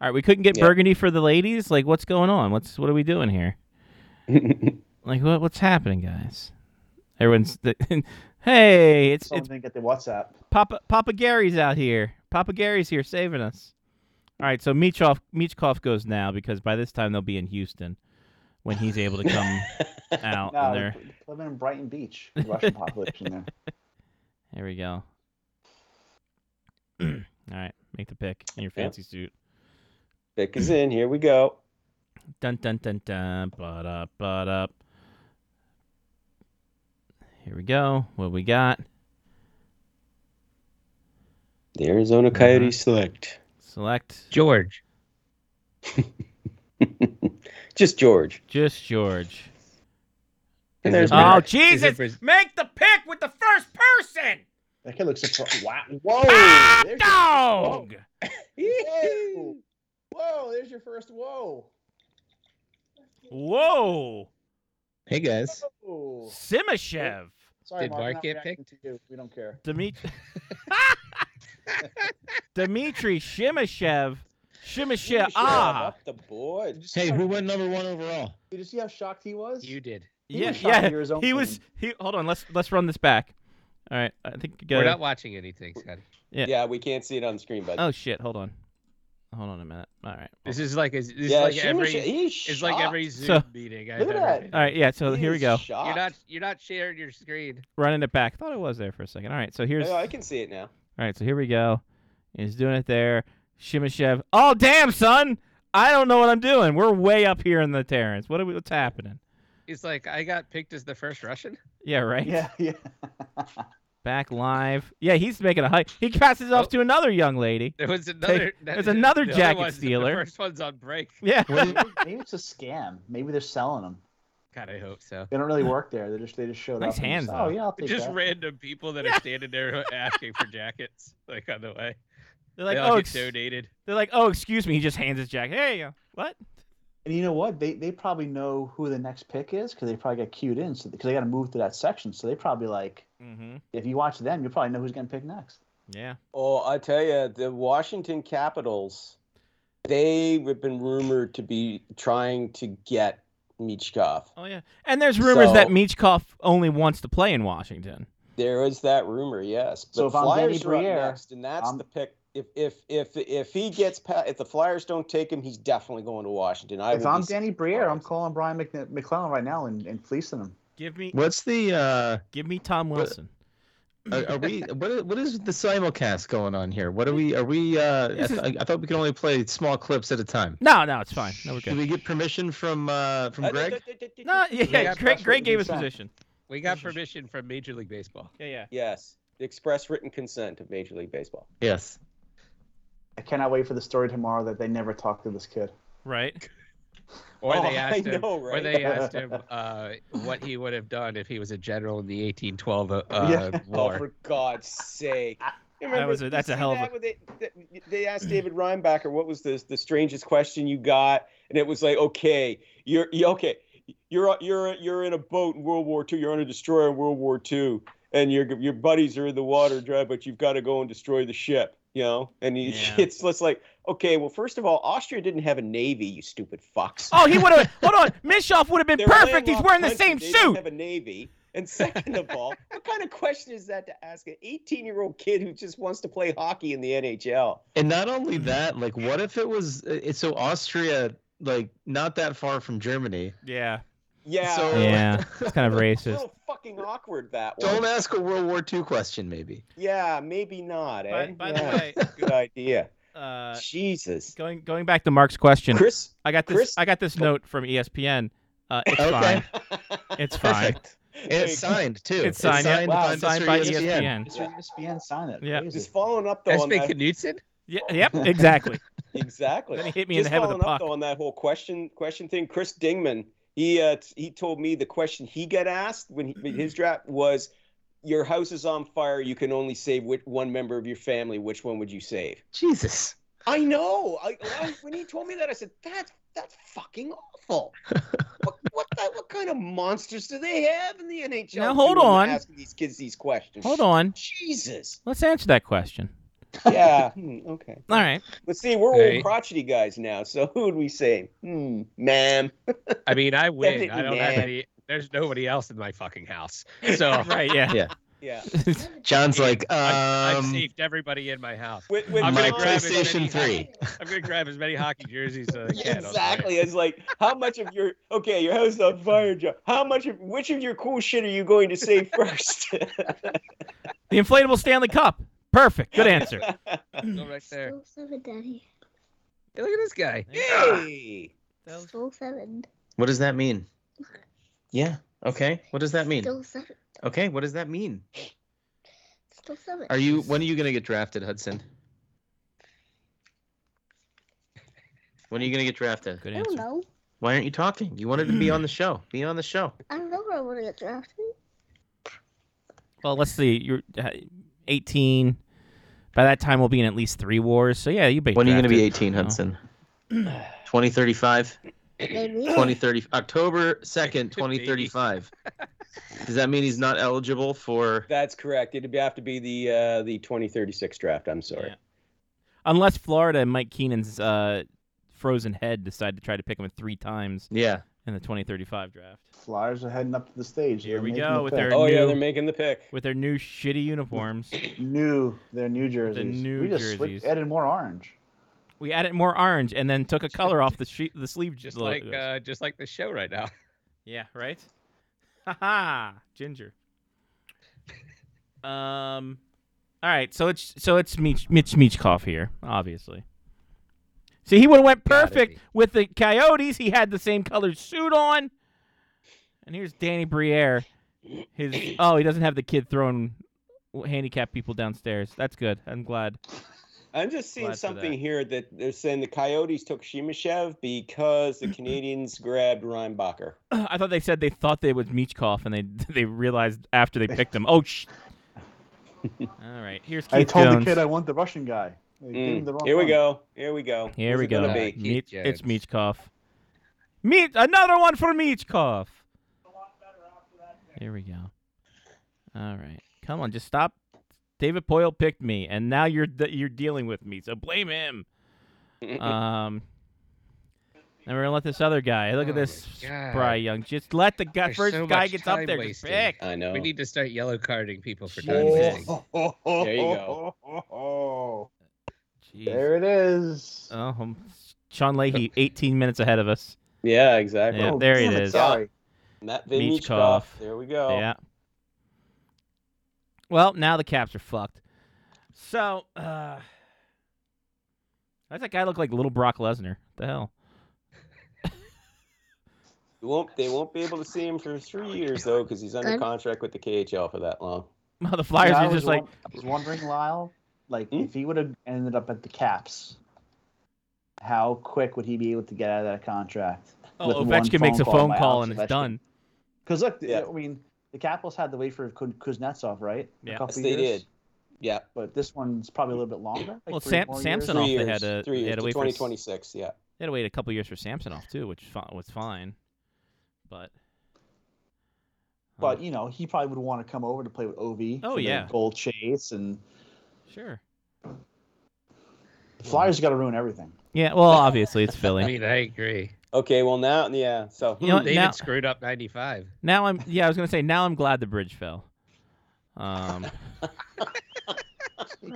Speaker 1: All right, we couldn't get
Speaker 6: Yeah.
Speaker 1: Burgundy for the ladies. Like, what's going on? What's what are we doing here? Like, what what's happening, guys? Everyone's <laughs> hey, it's
Speaker 4: Someone
Speaker 1: it's
Speaker 4: didn't get the WhatsApp.
Speaker 1: Papa Papa Gary's out here. Papa Gary's here saving us. All right, so Michkov Michkov goes now because by this time they'll be in Houston when he's able to come out.
Speaker 4: No,
Speaker 1: and they're-
Speaker 4: living in Brighton Beach, the Russian population there.
Speaker 1: There we go. <clears throat> All right, make the pick in your
Speaker 6: Yeah.
Speaker 1: fancy suit.
Speaker 6: Vic is in here we go
Speaker 1: Dun dun dun dun. But up, but up. Here we go. What we got?
Speaker 6: the arizona coyotes
Speaker 5: Uh-huh.
Speaker 6: select
Speaker 1: Select
Speaker 5: George.
Speaker 6: just george
Speaker 1: just George.
Speaker 5: is
Speaker 6: there's
Speaker 5: a-
Speaker 6: Matt.
Speaker 1: Oh
Speaker 5: is a
Speaker 1: Jesus!
Speaker 5: Braz-
Speaker 1: Make the pick with the first person.
Speaker 4: That kid looks surprised. Wow.
Speaker 6: whoa
Speaker 1: Ah,
Speaker 6: there's your-
Speaker 1: dog.
Speaker 4: Whoa. Whoa, there's your first whoa.
Speaker 1: Whoa.
Speaker 5: Hey guys.
Speaker 4: Whoa.
Speaker 1: Simashev.
Speaker 4: Sorry, Mark,
Speaker 5: Did Mark
Speaker 4: we're not
Speaker 5: get
Speaker 4: reacting to you. We don't care.
Speaker 1: Dmitri. Dmitri Shimashev. Shimashev.
Speaker 6: Shut
Speaker 1: Ah.
Speaker 6: up the board
Speaker 4: Did you see
Speaker 3: Hey,
Speaker 4: how-
Speaker 3: who won number one overall?
Speaker 4: Did you see how shocked he was?
Speaker 5: You did.
Speaker 4: He
Speaker 1: Yeah,
Speaker 4: was shocked
Speaker 1: yeah.
Speaker 4: to hear his own
Speaker 1: He was.
Speaker 4: name.
Speaker 1: He. Hold on. Let's let's run this back. All right. I think you
Speaker 5: We're
Speaker 1: got.
Speaker 5: not watching anything, Scotty.
Speaker 1: Yeah.
Speaker 6: yeah. we can't see it on screen but
Speaker 1: Oh shit. Hold on. Hold on a minute. All right.
Speaker 5: This is like a, this is
Speaker 6: yeah
Speaker 5: like
Speaker 6: she
Speaker 5: every
Speaker 6: was- he's
Speaker 5: it's like every
Speaker 1: So-
Speaker 5: Zoom meeting I've
Speaker 4: Look at
Speaker 5: ever
Speaker 4: that.
Speaker 5: been.
Speaker 1: All right. Yeah. So here we go.
Speaker 5: You're not you're not sharing your screen.
Speaker 1: Running it back. Thought it was there for a second. All right. So here's.
Speaker 6: Oh, I
Speaker 1: All
Speaker 6: can see it now.
Speaker 1: right. So here we go. He's doing it there. Shimashev. Oh damn, son. I don't know what I'm doing. We're way up here in the Terrans. What are we, what's happening?
Speaker 5: It's like I got picked as the first Russian. <laughs>
Speaker 1: Yeah. Right. <laughs>
Speaker 4: Yeah, yeah.
Speaker 1: Back live. Yeah. He's making a hike. He passes off
Speaker 5: Oh.
Speaker 1: to another young lady.
Speaker 5: There was another that-
Speaker 1: there's another
Speaker 5: <laughs> the other
Speaker 1: jacket
Speaker 5: one's-
Speaker 1: stealer.
Speaker 5: The first one's on break.
Speaker 1: Yeah.
Speaker 4: Maybe maybe it's a scam. Maybe they're selling them.
Speaker 5: God, I hope so.
Speaker 4: They don't really work there. They just they just showed
Speaker 1: Nice
Speaker 4: up. and
Speaker 1: hands,
Speaker 4: just,
Speaker 1: though.
Speaker 4: Oh yeah, I'll take
Speaker 5: Just
Speaker 4: that.
Speaker 5: random people that are standing there <laughs> asking for jackets, like on the way.
Speaker 1: They're like,
Speaker 5: they all
Speaker 1: oh,
Speaker 5: get
Speaker 1: ex-
Speaker 5: donated.
Speaker 1: they're like, oh, excuse me. He just hands his jacket. Hey, you go. What?
Speaker 4: And you know what? They they probably know who the next pick is because they probably got queued in. So because they got to move to that section, so they probably like
Speaker 1: Mm-hmm.
Speaker 4: if you watch them, you'll probably know who's getting picked next.
Speaker 1: Yeah.
Speaker 6: Oh, I tell you, the Washington Capitals, they have been rumored to be trying to get Michkov.
Speaker 1: Oh yeah. And there's rumors that
Speaker 6: So-
Speaker 1: Michkov only wants to play in Washington.
Speaker 6: There is that rumor, yes. But
Speaker 4: So if I'm Danny
Speaker 6: Flyers are up
Speaker 4: Briere,
Speaker 6: next, and that's
Speaker 4: I'm-
Speaker 6: the pick. If if if if he gets pa- if the Flyers don't take him, he's definitely going to Washington. I
Speaker 4: if
Speaker 6: will
Speaker 4: I'm
Speaker 6: be
Speaker 4: Danny Briere, I'm
Speaker 6: surprised.
Speaker 4: calling Brian McN- McClellan right now and, and fleecing him.
Speaker 1: Give me
Speaker 3: What's the uh
Speaker 1: give me Tom Wilson.
Speaker 3: are, are we what i- what is the simulcast going on here? What are we are we uh I,
Speaker 1: This is-
Speaker 3: th- I thought we could only play small clips at a time.
Speaker 1: No, no, it's fine. No, we're
Speaker 3: Did
Speaker 1: good.
Speaker 3: we get permission from uh from
Speaker 6: Uh,
Speaker 3: Greg?
Speaker 6: d- d- d- d-
Speaker 1: No, yeah,
Speaker 5: got
Speaker 1: Greg,
Speaker 4: pressure
Speaker 1: Greg
Speaker 4: with
Speaker 1: gave us
Speaker 4: consent.
Speaker 1: position.
Speaker 5: We got permission from Major League Baseball.
Speaker 1: Yeah, yeah.
Speaker 6: Yes, the express written consent of Major League Baseball.
Speaker 3: yes.
Speaker 4: I cannot wait for the story tomorrow that they never talked to this kid.
Speaker 1: Right.
Speaker 4: <laughs>
Speaker 5: Or
Speaker 6: Oh,
Speaker 5: they asked
Speaker 6: <laughs> I
Speaker 5: him.
Speaker 6: know,
Speaker 5: Or
Speaker 6: right?
Speaker 5: they asked him uh, what he would have done if he was a general in the
Speaker 3: <laughs>
Speaker 5: 1812 uh,
Speaker 4: Yeah.
Speaker 6: Oh,
Speaker 5: war.
Speaker 6: for God's sake. You
Speaker 1: That was a-
Speaker 6: you
Speaker 1: that's a
Speaker 6: see
Speaker 1: hell of a-
Speaker 6: that with it- th- They, asked David Reinbacher what was the, the strangest question you got, and it was like, okay, you're you, okay, you're you're you're in a boat in World War II, you're on a destroyer in World War II, and your your buddies are in the water dry, but you've got to go and destroy the ship, you know. And you,
Speaker 1: Yeah.
Speaker 6: <laughs> it's just like, okay, well, first of all, Austria didn't have a navy, you stupid fucks.
Speaker 1: Oh, he <laughs> would have. hold on, Mishoff would have been
Speaker 6: They're
Speaker 1: perfect. He's
Speaker 6: landlocked
Speaker 1: wearing the
Speaker 6: country.
Speaker 1: same
Speaker 6: They didn't
Speaker 1: suit.
Speaker 6: have a navy. And second
Speaker 1: <laughs>
Speaker 6: of all, what kind of question is that to ask an 18 year old kid who just wants to play hockey in the NHL?
Speaker 3: And not only that, like, what if it was? It's so Austria, like, not that far from Germany.
Speaker 1: Yeah,
Speaker 6: Yeah,
Speaker 3: So-
Speaker 1: yeah, it's kind of
Speaker 6: it's a
Speaker 1: racist.
Speaker 6: little fucking awkward that one.
Speaker 3: Don't ask a World War II question, maybe.
Speaker 6: Yeah, maybe not. Eh?
Speaker 1: By, by the
Speaker 6: Yeah,
Speaker 1: way,
Speaker 6: good idea.
Speaker 3: <laughs>
Speaker 1: uh,
Speaker 6: Jesus,
Speaker 1: going going back to Mark's question, <laughs>
Speaker 6: Chris.
Speaker 1: I got this.
Speaker 6: Chris-
Speaker 1: I got this note from E ESPN. Uh, it's
Speaker 3: Okay.
Speaker 1: fine. It's fine.
Speaker 3: Perfect. And it's signed too.
Speaker 1: It's signed. yeah.
Speaker 4: signed
Speaker 1: It's signed by E
Speaker 3: by Mr. ESPN.
Speaker 1: ESPN.
Speaker 4: Mr. ESPN signed it.
Speaker 1: Yeah.
Speaker 4: Crazy.
Speaker 6: Just following up though on
Speaker 5: SB
Speaker 6: that.
Speaker 5: Knudsen?
Speaker 1: Yeah, yep. Exactly.
Speaker 6: Exactly.
Speaker 1: Then he hit me in
Speaker 6: Just
Speaker 1: the head with a
Speaker 6: following up
Speaker 1: puck.
Speaker 6: though on that whole question question thing, Chris Dingman, he uh, t- he told me the question he got asked when he, when his draft was, "Your house is on fire. You can only save which, one member of your family. Which one would you save?"
Speaker 3: Jesus.
Speaker 6: I know. I, I- when he told me that, I said, "That's that's fucking awful. what what, the, what kind of monsters do they have in the NHL?
Speaker 1: Now, hold
Speaker 6: doing
Speaker 1: on.
Speaker 6: asking these kids these questions.
Speaker 1: Hold on.
Speaker 6: Jesus.
Speaker 1: Let's answer that question.
Speaker 6: Yeah. <laughs> Hmm, okay.
Speaker 1: All right.
Speaker 6: Let's see, we're
Speaker 5: Hey.
Speaker 6: old crotchety guys now, so <laughs> who would we say? Hmm, ma'am.
Speaker 5: I mean, I win.
Speaker 6: Definitely
Speaker 5: I don't have
Speaker 6: man.
Speaker 5: any. There's nobody else in my fucking
Speaker 6: <laughs>
Speaker 5: house. So
Speaker 1: Right. Yeah. <laughs>
Speaker 6: Yeah.
Speaker 3: John's like, um,
Speaker 5: I, I've saved everybody in my house.
Speaker 6: With,
Speaker 4: <laughs>
Speaker 6: with
Speaker 5: I'm
Speaker 3: my
Speaker 5: gonna grab it.
Speaker 3: PlayStation Three.
Speaker 5: I'm gonna grab as many hockey jerseys as I can. I'll tell
Speaker 6: Exactly. It's like how much of your okay, your house is on fire, John. How much of which of your cool shit are you going
Speaker 4: <laughs>
Speaker 6: to say first?
Speaker 1: The inflatable Stanley Cup. Perfect. Good
Speaker 6: <laughs>
Speaker 1: answer.
Speaker 5: you. Go right there.
Speaker 8: Still seven, Daddy.
Speaker 5: Hey, look at this guy.
Speaker 6: hey.
Speaker 8: Still seven.
Speaker 3: what does that mean? Yeah. Okay. What does that mean?
Speaker 8: Still seven.
Speaker 3: Okay. What does that mean?
Speaker 8: Still seven.
Speaker 3: Are you? When are you gonna get drafted, Hudson? When are you gonna get drafted?
Speaker 1: Good
Speaker 8: I don't
Speaker 1: answer.
Speaker 8: know.
Speaker 3: Why aren't you talking? You wanted to be on the show. Be on the show.
Speaker 8: I don't know where I want to get drafted.
Speaker 1: Well, let's see. You're uh, 18. By that time, we'll be in at least three wars. So yeah, you.
Speaker 3: When are you gonna be 18, Hudson? 2035.
Speaker 8: Maybe.
Speaker 3: 2030 October 2nd,
Speaker 5: Could be. <laughs>
Speaker 3: 2035. Does that mean he's not eligible for
Speaker 6: That's correct. It'd have to be the uh the twenty thirty six draft, I'm sorry.
Speaker 1: Yeah. Unless Florida and Mike Keenan's uh, frozen head decide to try to pick him three times
Speaker 3: Yeah.
Speaker 1: in the 2035 draft
Speaker 4: Flyers are heading up to the stage.
Speaker 1: Here
Speaker 4: They're
Speaker 1: we
Speaker 4: making
Speaker 1: go
Speaker 4: the
Speaker 1: with
Speaker 4: pick.
Speaker 1: their-
Speaker 6: Oh yeah,
Speaker 1: New-
Speaker 6: they're making the pick.
Speaker 1: with their new shitty uniforms.
Speaker 4: new their new jerseys.
Speaker 1: new
Speaker 4: we just
Speaker 1: jerseys.
Speaker 4: switched, added more orange.
Speaker 1: we added more orange and then took a color off the she- the sleeve.
Speaker 5: Just
Speaker 1: lo-
Speaker 5: like uh, just like the show right now.
Speaker 1: Yeah, right? <laughs> Haha, ginger. um All right, so it's so it's Mitch Mitch Michkov here, obviously. See, he would have went
Speaker 5: Gotta
Speaker 1: perfect
Speaker 5: be.
Speaker 1: with the Coyotes. He had the same colored suit on. And here's Danny Briere. His
Speaker 5: <coughs>
Speaker 1: oh, he doesn't have the kid throwing handicapped people downstairs. That's good. I'm glad. <clears throat>
Speaker 6: I'm just seeing
Speaker 1: Glad for
Speaker 6: something
Speaker 1: that.
Speaker 6: here that they're saying the Coyotes took Shimashev
Speaker 4: <clears throat>
Speaker 6: because the Canadians grabbed Reinbacher.
Speaker 1: I thought they said they thought they was Michkov, and they <laughs> they realized after they picked him. Oh
Speaker 5: <laughs>
Speaker 1: sh. All right, here's Keith
Speaker 4: I told
Speaker 1: Jones.
Speaker 4: the kid I want the Russian guy. They gave
Speaker 6: Mm.
Speaker 4: him the wrong
Speaker 6: Here we
Speaker 4: one.
Speaker 6: go. Here we go.
Speaker 1: Here
Speaker 6: Who's
Speaker 1: we
Speaker 6: it gonna
Speaker 1: go.
Speaker 6: be?
Speaker 5: Keith
Speaker 1: Meet, it's
Speaker 5: Jones.
Speaker 1: Michkov. Meet another one for Michkov. Here we go. All right, come on, just stop. David Poyle picked me, and now you're de- you're dealing with me, so blame
Speaker 5: <laughs>
Speaker 1: him. Um, and we're gonna let this other guy. Look
Speaker 5: Oh
Speaker 1: at
Speaker 5: my
Speaker 1: this
Speaker 5: God.
Speaker 1: spry young. Just let the guy
Speaker 5: There's
Speaker 1: first
Speaker 5: so
Speaker 1: guy
Speaker 5: much
Speaker 1: gets up
Speaker 5: time
Speaker 1: there. Just
Speaker 5: wasted.
Speaker 1: pick.
Speaker 6: <laughs> I know.
Speaker 5: We need to start yellow carding people for time wasting.
Speaker 4: Oh, oh, oh,
Speaker 6: There you go.
Speaker 4: oh, oh, oh.
Speaker 1: Jeez.
Speaker 4: <laughs> There it is.
Speaker 1: Oh, um, Sean
Speaker 4: <laughs>
Speaker 1: Leahy, 18 minutes ahead of us.
Speaker 6: Yeah, exactly.
Speaker 1: Yeah,
Speaker 4: Oh,
Speaker 1: there
Speaker 4: damn
Speaker 1: it is.
Speaker 4: Sorry.
Speaker 6: Matt
Speaker 1: Michkov.
Speaker 6: Vinnychkov. There we go.
Speaker 1: Yeah. Well, now the Caps are fucked. So, uh, why does that guy look like little Brock Lesnar? The hell? <laughs>
Speaker 6: You won't, they won't be able to see him for three years though, because he's under
Speaker 8: Good.
Speaker 6: contract with the KHL for that long.
Speaker 1: Well, the Flyers
Speaker 4: Yeah, I
Speaker 1: are
Speaker 4: was
Speaker 1: just like,
Speaker 4: won- I was wondering, Lyle, like
Speaker 6: Hmm?
Speaker 4: if he would have ended up at the Caps, how quick would he be able to get out of that contract?
Speaker 1: oh,
Speaker 4: with one
Speaker 1: Ovechkin makes a phone
Speaker 4: phone call by
Speaker 1: call
Speaker 4: Alex
Speaker 1: and it's
Speaker 4: Ovechkin.
Speaker 1: done.
Speaker 4: Because look,
Speaker 6: Yeah.
Speaker 4: I mean, the Capitals had to wait for Kuz- Kuznetsov, right?
Speaker 1: Yeah.
Speaker 4: a couple
Speaker 6: Yes, they
Speaker 4: years,
Speaker 6: did. Yeah,
Speaker 4: But this one's probably a little bit longer. Like
Speaker 1: Well,
Speaker 4: three,
Speaker 1: Sam-
Speaker 4: four years.
Speaker 6: three
Speaker 1: Samsonov, they
Speaker 6: years.
Speaker 1: had to-
Speaker 6: three
Speaker 1: they
Speaker 6: years
Speaker 1: had to
Speaker 6: to
Speaker 1: wait for s-
Speaker 6: 2026. Yeah.
Speaker 1: They had to wait a couple years for Samsonov, too, which fi- was fine. But,
Speaker 4: But you know, he probably would want to come over to play with Ovi.
Speaker 1: Oh,
Speaker 4: for the
Speaker 1: yeah.
Speaker 4: goal chase and
Speaker 1: Sure.
Speaker 4: the Flyers got to ruin everything.
Speaker 1: Yeah. Well, obviously it's
Speaker 5: <laughs> I
Speaker 1: Philly.
Speaker 5: mean, I agree.
Speaker 6: Okay, well now, yeah. So
Speaker 1: You know what,
Speaker 5: David
Speaker 1: now-
Speaker 5: screwed up
Speaker 1: <laughs>
Speaker 5: 95.
Speaker 1: Now I'm. Yeah, I was gonna say. Now I'm glad the bridge fell. Um.
Speaker 6: <laughs>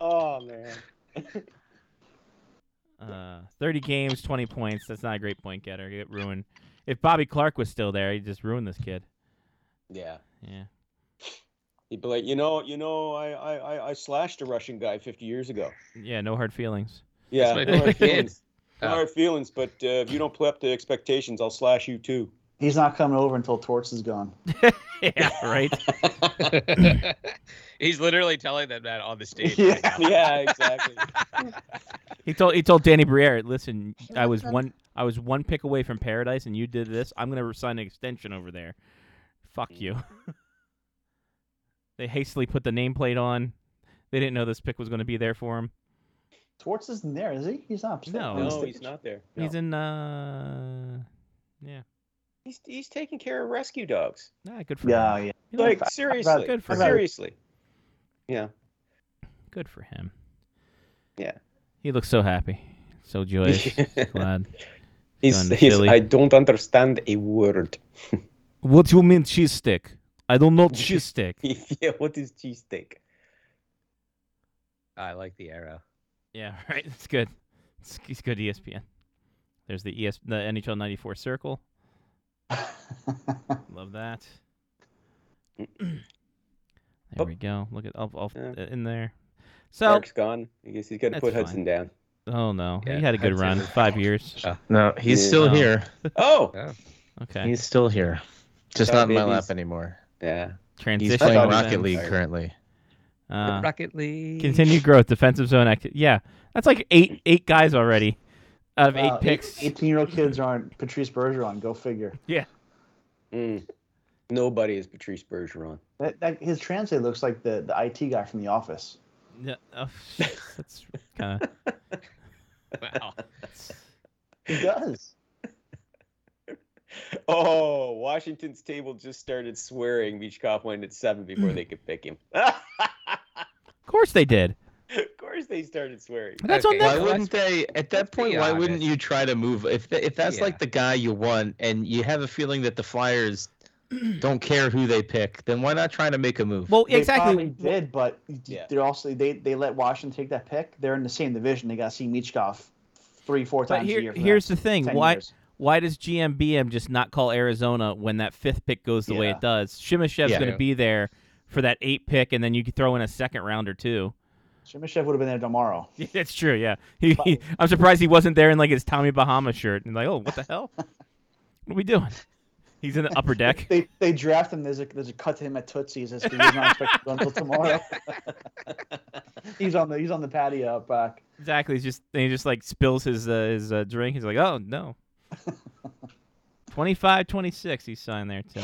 Speaker 6: oh man,
Speaker 1: Uh, 30 games, 20 points. That's not a great point getter. You get ruined. If Bobby Clark was still there, he'd just ruin this kid.
Speaker 6: yeah.
Speaker 1: Yeah.
Speaker 6: He'd be like, you know, you know, I, I, I- I slashed a Russian guy 50 years ago.
Speaker 1: Yeah, no hard feelings. <laughs>
Speaker 6: Yeah,
Speaker 5: my
Speaker 6: no
Speaker 5: kid.
Speaker 6: hard feelings. No
Speaker 5: Oh.
Speaker 6: hard feelings, but uh, if you don't play up to expectations, I'll slash you too.
Speaker 4: He's not coming over until Torts is gone.
Speaker 1: yeah, right?
Speaker 5: He's literally telling them that on the stage.
Speaker 4: Yeah.
Speaker 6: <laughs> yeah,
Speaker 1: <laughs>
Speaker 6: exactly.
Speaker 1: He told he told Danny Briere, "Listen,
Speaker 8: She
Speaker 1: I was
Speaker 8: wants
Speaker 1: one I was one pick away from paradise and you did this. I'm going to sign an extension over there." Fuck you. <laughs> they hastily put the nameplate on. They didn't know this pick was going to be there for him.
Speaker 4: Torts isn't there, is he? He's not.
Speaker 1: No.
Speaker 4: on the
Speaker 6: No,
Speaker 4: stage.
Speaker 6: he's not there. No.
Speaker 1: He's in uh yeah.
Speaker 6: He's, he's taking care of rescue dogs.
Speaker 1: Nah, good for
Speaker 4: Yeah,
Speaker 1: him.
Speaker 4: yeah.
Speaker 1: You know,
Speaker 6: Like seriously,
Speaker 1: good for him.
Speaker 6: seriously.
Speaker 1: Good for him.
Speaker 6: Yeah.
Speaker 1: He looks so happy. So
Speaker 6: <laughs>
Speaker 1: joyous. Glad.
Speaker 6: He's,
Speaker 1: Done,
Speaker 6: he's,
Speaker 1: Philly.
Speaker 6: I don't understand a word. <laughs>
Speaker 1: What you mean cheese stick? I don't know cheese stick.
Speaker 6: <laughs> yeah, what is cheesesteak?
Speaker 5: I like the arrow.
Speaker 1: yeah, right. It's good. It's, it's good E ESPN. There's the ES the NHL 94 circle. Love that. <clears throat> there
Speaker 6: Oh.
Speaker 1: we go. Look at I'll, I'll
Speaker 6: Yeah.
Speaker 1: uh, in there. So,
Speaker 6: Mark's gone. I guess he's got to
Speaker 1: That's
Speaker 6: put
Speaker 1: fine.
Speaker 6: Hudson down.
Speaker 1: oh no.
Speaker 5: Yeah,
Speaker 1: he had a good
Speaker 5: Hudson
Speaker 1: run.
Speaker 5: is-
Speaker 1: 5 years.
Speaker 5: Oh.
Speaker 3: No, he's
Speaker 6: Yeah.
Speaker 3: still
Speaker 1: No.
Speaker 3: here.
Speaker 6: Oh,
Speaker 1: Okay.
Speaker 3: He's still here. Just
Speaker 6: That
Speaker 3: not in my
Speaker 6: baby's-
Speaker 3: lap anymore.
Speaker 6: yeah.
Speaker 1: Transition.
Speaker 3: He's playing
Speaker 6: thought he was
Speaker 3: Rocket League
Speaker 6: tired.
Speaker 3: currently.
Speaker 1: Uh,
Speaker 5: Rocket League.
Speaker 1: Continued growth, defensive zone active. Yeah, that's like eight eight guys already out of
Speaker 4: Wow,
Speaker 1: eight picks.
Speaker 4: Eighteen-year-old kids aren't Patrice Bergeron. Go figure.
Speaker 6: Mm. Nobody is Patrice Bergeron.
Speaker 4: That, that his translate looks like the, the IT guy from The Office.
Speaker 1: Yeah, oh, that's kind of
Speaker 5: Wow.
Speaker 4: He does.
Speaker 6: <laughs> Oh, Washington's table just started swearing. Beachcock went at seven before they could pick him. <laughs>
Speaker 1: Of course they did.
Speaker 6: of course, they started swearing.
Speaker 1: That's
Speaker 5: Okay,
Speaker 1: on
Speaker 3: Why
Speaker 1: them.
Speaker 5: well,
Speaker 3: wouldn't they? At that
Speaker 5: let's be
Speaker 3: point, why wouldn't
Speaker 5: honest.
Speaker 3: you try to move? If th- if that's
Speaker 5: Yeah.
Speaker 3: like the guy you want, and you have a feeling that
Speaker 1: <clears throat>
Speaker 3: the Flyers don't care who they pick, then why not try to make a move?
Speaker 1: Well,
Speaker 4: They probably
Speaker 1: exactly.
Speaker 4: did, but
Speaker 6: Yeah.
Speaker 4: they're also they they let Washington take that pick. They're in the same division. They got to see Michkov three four
Speaker 1: But
Speaker 4: times a
Speaker 1: here,
Speaker 4: year. for the
Speaker 1: here's the
Speaker 4: next
Speaker 1: thing.
Speaker 4: 10
Speaker 1: Why
Speaker 4: years.
Speaker 1: why does GMBM just not call Arizona when that fifth pick goes the way
Speaker 4: Yeah.
Speaker 1: it does? Shimashev's
Speaker 3: Yeah.
Speaker 1: going to be there for that eight pick, and then you could throw in a second round or two.
Speaker 4: Shemishev would have been there tomorrow.
Speaker 1: <laughs> Yeah, That's true. Yeah, he, he, I'm surprised he wasn't there in like his Tommy Bahama shirt and like, oh, what the
Speaker 4: <laughs>
Speaker 1: hell? what are we doing? He's in the upper deck.
Speaker 4: They they draft him. There's a there's a cut to him at Tootsie's. As he's not <laughs> expected to go until
Speaker 6: <laughs>
Speaker 4: tomorrow. he's on the he's on the patio out back.
Speaker 1: Exactly. He's just he just like spills his uh, his uh, drink. He's like, oh no. 25, 26 He signed there too,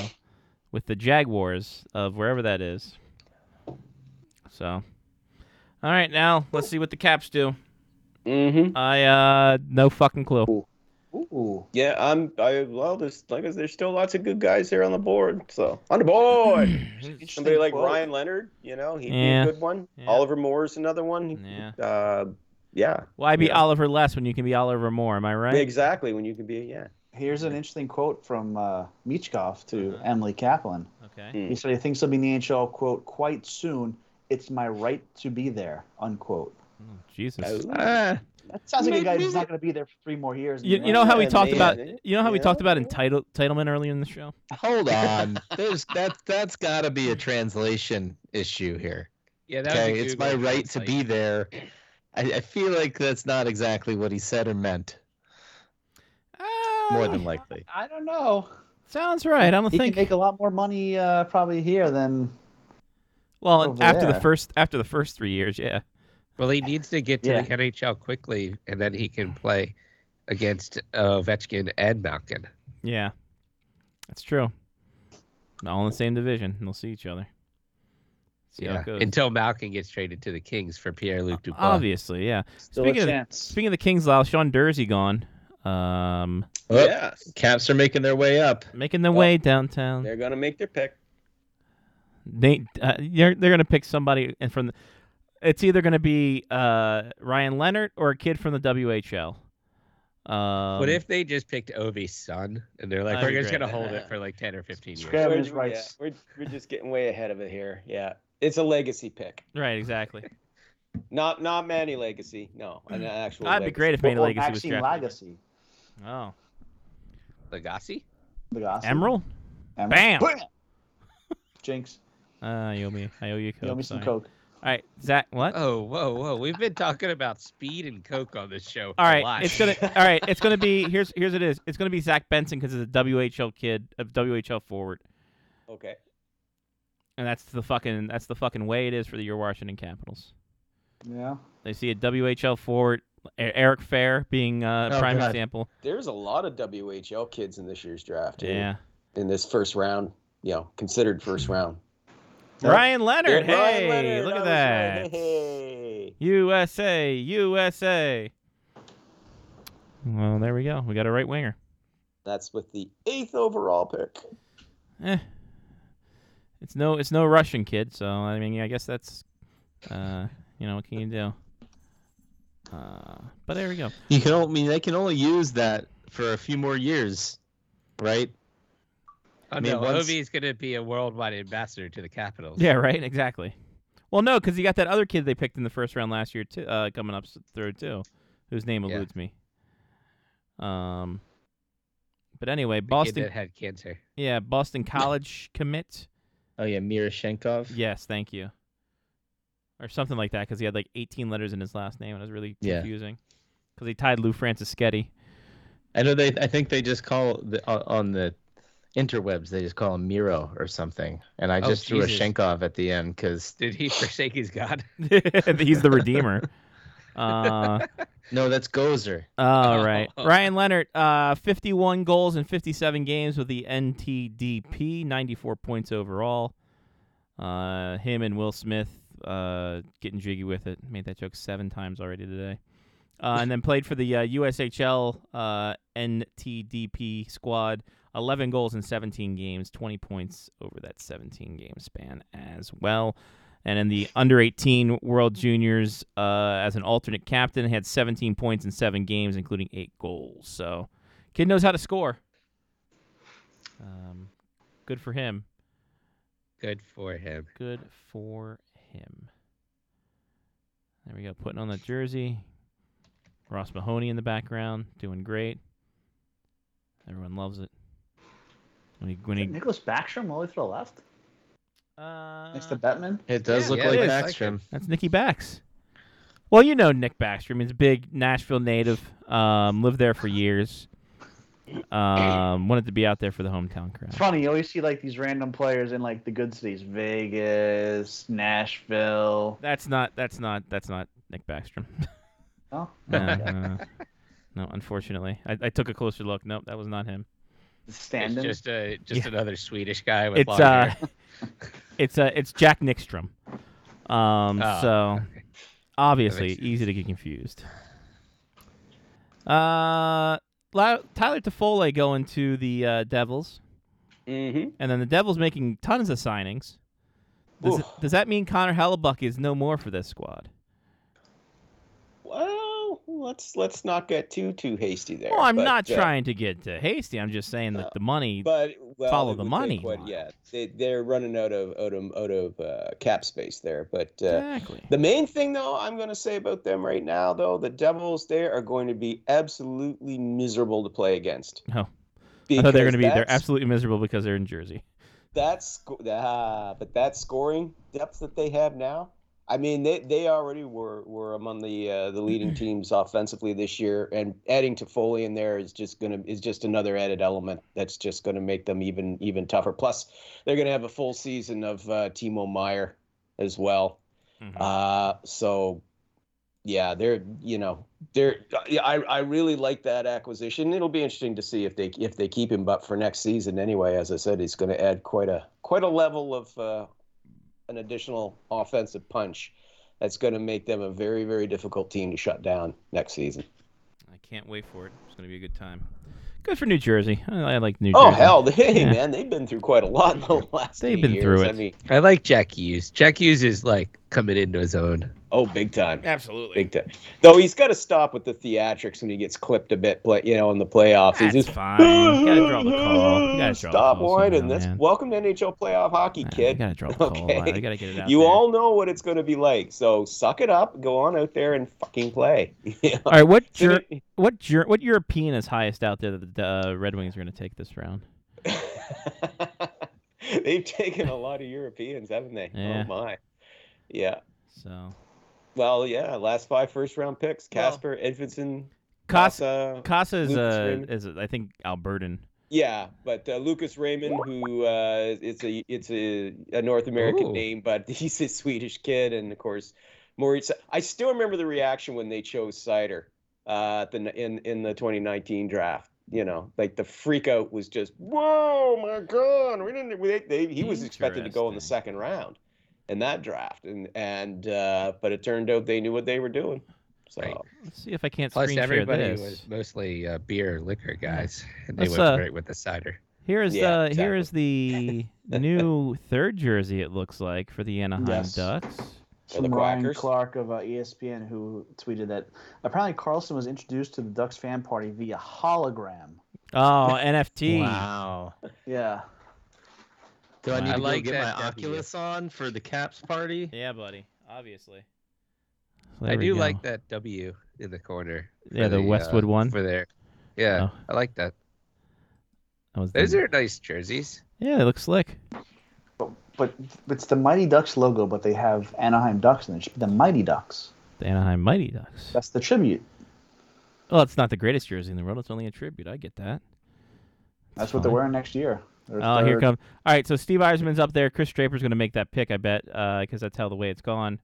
Speaker 1: with the Jaguars of wherever that is. So, all right, now let's see what the Caps do.
Speaker 6: Mm-hmm.
Speaker 1: I uh no fucking clue.
Speaker 4: Ooh,
Speaker 6: Yeah, I'm. I well, there's like there's still lots of good guys there on the board. So on the board,
Speaker 1: <clears throat>
Speaker 6: somebody like
Speaker 4: quote.
Speaker 6: Ryan Leonard, you know, he'd
Speaker 1: Yeah.
Speaker 6: be a good one.
Speaker 1: Yeah.
Speaker 6: Oliver Moore's another one.
Speaker 1: Yeah.
Speaker 6: Uh, yeah,
Speaker 1: Why be
Speaker 6: Yeah.
Speaker 1: Oliver less when you can be Oliver more? Am I right?
Speaker 6: exactly. When you can be, yeah.
Speaker 4: here's an interesting quote from uh, Michkov to Emily Kaplan.
Speaker 1: Okay.
Speaker 4: He said he thinks he'll be in the NHL quote quite soon. It's my right to be there unquote.
Speaker 1: Oh, Jesus.
Speaker 4: Uh,
Speaker 3: Ah,
Speaker 4: That sounds like a guy who's not going to be there for three more years.
Speaker 1: You, you know how we
Speaker 6: Yeah,
Speaker 1: talked
Speaker 6: they-
Speaker 1: about
Speaker 6: they-
Speaker 1: you know how we
Speaker 6: yeah.
Speaker 1: talked about entitle- entitlement earlier in the show.
Speaker 3: hold
Speaker 6: <laughs>
Speaker 3: on. There's that. That's got to be a translation issue here.
Speaker 5: Yeah, that
Speaker 3: Okay,
Speaker 5: was a
Speaker 3: it's my
Speaker 5: Google
Speaker 3: right to be
Speaker 5: Translate.
Speaker 3: there. I, I feel like that's not exactly what he said or meant. More than
Speaker 5: <laughs>
Speaker 3: likely.
Speaker 4: I don't know.
Speaker 1: Ah, sounds right. I'm
Speaker 4: He
Speaker 1: think.
Speaker 4: can make a lot more money uh, probably here than
Speaker 1: well,
Speaker 4: over
Speaker 1: after the
Speaker 4: there.
Speaker 1: first after the first three years, yeah.
Speaker 5: Well, he needs to get to
Speaker 4: Yeah.
Speaker 5: the NHL quickly, and then he can play against uh, Ovechkin and Malkin.
Speaker 1: Yeah, that's true. All in the same division. They'll see each other. See how
Speaker 5: Yeah,
Speaker 1: it goes.
Speaker 5: until uh, Malkin gets traded to the
Speaker 1: Uh,
Speaker 5: Kings for Pierre Luc Dubois.
Speaker 1: Obviously, yeah.
Speaker 4: still
Speaker 1: Speaking
Speaker 4: a
Speaker 1: of-
Speaker 4: chance.
Speaker 1: Speaking of the Kings, Lyle, Sean Dursey gone. Um,
Speaker 3: Oh,
Speaker 6: Yes.
Speaker 3: Caps are making their way up.
Speaker 1: making their
Speaker 6: Well,
Speaker 1: way downtown.
Speaker 6: They're going to make their pick.
Speaker 1: They uh, they're they're gonna pick somebody and from the, it's either gonna be uh, Ryan Leonard or a kid from the WHL. Um,
Speaker 5: What if they just picked Ovi's son and they're like,
Speaker 1: That'd
Speaker 5: we're
Speaker 1: be
Speaker 5: just
Speaker 1: great.
Speaker 5: gonna hold it for like ten or fifteen years?
Speaker 4: Scrap- Kevin is
Speaker 6: We're-
Speaker 4: right.
Speaker 6: yeah, we're, we're just getting way ahead of it here. Yeah. It's a legacy pick.
Speaker 1: right? Exactly.
Speaker 6: Not not Manny legacy. No, an
Speaker 5: Mm.
Speaker 6: actual
Speaker 1: That'd be
Speaker 6: legacy.
Speaker 1: great if Manny
Speaker 4: Well,
Speaker 1: Legacy was
Speaker 4: Maxime
Speaker 1: drafted.
Speaker 4: Legacy.
Speaker 1: Oh,
Speaker 5: Legacy?
Speaker 4: Legacy.
Speaker 1: Emerald.
Speaker 4: Emerald.
Speaker 1: Bam.
Speaker 4: Jinx.
Speaker 1: Uh, you owe me. I owe you coke.
Speaker 4: You owe me some
Speaker 1: sorry.
Speaker 4: coke.
Speaker 1: All right, Zach. What?
Speaker 5: Oh, whoa, whoa! We've been talking about speed and coke on this show.
Speaker 1: All
Speaker 5: a lot.
Speaker 1: right, it's
Speaker 5: <laughs>
Speaker 1: gonna. All right, it's gonna be. Here's here's it is. It's gonna be Zach Benson because it's a WHL kid, a WHL forward,
Speaker 6: Okay.
Speaker 1: and that's the fucking that's the fucking way it is for your Washington Capitals.
Speaker 4: Yeah.
Speaker 1: They see a WHL forward, E- Eric Fair being a
Speaker 5: Oh,
Speaker 1: prime
Speaker 5: God.
Speaker 1: example.
Speaker 6: There's a lot of WHL kids in this year's draft. eh?
Speaker 1: Yeah,
Speaker 6: In this first round, you know, considered first round. Yeah.
Speaker 1: Ryan Leonard.
Speaker 6: Yeah, Ryan
Speaker 1: hey,
Speaker 6: Leonard,
Speaker 1: look
Speaker 6: I
Speaker 1: at
Speaker 6: was
Speaker 1: that.
Speaker 6: right. <laughs> Hey.
Speaker 1: USA, USA. Well, there we go. We got a right winger.
Speaker 6: That's with the eighth overall pick.
Speaker 1: Eh. It's no it's no Russian kid, so I mean I guess that's uh you know, what can you do? Uh but there we go.
Speaker 3: You can only I mean they can only use that for a few more years, right?
Speaker 5: Oh,
Speaker 3: I mean,
Speaker 5: no,
Speaker 3: once-
Speaker 5: Ovi's gonna be a worldwide ambassador to the Capitals.
Speaker 1: Yeah, right, exactly. Well no, because you got that other kid they picked in the first round last year too uh coming up s- through too, whose name
Speaker 5: Yeah.
Speaker 1: eludes me. Um but anyway,
Speaker 5: The kid
Speaker 1: Boston
Speaker 5: that had cancer.
Speaker 1: yeah, Boston College commit.
Speaker 3: Oh yeah, Mirashenkov.
Speaker 1: Yes, thank you. Or something like that, because he had like 18 letters in his last name, and it was really
Speaker 3: Yeah.
Speaker 1: confusing. Because he tied Lou Franciscetti.
Speaker 3: I know they. I think they just call the, on- on the interwebs. They just call him Miro or something. And I
Speaker 5: Oh,
Speaker 3: just threw a
Speaker 5: Jesus.
Speaker 3: Shenkov at the end because
Speaker 5: Did he <laughs> forsake his god?
Speaker 1: <laughs> He's the redeemer. Uh,
Speaker 3: no, that's Gozer.
Speaker 1: all right. Ryan Leonard, uh, 51 goals in 57 games with the NTDP, 94 points overall. Uh, him and Will Smith uh, getting jiggy with it. Made that joke seven times already today. Uh, and then played for the uh, USHL uh, NTDP squad. 11 goals in 17 games, 20 points over that 17 game span as well. And in the under 18 World Juniors, uh, as an alternate captain, he had 17 points in seven games, including eight goals. So, kid knows how to score. Um, good for him.
Speaker 5: Good for him.
Speaker 1: Good for him. There we go. Putting on the jersey. Ross Mahoney in the background, doing great. Everyone loves it. When he, when he,
Speaker 4: Nicholas Backstrom all the way to the left?
Speaker 1: uh,
Speaker 4: Next to Bettman?
Speaker 3: It does
Speaker 5: Yeah,
Speaker 3: look
Speaker 5: yeah,
Speaker 3: like
Speaker 1: it is.
Speaker 3: Backstrom.
Speaker 1: That's Nicky Bax. Well, you know Nick Backstrom. He's a big Nashville native. Um, lived there for years. Um, wanted to be out there for the hometown
Speaker 4: It's
Speaker 1: crowd.
Speaker 4: funny. You always see like these random players in like the good cities, Vegas, Nashville.
Speaker 1: That's not. That's not. That's not Nick Backstrom.
Speaker 4: Oh,
Speaker 1: <laughs> no, no, no, unfortunately, I, I took a closer look. Nope, that was not him.
Speaker 5: It's
Speaker 4: Standing.
Speaker 5: just a just
Speaker 1: Yeah.
Speaker 5: another Swedish guy with
Speaker 1: It's
Speaker 5: long
Speaker 1: uh,
Speaker 5: hair.
Speaker 1: <laughs> it's uh, it's Jack Nickstrom. Um,
Speaker 5: Oh,
Speaker 1: so
Speaker 5: okay.
Speaker 1: obviously
Speaker 5: makes
Speaker 1: easy to get confused. Uh, La- Tyler Toffoli going to the uh, Devils.
Speaker 6: Mm-hmm.
Speaker 1: And then the Devils making tons of signings. Does,
Speaker 6: Oof.
Speaker 1: does that mean Connor Hellebuck is no more for this squad?
Speaker 6: <laughs> Well, let's let's not get too too hasty there.
Speaker 1: Well, I'm
Speaker 6: but,
Speaker 1: not
Speaker 6: uh,
Speaker 1: trying to get uh, hasty. I'm just saying that
Speaker 6: No.
Speaker 1: the money.
Speaker 6: But well,
Speaker 1: follow
Speaker 6: it
Speaker 1: the
Speaker 6: would take
Speaker 1: money
Speaker 6: Quite,
Speaker 1: line.
Speaker 6: yeah, they, they're running out of out of out of uh, cap space there. But uh,
Speaker 1: exactly.
Speaker 6: the main thing though, I'm going to say about them right now, though, the Devils they are going to be absolutely miserable to play against.
Speaker 1: Oh. I thought they were going to be.
Speaker 6: Because
Speaker 1: They're
Speaker 6: that's-
Speaker 1: absolutely miserable because they're in Jersey.
Speaker 6: that sco- ah, but that scoring depth that they have now, I mean, they, they already were were among the uh, the leading teams offensively this year, and adding to Foley in there is just gonna is just another added element that's just gonna make them even even tougher. Plus, they're gonna have a full season of uh, Timo Meyer as well.
Speaker 1: Mhm.
Speaker 6: Uh, so yeah, they're you know they're I I really like that acquisition. It'll be interesting to see if they if they keep him, but for next season anyway, as I said, he's going to add quite a quite a level of uh, an additional offensive punch. That's going to make them a very very difficult team to shut down next season.
Speaker 1: I Can't wait for it. It's going to be a good time. Good for New Jersey. I, I like New
Speaker 6: Oh
Speaker 1: Jersey.
Speaker 6: hell, <laughs> hey
Speaker 1: Yeah.
Speaker 6: man, they've been through quite a lot in the last.
Speaker 1: They've
Speaker 6: few
Speaker 1: been
Speaker 6: years.
Speaker 1: through
Speaker 6: I
Speaker 1: it.
Speaker 6: mean,
Speaker 5: I like Jack Hughes. Jack Hughes is like coming into his own.
Speaker 6: oh, big time,
Speaker 1: Absolutely.
Speaker 6: big time. Though he's got to stop with the theatrics when he gets clipped a bit, play, you know, in the playoffs.
Speaker 1: That's
Speaker 6: he's just
Speaker 1: fine. You gotta draw the call. You gotta draw the
Speaker 6: Stop
Speaker 1: call
Speaker 6: whining.
Speaker 1: somehow,
Speaker 6: This
Speaker 1: man.
Speaker 6: welcome to NHL playoff hockey,
Speaker 1: Yeah,
Speaker 6: kid.
Speaker 1: You gotta draw the call.
Speaker 6: Okay.
Speaker 1: You gotta get it out.
Speaker 6: You
Speaker 1: there.
Speaker 6: all know what it's going to be like, so suck it up, go on out there and fucking play. <laughs> Yeah.
Speaker 1: All right. What
Speaker 6: Did
Speaker 1: Ger-
Speaker 6: it-
Speaker 1: what Ger- what European is highest out there that the uh, Red Wings are gonna take this round?
Speaker 6: <laughs> They've taken a lot of Europeans, haven't they?
Speaker 1: Yeah.
Speaker 6: Oh my, yeah.
Speaker 1: So
Speaker 6: Well, yeah, last five first round picks: Casper, Edvinson,
Speaker 1: Casa
Speaker 6: Casa.
Speaker 1: Casa is
Speaker 6: Lucas
Speaker 1: a
Speaker 6: Raymond.
Speaker 1: is a, I think Albertan.
Speaker 6: Yeah, but uh, Lucas Raymond, who uh, it's a it's a, a North American
Speaker 5: Ooh.
Speaker 6: name, but <laughs> he's a Swedish kid, and of course, Moritz. I still remember the reaction when they chose Cider uh, at the in in the 2019 draft. You know, like the freak out was just, whoa, my God, we didn't. They, they, he was expected to go in the
Speaker 1: Interesting.
Speaker 6: second round in that draft, and and uh, but it turned out they knew what they were doing. So
Speaker 5: Right.
Speaker 1: Let's see if I can't
Speaker 5: Plus,
Speaker 1: screen share
Speaker 5: everybody
Speaker 1: this.
Speaker 5: was mostly uh, beer, liquor guys, and they
Speaker 1: Let's,
Speaker 5: went
Speaker 1: uh,
Speaker 5: great with the cider.
Speaker 1: Here is
Speaker 6: Yeah,
Speaker 1: the here is
Speaker 6: <laughs>
Speaker 1: the new third jersey. It looks like for the Anaheim
Speaker 4: Yes.
Speaker 1: Ducks.
Speaker 6: For the
Speaker 4: From Ryan
Speaker 6: Quackers?
Speaker 4: Clark of uh, ESPN who tweeted that apparently Carlson was introduced to the Ducks fan party via hologram.
Speaker 1: Oh, <laughs> NFT.
Speaker 3: Wow.
Speaker 4: Yeah.
Speaker 3: Do I
Speaker 1: Wow.
Speaker 3: need to
Speaker 1: I
Speaker 3: go
Speaker 5: like
Speaker 3: get
Speaker 5: that
Speaker 3: my
Speaker 5: W.
Speaker 3: Oculus on for the Caps party?
Speaker 1: Yeah, buddy. Obviously.
Speaker 5: I
Speaker 1: There we
Speaker 5: do
Speaker 1: go.
Speaker 5: like that W in the corner. for
Speaker 1: Yeah, the Westwood
Speaker 5: uh,
Speaker 1: one.
Speaker 5: for there. Yeah,
Speaker 1: Oh.
Speaker 5: I like that.
Speaker 1: That was the-
Speaker 5: Those are nice jerseys.
Speaker 1: Yeah, they look slick.
Speaker 4: But it's the Mighty Ducks logo, but they have Anaheim Ducks in it. It should be The Mighty Ducks.
Speaker 1: The Anaheim Mighty Ducks.
Speaker 4: That's the tribute.
Speaker 1: Well, it's not the greatest jersey in the world. It's only a tribute. I get that.
Speaker 4: That's what they're
Speaker 1: fine.
Speaker 4: wearing next year. Their
Speaker 1: Oh, here
Speaker 4: third-
Speaker 1: come. All right, so Steve Eisman's up there. Chris Draper's going to make that pick, I bet, because that's how the way it's gone.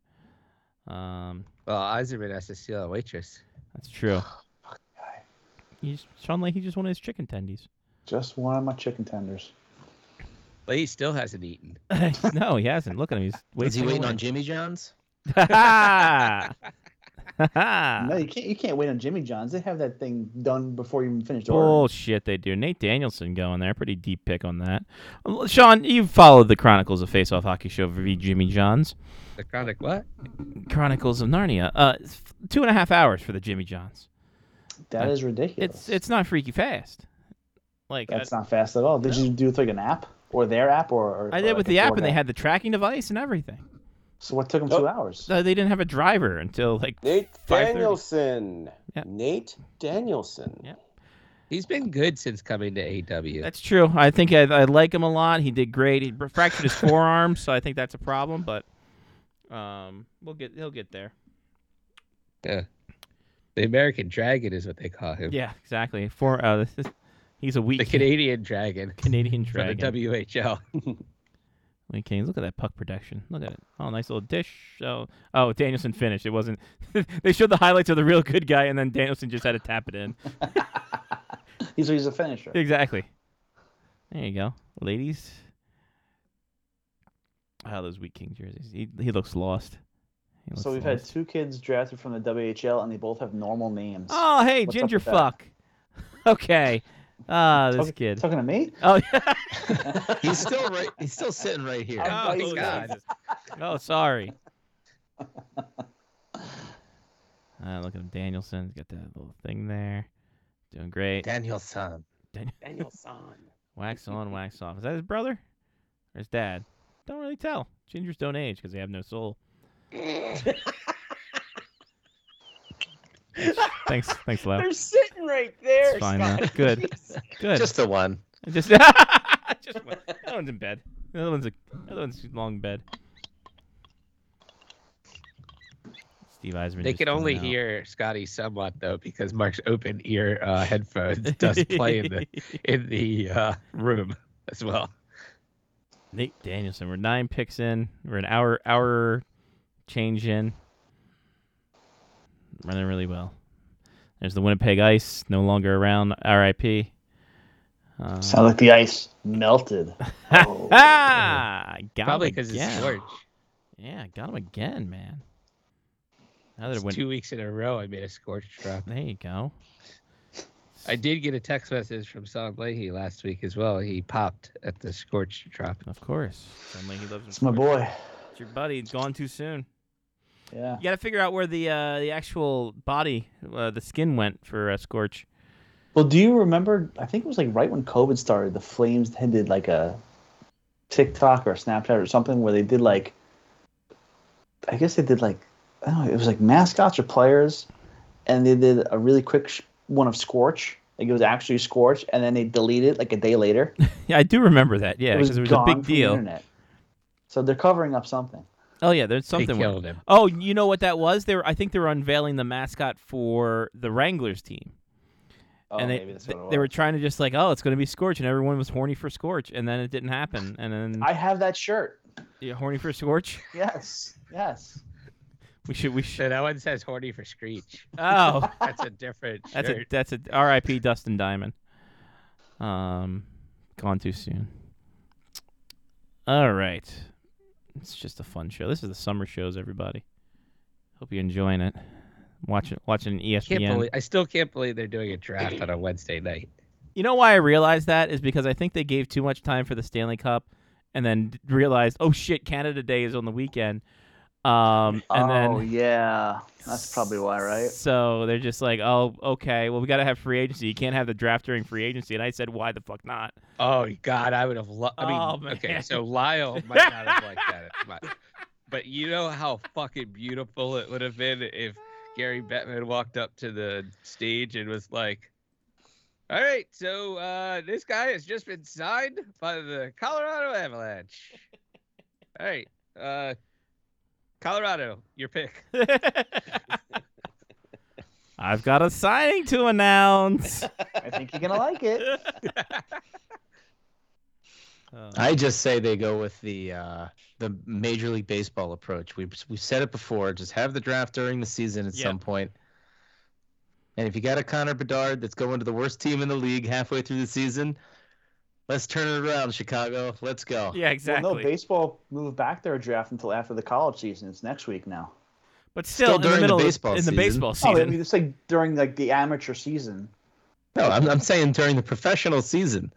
Speaker 1: Um,
Speaker 5: Well, Eisenman has to steal a waitress.
Speaker 1: that's true. He's Sean Leahy just wanted his chicken tendies. <laughs>
Speaker 4: Just one of my chicken tenders.
Speaker 5: But he still hasn't eaten.
Speaker 1: no, he hasn't. Look at him. He's
Speaker 3: Is he
Speaker 1: wasting
Speaker 3: waiting
Speaker 1: away.
Speaker 3: on Jimmy
Speaker 1: <laughs>
Speaker 3: John's?
Speaker 1: Ha ha!
Speaker 4: no, you can't. You can't wait on Jimmy John's. They have that thing done before you even finish ordering.
Speaker 1: Bullshit, they do. Nate Danielson going there. Pretty deep pick on that. Well, Sean, you followed the Chronicles of Face Off Hockey Show v. Jimmy Johns.
Speaker 5: The chronic what?
Speaker 1: Chronicles of Narnia. Uh, it's f- two and a half hours for the Jimmy Johns.
Speaker 4: That is ridiculous.
Speaker 1: It's it's not freaky fast. Like I,
Speaker 4: That's not fast at all. Did you do it with like an app or their app or? or
Speaker 1: I
Speaker 4: or
Speaker 1: did
Speaker 4: like
Speaker 1: with
Speaker 4: a
Speaker 1: the app, and they
Speaker 4: DoorDash?
Speaker 1: had Oh. the tracking device and everything.
Speaker 4: So what took them
Speaker 6: Nope.
Speaker 4: two hours?
Speaker 1: So they didn't have a driver until like
Speaker 6: Nate
Speaker 1: 5:30.
Speaker 6: Danielson.
Speaker 1: Yeah.
Speaker 6: Nate Danielson.
Speaker 1: Yeah.
Speaker 5: He's been good since coming to E AW.
Speaker 1: That's true. I think I, I like him a lot. He did great. He br- fractured his forearm, so I think that's a problem. But um, we'll get he'll get there.
Speaker 5: the American Dragon is what they call him.
Speaker 1: Yeah, exactly. For uh, <laughs> this is, he's a weak
Speaker 5: The Canadian Dragon.
Speaker 1: Canadian
Speaker 5: From the
Speaker 1: dragon.
Speaker 5: WHL.
Speaker 1: Lee Kane, look at that puck production. Look at it. Oh, nice little dish. Oh, oh, Danielson finished. It wasn't. <laughs> they showed the highlights of the real good guy, and then Danielson just had to tap it in.
Speaker 4: He's he's a finisher.
Speaker 1: Exactly. There you go, ladies. Wow, those weak King jerseys. He he looks lost. He looks
Speaker 4: So we've had
Speaker 1: lost.
Speaker 4: two kids drafted from the WHL, and they both have normal names.
Speaker 1: Oh, hey,
Speaker 4: What's up
Speaker 1: ginger
Speaker 4: with that?
Speaker 1: fuck. <laughs> Okay. Ah, this
Speaker 4: Talking-
Speaker 1: kid.
Speaker 4: Talking to me?
Speaker 1: Oh,
Speaker 3: He's still right. He's still sitting right here.
Speaker 4: I'm
Speaker 1: oh,
Speaker 4: biting
Speaker 1: God. oh, <laughs> sorry. Uh, look at him, Danielson's got that little thing there. Doing great.
Speaker 3: Danielson.
Speaker 6: Danielson.
Speaker 1: Wax on, wax off. Is that his brother or his dad? Don't really tell. Gingers don't age because they have no <laughs> soul. thanks, thanks, Lau.
Speaker 6: They're sitting right there.
Speaker 1: It's fine, though.
Speaker 6: Scott.
Speaker 1: Good.
Speaker 6: Jeez.
Speaker 1: Good.
Speaker 3: Just the one.
Speaker 1: <laughs> Just, just one. That one's in bed. The other one's a, the other one's long bed. Steve Eisman.
Speaker 5: They
Speaker 1: just
Speaker 5: can
Speaker 1: coming
Speaker 5: only
Speaker 1: out. <laughs>
Speaker 5: hear Scotty somewhat though, because Mark's open ear
Speaker 1: <laughs>
Speaker 5: uh, headphones does play in the in the uh, room as well.
Speaker 1: Nate Danielson. We're nine picks in. We're an hour hour change in. Running really well. There's the Winnipeg Ice, no longer around. R.I.P. Uh, <laughs>
Speaker 4: Sound like the ice melted. Oh.
Speaker 1: ah, got
Speaker 5: Probably
Speaker 1: him
Speaker 5: because
Speaker 1: again.
Speaker 5: it's George.
Speaker 1: Yeah, got him again, man. Now that it
Speaker 5: It's
Speaker 1: went,
Speaker 5: Two weeks in a row, I made a scorch drop.
Speaker 1: there you go.
Speaker 5: I did get a text message from Son Leahy last week as well. He popped at the scorch drop.
Speaker 1: Of course. Suddenly he lives in
Speaker 4: It's my
Speaker 1: Florida.
Speaker 4: boy.
Speaker 1: It's your buddy. He's gone too soon.
Speaker 4: Yeah.
Speaker 1: You got to figure out where the uh, the actual body, uh, the skin went for uh, Scorch. <laughs>
Speaker 4: Well, do you remember? I think it was like right when COVID started, the Flames had did like a TikTok or a Snapchat or something where they did like, I guess they did like, I don't know, it was like mascots or players, and they did a really quick sh- one of Scorch. Like it was actually Scorch, and then they deleted it like a day later.
Speaker 1: Yeah, I do remember that. Yeah,
Speaker 4: it was,
Speaker 1: because it was a
Speaker 4: gone
Speaker 1: big
Speaker 4: from the
Speaker 1: deal.
Speaker 4: internet. So they're covering up something.
Speaker 1: Oh yeah, there's
Speaker 5: They
Speaker 1: something. with-
Speaker 5: killed him.
Speaker 1: Oh, you know what that was? They were, I think they were unveiling the mascot for the Wranglers team,
Speaker 4: Oh,
Speaker 1: and they
Speaker 4: maybe that's
Speaker 1: they,
Speaker 4: what it
Speaker 1: they were
Speaker 4: was.
Speaker 1: trying to just like, oh, it's going to be Scorch, and everyone was horny for Scorch, and then it didn't happen, and then
Speaker 4: I have that shirt.
Speaker 1: yeah, horny for Scorch.
Speaker 4: Yes. Yes.
Speaker 1: We should we
Speaker 5: <laughs>
Speaker 1: should.
Speaker 5: So that one says horny for Screech.
Speaker 1: Oh,
Speaker 5: That's a different
Speaker 1: <laughs> that's a
Speaker 5: shirt.
Speaker 1: that's a R.I.P. Dustin Diamond. Um, gone too soon. All right, it's just a fun show. This is the summer shows, everybody. Hope you're enjoying it. Watching watching E ESPN.
Speaker 5: Can't believe, I still can't believe they're doing a draft on a Wednesday night.
Speaker 1: You know why I realized that is because I think they gave too much time for the Stanley Cup, and then d- realized, oh shit, Canada Day is on the weekend. Um, and
Speaker 4: oh
Speaker 1: then
Speaker 4: yeah, that's probably why, right?
Speaker 1: So they're just like, oh, okay, well we got to have free agency. You can't have the draft during free agency. And I said, why the fuck not?
Speaker 5: Oh God, I would have. Lo- I mean,
Speaker 1: Oh, man. <laughs>
Speaker 5: okay, so Lyle might not have liked that, but, but you know how fucking beautiful it would have been if Gary Bettman walked up to the stage and was like, "All right, so uh, this guy has just been signed by the Colorado Avalanche. All right, uh, Colorado,
Speaker 1: <laughs>
Speaker 5: your pick.
Speaker 1: I've got a signing to
Speaker 3: <laughs>
Speaker 1: announce.
Speaker 4: I think you're gonna like it.
Speaker 1: Uh,
Speaker 3: I just say they go with the uh, the Major League Baseball approach. We've we've said it before. Just have the draft during the season at
Speaker 1: Yeah.
Speaker 3: some point. And if you got a Connor Bedard that's going to the worst team in the league halfway through the season, let's turn it around, Chicago. Let's go.
Speaker 1: yeah, exactly.
Speaker 4: Well, no, baseball moved back their draft until after the college season. It's next week now.
Speaker 1: but still,
Speaker 3: Still
Speaker 1: in
Speaker 3: during
Speaker 1: the
Speaker 3: the
Speaker 1: middle of-
Speaker 3: baseball
Speaker 1: in the
Speaker 3: season.
Speaker 1: baseball
Speaker 4: Oh, I
Speaker 1: season.
Speaker 4: mean, it's like during like the amateur season.
Speaker 3: No, I'm, I'm saying during the professional season.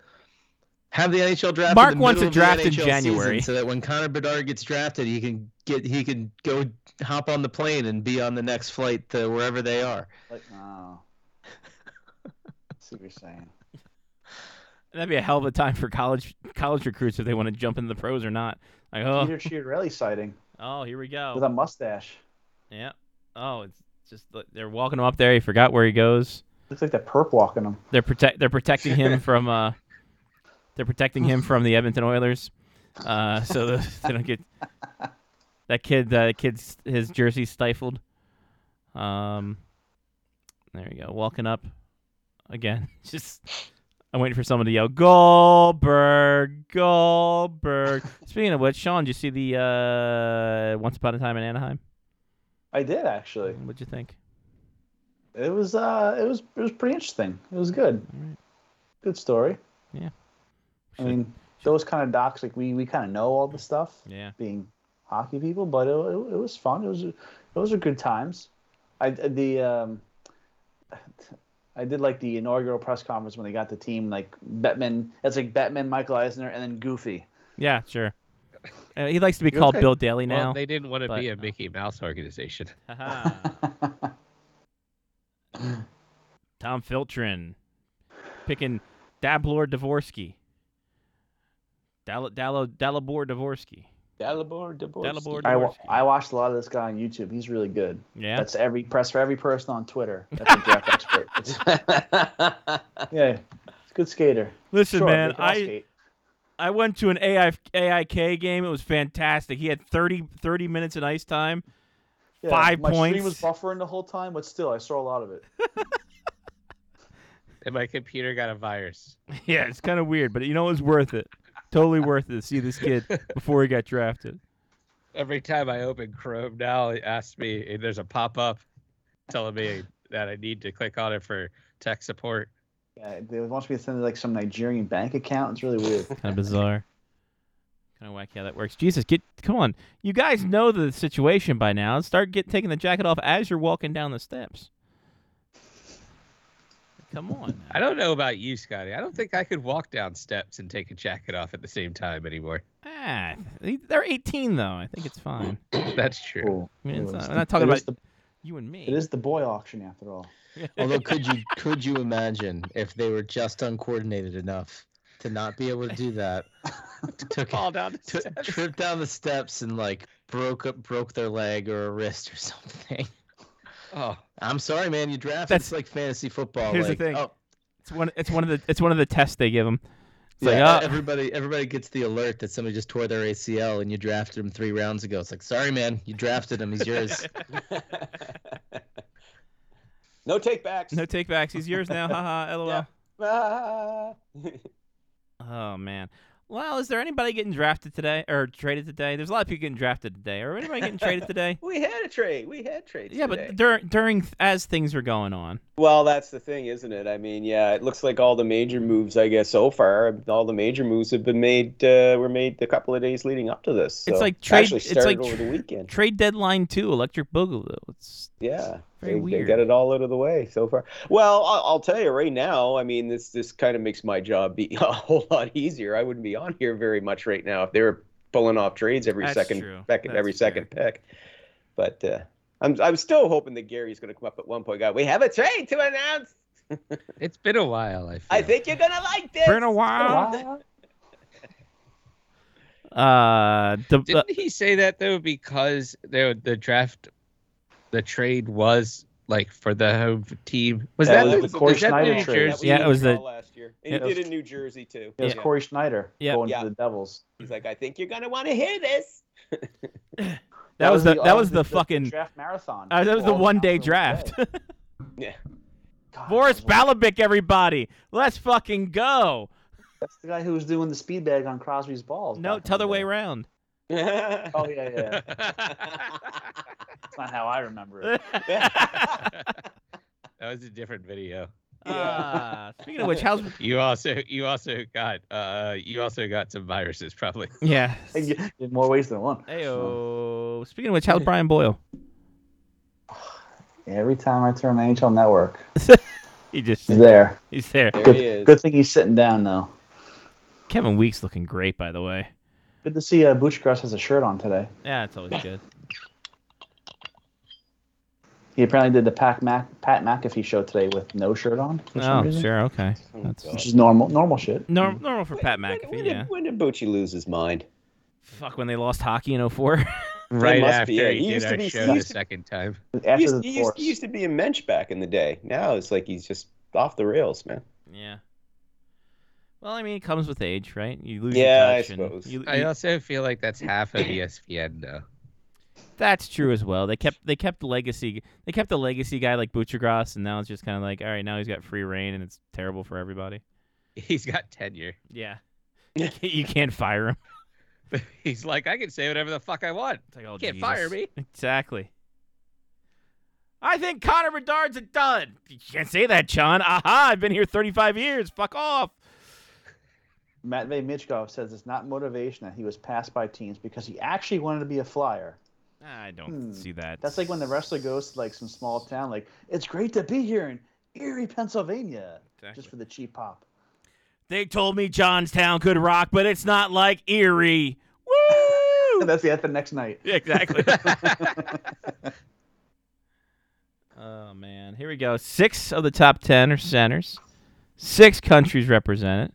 Speaker 3: Have the NHL draft.
Speaker 1: Mark
Speaker 3: in the
Speaker 1: wants
Speaker 3: middle
Speaker 1: a
Speaker 3: of the
Speaker 1: draft in
Speaker 3: NHL
Speaker 1: January.
Speaker 3: season so that when Connor Bedard gets drafted, he can get he can go hop on the plane and be on the next flight to wherever they are.
Speaker 4: Like,
Speaker 1: <laughs>
Speaker 4: oh. I see what you're saying.
Speaker 1: That'd be a hell of a time for college college recruits if they want to jump into the pros or not. Like, oh,
Speaker 4: Peter Chiarelli sighting
Speaker 1: oh, here we
Speaker 4: with
Speaker 1: go.
Speaker 4: a mustache.
Speaker 1: Yeah. Oh, it's just like, they're walking him up there. He forgot where he goes.
Speaker 4: Looks like that perp walking him.
Speaker 1: They're protect. They're protecting
Speaker 4: <laughs>
Speaker 1: him from. Uh, they're protecting him from the Edmonton Oilers, uh, so the,
Speaker 4: <laughs>
Speaker 1: they don't get that kid. That kid's his jersey stifled. Um, there you go. Walking up again. <laughs> Just I'm waiting for someone to yell Goldberg,
Speaker 4: <laughs>
Speaker 1: Goldberg. Speaking of which, Sean, did you see the uh, Once Upon a Time in Anaheim?
Speaker 4: I did actually.
Speaker 1: What'd you think?
Speaker 4: It was uh, it was it was pretty interesting. It was good.
Speaker 1: Alright.
Speaker 4: Good story.
Speaker 1: Yeah.
Speaker 4: I mean, those kind of docs, like we we kind of know all the stuff
Speaker 1: Yeah.
Speaker 4: being hockey people, but it, it, it was fun. It was those are good times. I the um, I did like the inaugural press conference when they got the team like Bettman. That's like Bettman, Michael Eisner, and then Goofy.
Speaker 1: Yeah, sure. Uh, he likes to be called
Speaker 4: okay?
Speaker 1: Bill Daly
Speaker 5: Well,
Speaker 1: now.
Speaker 5: they didn't want to
Speaker 1: but,
Speaker 5: be a
Speaker 1: uh,
Speaker 5: Mickey Mouse organization. <laughs>
Speaker 1: Haha. <laughs> Tom Filtrin picking Dablor Dvorsky. Dal- Dal- Dalibor Dvorsky.
Speaker 3: Dalibor, Dalibor.
Speaker 1: Dalibor
Speaker 4: I, wa-
Speaker 1: Dvorsky.
Speaker 4: I watched a lot of this guy on YouTube. He's really good.
Speaker 1: yeah.
Speaker 4: That's every press for every person on Twitter. That's a draft
Speaker 1: <laughs>
Speaker 4: expert. It's-
Speaker 6: <laughs>
Speaker 4: yeah, he's a good skater.
Speaker 1: Listen,
Speaker 4: Sure,
Speaker 1: man,
Speaker 4: they can all
Speaker 1: I,
Speaker 4: skate.
Speaker 1: I went to an AI, AIK game. It was fantastic. He had 30, 30 minutes in ice time.
Speaker 4: Yeah,
Speaker 1: five
Speaker 4: my
Speaker 1: points.
Speaker 4: stream was buffering the whole time, but still, I saw a lot of it.
Speaker 5: And my computer got a virus.
Speaker 1: <laughs> yeah, it's kind of weird, but you know, it was worth it. Totally worth it to see this kid before he got drafted.
Speaker 5: Every time I open Chrome now, it asks me and there's a pop up telling me that I need to click on it for tech support.
Speaker 1: <laughs>
Speaker 4: Yeah, they want me to send it like some Nigerian bank account. It's really weird.
Speaker 1: Kind of bizarre. Kind of wacky how that works. Jesus, get come on. You guys know the situation by now. Start get taking the jacket off as you're walking down the steps. Come on. now.
Speaker 5: I don't know about you, Scotty. I don't think I could walk down steps and take a jacket off at the same time anymore.
Speaker 1: Ah, they're 18 though. I think it's fine.
Speaker 5: That's true.
Speaker 4: Cool.
Speaker 1: I mean, it's
Speaker 4: It
Speaker 1: not-
Speaker 4: is
Speaker 1: I'm
Speaker 4: the-
Speaker 1: not talking
Speaker 4: it is
Speaker 1: about you and
Speaker 4: the- it
Speaker 1: me.
Speaker 4: is the boy auction after all.
Speaker 3: Although, could you could you imagine if they were just uncoordinated enough to not be able to do that?
Speaker 9: <laughs>
Speaker 3: Took
Speaker 9: Oh,
Speaker 5: Fall down the
Speaker 3: t-
Speaker 5: steps.
Speaker 3: tripped down the steps and like broke up broke their leg or a wrist or <laughs> something.
Speaker 5: Oh,
Speaker 3: I'm sorry, man. You draft
Speaker 1: That's-
Speaker 3: it's like fantasy football.
Speaker 1: Here's the
Speaker 3: like,
Speaker 1: thing.
Speaker 3: Oh,
Speaker 1: It's one. It's one of the. It's one of the tests they give them. It's
Speaker 3: yeah,
Speaker 1: like, oh,
Speaker 3: everybody everybody gets the alert that somebody just tore their ACL and you drafted him three rounds ago. It's like, sorry, man. You drafted him. He's yours.
Speaker 9: <laughs> no take backs.
Speaker 1: no take backs. He's yours now. Haha. LOL.
Speaker 9: Yeah. Ah.
Speaker 1: Oh man. Well, is there anybody getting drafted today or traded today? There's a lot of people getting drafted today. Or anybody getting traded today?
Speaker 9: we had a trade. We had trades.
Speaker 1: Yeah,
Speaker 9: today.
Speaker 1: but during during as things are going on.
Speaker 6: Well, that's the thing, isn't it? I mean, yeah, it looks like all the major moves, I guess, so far, all the major moves have been made, uh, were made a couple of days leading up to this. So
Speaker 1: It's like trade-
Speaker 6: Actually
Speaker 1: it's like
Speaker 6: started over the
Speaker 1: tr-
Speaker 6: weekend.
Speaker 1: Trade deadline two, Electric Boogaloo. It's
Speaker 6: Yeah,
Speaker 1: Very
Speaker 6: they,
Speaker 1: weird.
Speaker 6: they got it all out of the way so far. Well, I'll, I'll tell you right now. I mean, this this kind of makes my job be <laughs> a whole lot easier. I wouldn't be on here very much right now if they were pulling off trades every
Speaker 1: That's
Speaker 6: second,
Speaker 1: true.
Speaker 6: second every
Speaker 1: That's fair.
Speaker 6: second pick. But uh, I'm I'm still hoping that Gary's going to come up at one point. God, we have a trade to announce.
Speaker 5: it's been a while. I feel.
Speaker 6: I think you're going to like this.
Speaker 1: been a while. Uh, the, the-
Speaker 5: Didn't he say that though? Because the the draft, the trade was like for the home team. Was
Speaker 4: Yeah,
Speaker 5: that,
Speaker 4: that
Speaker 5: the-
Speaker 4: was the Corey
Speaker 5: was that the
Speaker 4: Schneider
Speaker 5: New
Speaker 4: trade.
Speaker 5: Jersey?
Speaker 1: Yeah, it was the-
Speaker 6: last year.
Speaker 1: yeah,
Speaker 6: And
Speaker 1: it
Speaker 6: he
Speaker 1: was-
Speaker 6: did in New Jersey too.
Speaker 4: It was
Speaker 1: Yeah.
Speaker 4: Corey Schneider
Speaker 1: Yeah.
Speaker 4: going
Speaker 6: Yeah.
Speaker 4: to the Devils.
Speaker 6: He's like, I think you're going to want to hear this. <laughs>
Speaker 1: that, was the that was the, fucking
Speaker 4: uh, draft marathon.
Speaker 1: uh, that was the
Speaker 4: All
Speaker 1: one day
Speaker 4: announced on one
Speaker 1: draft. <laughs>
Speaker 4: day. God,
Speaker 1: Boris
Speaker 4: that was-
Speaker 1: Balabic, everybody, let's fucking go.
Speaker 4: That's the guy who was doing the speed bag on Crosby's balls.
Speaker 1: No,
Speaker 4: back in
Speaker 1: t'other
Speaker 4: the
Speaker 1: way <laughs>
Speaker 4: day.
Speaker 1: around.
Speaker 4: <laughs>
Speaker 6: <laughs>
Speaker 4: Oh <laughs> yeah, yeah. That's not how I
Speaker 1: <laughs>
Speaker 4: remember it.
Speaker 5: that was a different video.
Speaker 1: Ah, speaking of which, how's
Speaker 5: You also you also got uh you also got some viruses
Speaker 6: <laughs>
Speaker 5: probably.
Speaker 1: yeah?
Speaker 4: In more ways than one.
Speaker 1: Ayo. Speaking of which, how's Brian Boyle?
Speaker 4: Every time I turn on NHL Network,
Speaker 1: He just
Speaker 4: he's there.
Speaker 1: he's there.
Speaker 6: There
Speaker 4: Good,
Speaker 6: he is.
Speaker 4: good thing he's sitting down now.
Speaker 1: Kevin Weeks looking great, by the way.
Speaker 4: Good to see uh, Butchgrass has a shirt on today.
Speaker 1: Yeah, it's always good.
Speaker 4: He apparently did the Pat, Mac- Pat McAfee show today with no shirt on, for some
Speaker 1: Oh,
Speaker 4: reason,
Speaker 1: sure, okay.
Speaker 6: Oh,
Speaker 1: That's
Speaker 6: God.
Speaker 4: which is normal, normal shit.
Speaker 1: normal, normal for Pat
Speaker 6: When-
Speaker 1: McAfee.
Speaker 6: When,
Speaker 1: Yeah.
Speaker 6: did, when did Bucci lose his mind?
Speaker 1: Fuck when they lost hockey in 04.
Speaker 5: Right
Speaker 6: must
Speaker 5: after
Speaker 6: be it.
Speaker 5: he,
Speaker 6: He
Speaker 5: did
Speaker 6: used to
Speaker 5: our
Speaker 6: be- he
Speaker 5: show the
Speaker 6: used to-
Speaker 5: second
Speaker 6: <laughs>
Speaker 5: time.
Speaker 6: He
Speaker 4: After
Speaker 6: used,
Speaker 4: the
Speaker 6: he used,
Speaker 4: divorce.
Speaker 6: he used to be a mensch back in the day. Now it's like he's just off the rails, man.
Speaker 1: yeah. Well, I mean, it comes with age, right? You lose
Speaker 6: Yeah,
Speaker 1: your
Speaker 6: I
Speaker 1: touch. and
Speaker 6: suppose.
Speaker 1: you-
Speaker 5: I
Speaker 1: you-
Speaker 5: also feel like that's half of E ESPN though.
Speaker 1: that's true as well. They <laughs> kept they kept the legacy. They kept the legacy guy like Butchergrass, and now it's just kind of like, all right, now he's got free reign, and it's terrible for everybody.
Speaker 5: He's got tenure. <laughs>
Speaker 1: Yeah.
Speaker 6: <laughs>
Speaker 1: You can't- you can't fire him.
Speaker 5: He's like, I can say whatever the fuck I want.
Speaker 1: It's like, oh,
Speaker 5: Can't
Speaker 1: Jesus.
Speaker 5: fire me.
Speaker 1: Exactly. I think Connor Bedard's a dud. You can't say that, John. Aha, I've been here 35 years. Fuck off.
Speaker 4: Matvey Michkov says it's not motivation that he was passed by teams because he actually wanted to be a flyer.
Speaker 1: I don't
Speaker 4: Hmm.
Speaker 1: see that.
Speaker 4: That's like when the wrestler goes to like some small town, like it's great to be here in Erie, Pennsylvania,
Speaker 1: Exactly.
Speaker 4: just for the cheap pop.
Speaker 1: They told me Johnstown could rock, but it's not like Erie.
Speaker 4: <laughs> And that's the, at the next night.
Speaker 1: Yeah, exactly. <laughs> oh man, here we go. Six of the top ten are centers. Six countries represented.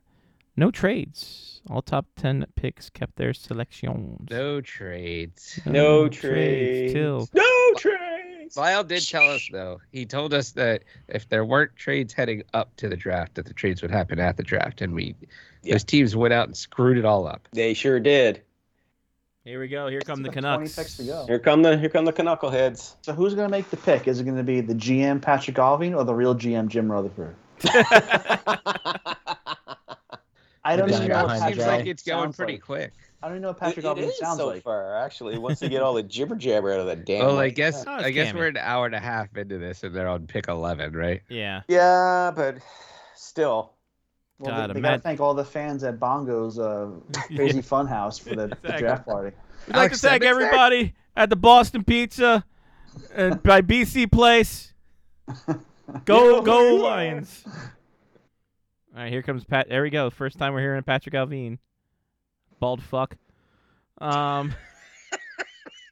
Speaker 1: No trades. All top ten picks kept their selections.
Speaker 5: No trades.
Speaker 6: No trades.
Speaker 1: Till
Speaker 6: No trades.
Speaker 5: Lyle did tell us though. He told us that if there weren't trades heading up to the draft, that the trades would happen at the draft, and we
Speaker 6: Yeah.
Speaker 5: those teams went out and screwed it all up.
Speaker 6: They sure did.
Speaker 1: here we go. Here come the
Speaker 4: Like 20
Speaker 1: Canucks.
Speaker 4: picks to go.
Speaker 6: Here come the here come
Speaker 1: <laughs>
Speaker 6: the knuckleheads.
Speaker 4: So who's going to make the pick? Is it going to be the GM Patrick Alvin or the real GM Jim Rutherford? I don't
Speaker 3: This
Speaker 4: even
Speaker 3: guy
Speaker 4: know. What
Speaker 3: behind the
Speaker 4: Patrick
Speaker 5: Seems like
Speaker 4: Alvin
Speaker 5: it's going
Speaker 4: sounds
Speaker 5: pretty
Speaker 4: like.
Speaker 5: quick.
Speaker 4: I don't even know what <laughs>
Speaker 6: It,
Speaker 4: Patrick
Speaker 6: it
Speaker 4: Alvin
Speaker 6: is
Speaker 4: sounds
Speaker 6: so
Speaker 4: like.
Speaker 6: far, actually. Once they get all the jibber jabber out of that damn.
Speaker 5: Well, I
Speaker 6: mic.
Speaker 5: guess
Speaker 1: Oh, it's
Speaker 5: I guess
Speaker 1: Cammy.
Speaker 5: we're an hour and a half into this, and they're on pick eleven, right?
Speaker 1: Yeah.
Speaker 6: Yeah, but still,
Speaker 4: Well,
Speaker 1: God,
Speaker 4: they, they
Speaker 1: imagine-
Speaker 4: gotta thank all the fans at Bongo's uh, Crazy Fun Funhouse for the, the
Speaker 1: Exactly.
Speaker 4: draft party.
Speaker 1: We'd like to thank everybody at the Boston Pizza
Speaker 6: <laughs>
Speaker 1: and by BC Place. Go, go Lions! All right, here comes Pat. There we go. First time we're hearing Patrick Alvine. Bald fuck.
Speaker 6: <laughs>
Speaker 1: Um,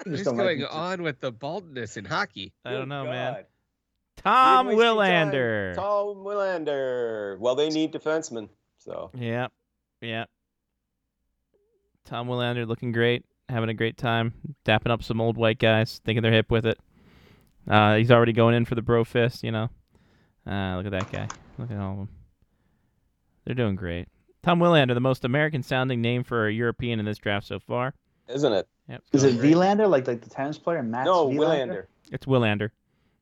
Speaker 5: What's going on with the baldness in hockey?
Speaker 1: I don't know, man.
Speaker 6: God.
Speaker 1: Tom
Speaker 6: You're wasting
Speaker 1: Willander.
Speaker 6: time. uh, Tom Willander. Well, they need defensemen, so
Speaker 1: Yeah, yeah. Tom Willander looking great, having a great time, dapping up some old white guys, thinking they're hip with it. Uh, he's already going in for the bro fist, you know. Uh, look at that guy. Look at all of them. They're doing great. Tom Willander, the most American sounding name for a European in this draft so far.
Speaker 6: isn't it?
Speaker 1: Yep.
Speaker 4: Is it
Speaker 6: Great.
Speaker 4: Vlander, like like the tennis player, Matt?
Speaker 6: No, Willander.
Speaker 1: It's Willander.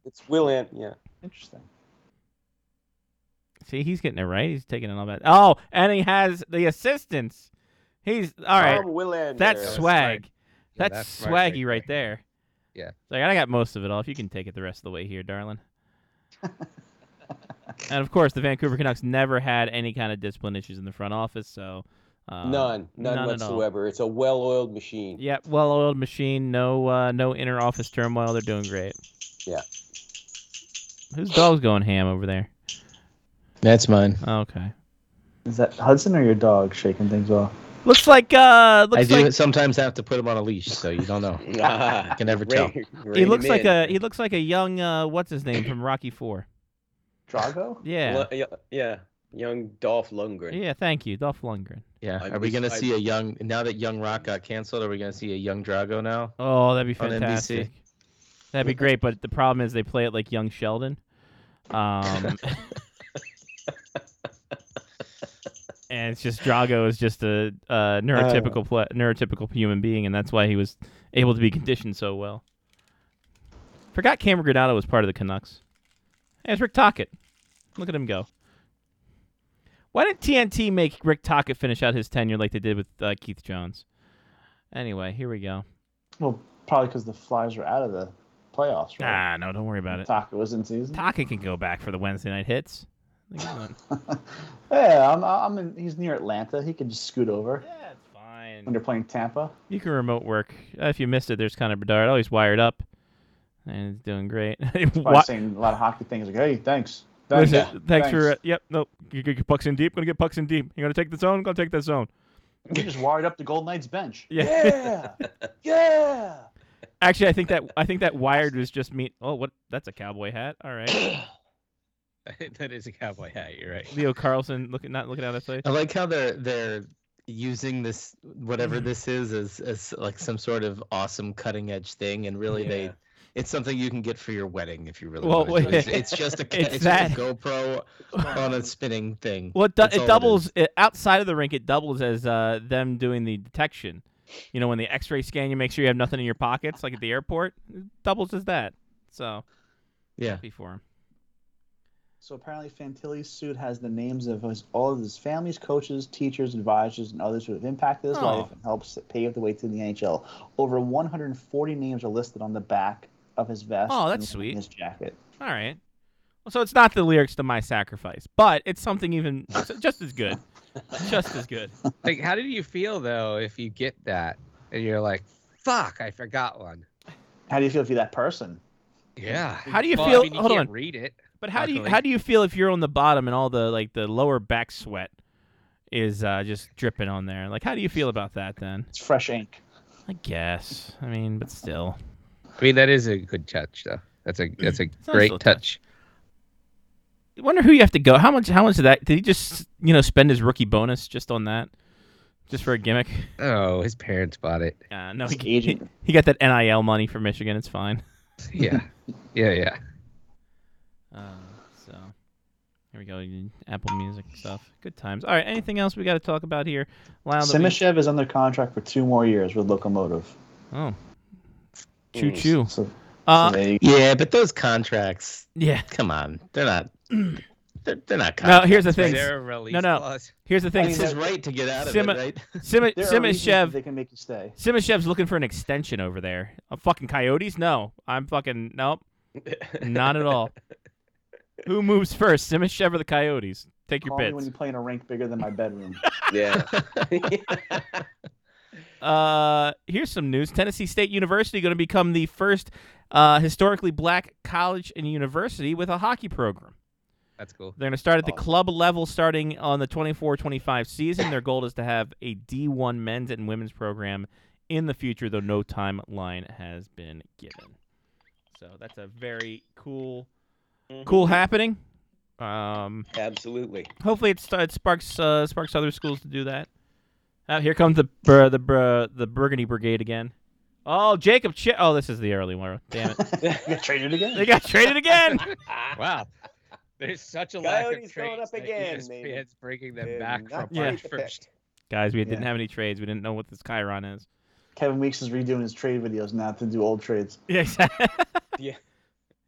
Speaker 6: It's Willan. Yeah.
Speaker 4: Interesting.
Speaker 1: See, he's getting it right. He's taking it all back. Oh, and he has the assistance. He's all right.
Speaker 6: Tom Willander.
Speaker 1: That's
Speaker 5: was
Speaker 1: swag.
Speaker 5: smart. Yeah,
Speaker 1: That's,
Speaker 5: that's smart right
Speaker 1: swaggy right there.
Speaker 5: Yeah.
Speaker 1: It's Like I got most of it off. You can take it the rest of the way here, darling. and of course, the Vancouver Canucks never had any kind of discipline issues in the front office, so uh,
Speaker 6: none, none,
Speaker 1: none at all.
Speaker 6: whatsoever. It's a well-oiled machine.
Speaker 1: Yeah, well-oiled machine. No, uh, no inner office turmoil. They're doing great.
Speaker 6: Yeah.
Speaker 1: Whose dog's going ham over there?
Speaker 3: That's mine.
Speaker 1: Okay.
Speaker 4: Is that Hudson or your dog shaking things off?
Speaker 1: Looks like uh,
Speaker 3: I
Speaker 1: looks
Speaker 3: do
Speaker 1: like
Speaker 3: sometimes have to put him on a leash, so you don't know.
Speaker 6: <laughs> Ah,
Speaker 3: I can never tell.
Speaker 6: rein- rein
Speaker 1: he
Speaker 6: him
Speaker 1: looks like
Speaker 6: in.
Speaker 1: a he looks like a young uh, what's his name from Rocky Four.
Speaker 4: Drago?
Speaker 1: Yeah.
Speaker 6: Lu- yeah, yeah, young Dolph Lundgren.
Speaker 1: Yeah, thank you, Dolph Lundgren.
Speaker 3: Yeah.
Speaker 6: I
Speaker 3: are we
Speaker 6: wish-
Speaker 3: gonna
Speaker 6: I-
Speaker 3: see a young now that Young Rock got canceled? Are we gonna see a young Drago now?
Speaker 1: Oh, that'd be
Speaker 3: On NBC.
Speaker 1: fantastic. That'd be great, but the problem is they play it like Young Sheldon. Um, and it's just Drago is just a, uh neurotypical pla neurotypical human being, and that's why he was able to be conditioned so well. Forgot Cameron Granado was part of the Canucks. Hey, it's Rick Tockett. Look at him go. Why didn't TNT make Rick Tockett finish out his tenure like they did with uh, Keith Jones? Anyway, here we go.
Speaker 4: Well, probably because the Flyers were out of the playoffs, right?
Speaker 1: Ah, no, don't worry about it.
Speaker 4: Taka was in season.
Speaker 1: Taka can go back for the Wednesday night hits. Look at that.
Speaker 4: <laughs> yeah, I'm, I'm in, he's near Atlanta. He can just scoot over
Speaker 1: <laughs> yeah, it's
Speaker 4: when
Speaker 1: fine.
Speaker 4: they're playing Tampa.
Speaker 1: You can remote work. Uh, if you missed it, there's Connor Bedard. Oh, he's wired up. And he's doing great. <laughs>
Speaker 4: Probably
Speaker 1: Wa-
Speaker 4: saying a lot of hockey things like, hey, thanks. Thanks,
Speaker 1: Listen, thanks, for. Uh, yep, nope. You get pucks in deep. Gonna get pucks in deep. You're gonna take the zone. Gonna take that zone.
Speaker 4: You just wired up the Golden Knights bench.
Speaker 1: Yeah.
Speaker 4: Yeah. yeah.
Speaker 1: Actually, I think that I think that wired was just me. Oh, what? That's a cowboy hat. All <laughs> right.
Speaker 5: that is a cowboy hat. You're right.
Speaker 1: Leo Carlson looking not looking out of place.
Speaker 3: I like how they're they're using this
Speaker 5: Mm.
Speaker 3: whatever this is as as like some sort of awesome cutting edge thing, and really they
Speaker 1: Yeah.
Speaker 3: it's something you can get for your wedding if you really
Speaker 1: Well,
Speaker 3: want to. do it.
Speaker 1: wait.
Speaker 3: It's, it's
Speaker 5: <laughs>
Speaker 3: just a ca-
Speaker 1: It's
Speaker 3: it's, just
Speaker 1: that.
Speaker 3: a GoPro on a spinning thing.
Speaker 1: Well, it, do-
Speaker 3: That's all
Speaker 1: it
Speaker 3: it
Speaker 1: doubles
Speaker 3: is.
Speaker 1: it outside of the rink. It doubles as uh, them doing the detection. You know, when the X-ray scan, you make sure you have nothing in your pockets, like at the airport. It doubles as that. So
Speaker 3: Yeah.
Speaker 1: happy for him.
Speaker 4: So apparently, Fantilli's suit has the names of his, all of his families, coaches, teachers, advisors, and others who have impacted his
Speaker 1: Oh.
Speaker 4: life and helps pave the way to the NHL. Over 140 names are listed on the back of his vest.
Speaker 1: Oh,
Speaker 4: and
Speaker 1: that's
Speaker 4: in
Speaker 1: sweet.
Speaker 4: His jacket.
Speaker 1: All right. Well, so it's not the lyrics to "My Sacrifice," but it's something even it's just as good. Just as good.
Speaker 5: Like, how do you feel though if you get that and you're like, "Fuck, I forgot one."
Speaker 4: How do you feel if you're that person?
Speaker 5: Yeah.
Speaker 1: How do you
Speaker 5: Well, I
Speaker 1: feel-
Speaker 5: mean, you
Speaker 1: hold
Speaker 5: can't
Speaker 1: on.
Speaker 5: Read it.
Speaker 1: But how do you
Speaker 5: Luckily.
Speaker 1: how do you feel if you're on the bottom and all the like the lower back sweat is uh, just dripping on there? Like, how do you feel about that then?
Speaker 4: It's fresh ink.
Speaker 1: I guess. I mean, but still.
Speaker 5: I mean, that is a good touch though. That's a that's <clears throat> a
Speaker 1: a nice
Speaker 5: great
Speaker 1: little
Speaker 5: touch.
Speaker 1: I wonder who you have to go. How much? How much of that? Did he just you know spend his rookie bonus just on that, just for a gimmick?
Speaker 5: Oh, his parents bought it.
Speaker 1: Uh, no, he,
Speaker 4: Just
Speaker 1: he,
Speaker 4: agent.
Speaker 1: he got that NIL money from Michigan. It's fine.
Speaker 3: <laughs>
Speaker 5: Yeah. yeah, yeah.
Speaker 1: Uh, so here we go. Apple Music stuff. Good times. All right. Anything else we got to talk about here? Loud that we-
Speaker 4: Simishev is under contract for two more years with Locomotive.
Speaker 1: Oh. Choo choo.
Speaker 4: So, so
Speaker 1: Uh,
Speaker 4: they-
Speaker 3: Yeah, but those contracts,
Speaker 1: yeah.
Speaker 3: come on, they're
Speaker 1: <clears throat>
Speaker 3: not they're, they're not
Speaker 1: Now
Speaker 3: contracts.
Speaker 1: here's the
Speaker 5: Is
Speaker 1: thing.
Speaker 5: there a release
Speaker 1: no.
Speaker 5: clause?
Speaker 1: Here's the
Speaker 4: I
Speaker 1: thing.
Speaker 4: mean,
Speaker 3: it's
Speaker 1: Sim-
Speaker 3: his right to get out of
Speaker 1: Sima-
Speaker 3: it,
Speaker 1: <laughs>
Speaker 3: right?
Speaker 1: Simi-
Speaker 4: there are reasons
Speaker 1: Simishev.
Speaker 4: They can make you stay.
Speaker 1: Simashev's looking for an extension over there. A fucking coyotes? No. I'm fucking nope. Not at all. Who moves first, Simashev or the coyotes? Take your
Speaker 4: Call me when
Speaker 1: bids.
Speaker 4: you play in a rink bigger than my
Speaker 1: <laughs>
Speaker 4: bedroom.
Speaker 6: <laughs> <laughs> yeah.
Speaker 1: Uh, here's some news: Tennessee State University going to become the first uh, historically black college and university with a hockey program.
Speaker 3: <laughs>
Speaker 5: That's cool.
Speaker 1: They're going to start
Speaker 4: Oh.
Speaker 1: at the club level starting on the 24-25 season. Their goal is to have a D1 men's and women's program in the future, though no timeline has been given. So that's a very cool,
Speaker 4: Mm-hmm.
Speaker 1: cool happening. Um,
Speaker 6: Absolutely.
Speaker 1: hopefully it, st- it sparks uh, sparks other schools to do that. Uh, here comes the bur- the bur- the Burgundy Brigade again. Oh, Jacob. Ch- oh, this is the early one. Damn it.
Speaker 4: got traded again.
Speaker 1: They got traded <laughs> again.
Speaker 6: Ah,
Speaker 5: wow. There's such a lack of
Speaker 9: Coyotes going
Speaker 5: trades
Speaker 9: up
Speaker 5: that E
Speaker 9: again, maybe.
Speaker 5: ESPN's bringing them
Speaker 9: Did
Speaker 5: back
Speaker 9: not
Speaker 5: from
Speaker 1: Yeah.
Speaker 5: March
Speaker 9: take the pick.
Speaker 5: 1st.
Speaker 1: Guys, we didn't
Speaker 4: Yeah.
Speaker 1: have any trades. We didn't know what this Chiron is.
Speaker 4: Kevin Weeks is redoing his trade videos now to do old trades.
Speaker 1: Yeah, exactly. <laughs>
Speaker 9: Yeah.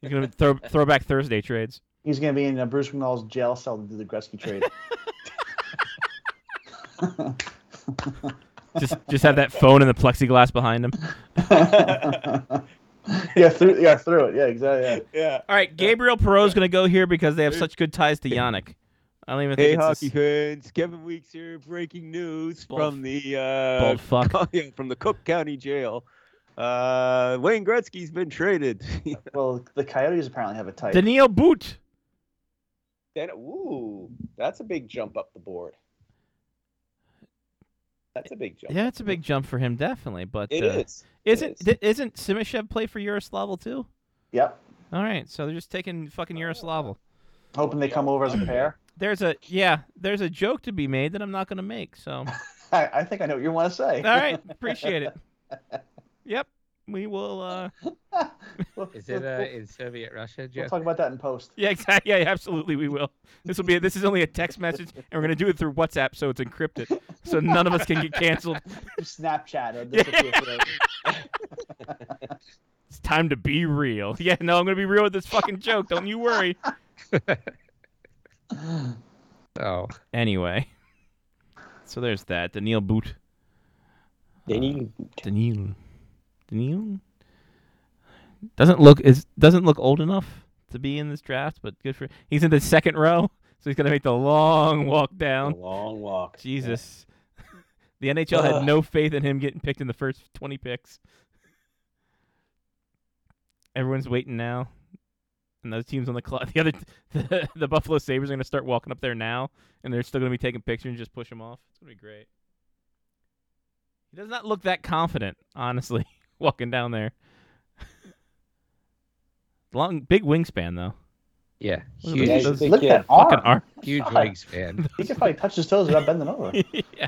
Speaker 1: He's gonna throw throwback Thursday trades.
Speaker 4: He's gonna be in uh, Bruce McNall's jail cell to do the Gretzky trade.
Speaker 1: Just just have that phone and the plexiglass behind him.
Speaker 4: yeah, through yeah through it. Yeah, exactly.
Speaker 9: Yeah.
Speaker 1: All right, Gabriel Perot's gonna go here because they have such good ties to Yannick. I don't even think
Speaker 9: Hey,
Speaker 1: it's a s-
Speaker 9: hockey fans! Kevin Weeks here. Breaking news
Speaker 1: Bald-
Speaker 9: from the uh,
Speaker 1: bald fuck.
Speaker 9: <laughs> yeah, from the Cook County Jail. Uh, Wayne Gretzky's been traded. <laughs>
Speaker 4: Yeah. Well, the Coyotes apparently have a type.
Speaker 1: Daniil Boot.
Speaker 6: Then, ooh, that's a big jump up the board. That's a big jump.
Speaker 1: Yeah, it's a big jump for him, definitely. But
Speaker 6: It
Speaker 1: uh,
Speaker 6: is. It
Speaker 1: Isn't
Speaker 6: is.
Speaker 1: di- isn't Simishev play for Yaroslavl too?
Speaker 4: Yep.
Speaker 1: All right, so they're just taking fucking Yaroslavl.
Speaker 4: Hoping they come over as a pair.
Speaker 1: There's a yeah, there's a joke to be made that I'm not gonna make. So all
Speaker 4: I, I think I know what you want to say. <laughs>
Speaker 1: right, appreciate it. Yep, we will. uh
Speaker 4: We'll-
Speaker 5: Is it
Speaker 4: we'll-
Speaker 5: uh,
Speaker 4: we'll-
Speaker 5: in Soviet Russia,
Speaker 4: we'll
Speaker 5: Jeff?
Speaker 4: talk about that in post.
Speaker 1: Yeah, exactly. <laughs> Yeah, absolutely, we will. This will be this is only a text message, and we're gonna do it through WhatsApp, so it's encrypted, so none of us can get canceled.
Speaker 4: Snapchat. Or
Speaker 1: <laughs>
Speaker 4: disappear forever.
Speaker 1: It's time to be real. <laughs> Yeah, no, I'm gonna be real with this fucking joke. Don't you worry.
Speaker 5: Oh,
Speaker 1: Anyway, so there's that. Daniil Boot. <sighs> Daniil. Daniil doesn't look is doesn't look old enough to be in this draft, but good for he's in the second row, so he's gonna make the long walk down.
Speaker 6: long walk. <laughs>
Speaker 1: Jesus. <laughs> The NHL had no faith in him getting picked in the first twenty picks. Everyone's waiting now. And those teams on the clock, <laughs> the other, the, the Buffalo Sabres are going to start walking up there now, and they're still going to be taking pictures and just push him off. It's going to be great. He does not look that confident, honestly, <laughs> walking down there. <laughs> Long, big wingspan though.
Speaker 5: yeah.
Speaker 1: Look at those-
Speaker 5: Huge,
Speaker 6: Yeah,
Speaker 1: those
Speaker 6: big
Speaker 4: Look at that
Speaker 1: fucking
Speaker 4: arm.
Speaker 1: arm.
Speaker 5: huge
Speaker 1: <laughs>
Speaker 4: God.
Speaker 5: wingspan.
Speaker 4: He could probably touch his toes without bending over.
Speaker 1: yeah.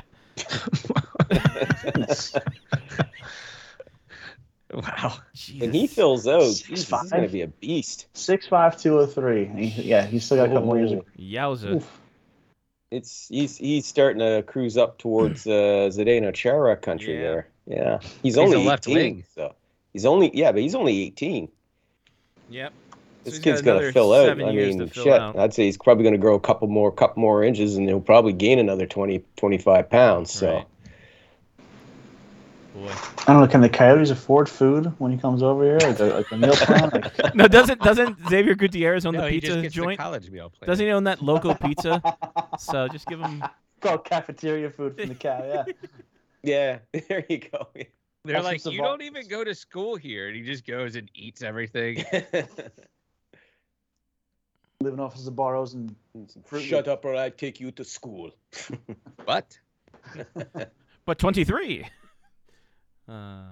Speaker 5: Wow.
Speaker 1: Jesus.
Speaker 6: And he fills those.
Speaker 4: Six
Speaker 6: Jesus,
Speaker 4: five.
Speaker 6: he's gonna be a beast.
Speaker 4: Six five two oh three. Yeah, he's still got a couple more years.
Speaker 6: Ooh.
Speaker 4: ago.
Speaker 1: <laughs> Yowza.
Speaker 6: It's he's he's starting to cruise up towards uh, Zdeno Chara country
Speaker 1: Yeah.
Speaker 6: there. Yeah, he's,
Speaker 5: a
Speaker 6: only
Speaker 5: left
Speaker 6: 18,
Speaker 5: wing.
Speaker 6: So he's only yeah, but he's only eighteen.
Speaker 1: Yep.
Speaker 6: This kid's gonna fill out. I mean, shit. I'd say he's probably gonna grow a couple more, couple more inches, and he'll probably gain another 20, 25 pounds. So
Speaker 1: Right. Boy.
Speaker 4: I don't know. Can the Coyotes afford food when he comes over here? Like a, like a meal plan? Like,
Speaker 1: No, doesn't doesn't Xavier Gutierrez own
Speaker 5: No,
Speaker 1: the
Speaker 5: he just
Speaker 1: pizza
Speaker 5: gets
Speaker 1: joint?
Speaker 5: the college meal plan.
Speaker 1: Doesn't he own that local pizza? <laughs> So just give him.
Speaker 4: <laughs> Call cafeteria food from the cow. Yeah. <laughs>
Speaker 6: yeah, <laughs> there you go.
Speaker 5: They're
Speaker 4: Have some
Speaker 5: like, you
Speaker 4: savants."
Speaker 5: don't even go to school here, and he just goes and eats everything.
Speaker 4: Living off his borrows and
Speaker 6: Shut up, or I take you to school.
Speaker 5: What?
Speaker 1: But twenty three. Uh.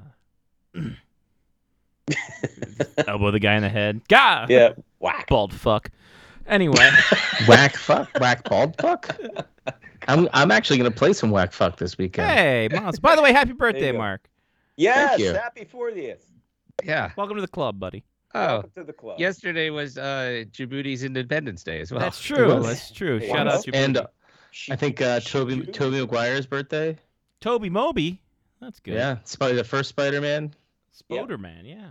Speaker 1: elbow the guy in the head. Gah.
Speaker 6: <laughs> Yeah, <laughs> whack.
Speaker 1: Bald fuck. Anyway.
Speaker 3: Whack fuck, whack bald fuck. I'm I'm actually gonna play some whack fuck this weekend.
Speaker 1: hey, Miles. By the way, happy birthday,
Speaker 6: go.
Speaker 1: Mark.
Speaker 6: Yes,
Speaker 3: you.
Speaker 6: happy 40th.
Speaker 5: Yeah.
Speaker 1: Welcome to the club, buddy.
Speaker 5: Oh,
Speaker 6: Welcome to the club.
Speaker 5: yesterday was uh, Djibouti's Independence Day as well.
Speaker 1: That's true.
Speaker 3: was.
Speaker 1: That's true.
Speaker 6: Hey,
Speaker 1: Shout out
Speaker 6: Miles.
Speaker 1: to
Speaker 3: And uh,
Speaker 6: She-
Speaker 3: I think uh, Toby Toby Maguire's birthday.
Speaker 1: Toby Moby. That's good.
Speaker 3: Yeah, it's probably the first Spider-Man.
Speaker 6: Yep.
Speaker 1: Spoderman, yeah.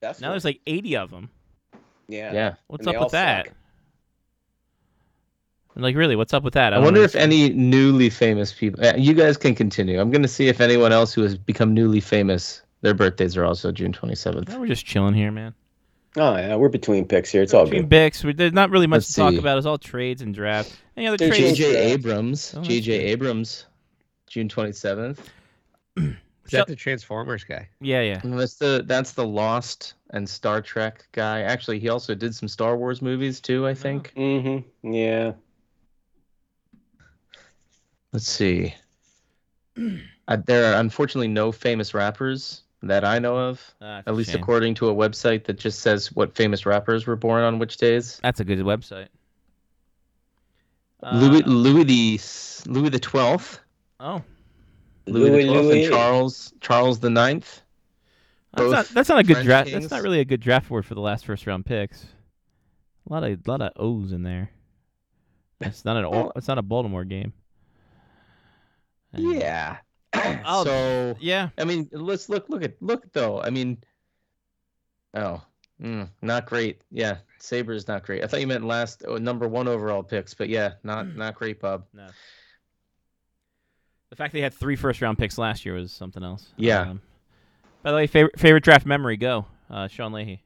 Speaker 6: That's
Speaker 1: Now
Speaker 6: right.
Speaker 1: there's like 80 of them.
Speaker 6: yeah.
Speaker 3: Yeah.
Speaker 1: What's
Speaker 6: And they
Speaker 1: up
Speaker 6: all
Speaker 1: with that?
Speaker 6: suck.
Speaker 1: And, Like really, what's up with that?
Speaker 3: I wonder if
Speaker 1: any.
Speaker 3: any newly famous people. uh, You guys can continue. I'm gonna see if anyone else who has become newly famous, their birthdays are also June 27th.
Speaker 1: Oh, Now we're just chilling here, man.
Speaker 6: Oh yeah, we're between picks here. It's all
Speaker 1: Between
Speaker 6: good.
Speaker 1: Bix, we, there's not really much
Speaker 3: Let's
Speaker 1: to talk
Speaker 3: see.
Speaker 1: about. It's all trades and drafts. Any other
Speaker 3: There's
Speaker 1: trades?
Speaker 3: J.J. Abrams.
Speaker 1: Oh, that's
Speaker 3: J.J. Abrams, June 27th.
Speaker 5: Is that the Transformers guy?
Speaker 1: Yeah, yeah.
Speaker 3: And That's the that's the Lost and Star Trek guy. Actually, he also did some Star Wars movies too.
Speaker 1: Oh,
Speaker 3: I think.
Speaker 6: Mm-hmm. Yeah.
Speaker 3: Let's see. Uh, there are unfortunately no famous rappers that I know of.
Speaker 1: Ah, that's
Speaker 3: at
Speaker 1: a
Speaker 3: least
Speaker 1: shame.
Speaker 3: according to a website that just says what famous rappers were born on which days.
Speaker 1: That's a good website. Uh,
Speaker 3: Louis Louis the Louis the Twelfth,
Speaker 1: Oh,
Speaker 3: Louis,
Speaker 6: Louis,
Speaker 3: the Twelfth,
Speaker 6: Louis.
Speaker 3: and Charles Charles the Ninth.
Speaker 1: that's not,
Speaker 3: Both
Speaker 1: that's not a good
Speaker 3: French
Speaker 1: draft.
Speaker 3: kings.
Speaker 1: That's not really a good draft board for the last first round picks. A lot of lot of O's in there. That's not an all. It's not a Baltimore game. Anyway. <clears throat>
Speaker 3: Yeah.
Speaker 6: Oh.
Speaker 1: I'll-
Speaker 3: so
Speaker 1: Yeah.
Speaker 3: I mean, let's look look at look though. I mean, oh,
Speaker 1: Hmm,
Speaker 3: mm, not great. Yeah, Sabers not great. I thought you meant last oh, number one overall picks, but yeah,
Speaker 1: <clears throat>
Speaker 3: not not great, Bob.
Speaker 1: The fact they had three first round picks last year was something else.
Speaker 3: Yeah.
Speaker 1: Um, by the way, favorite favorite draft memory go, uh, Sean Leahy.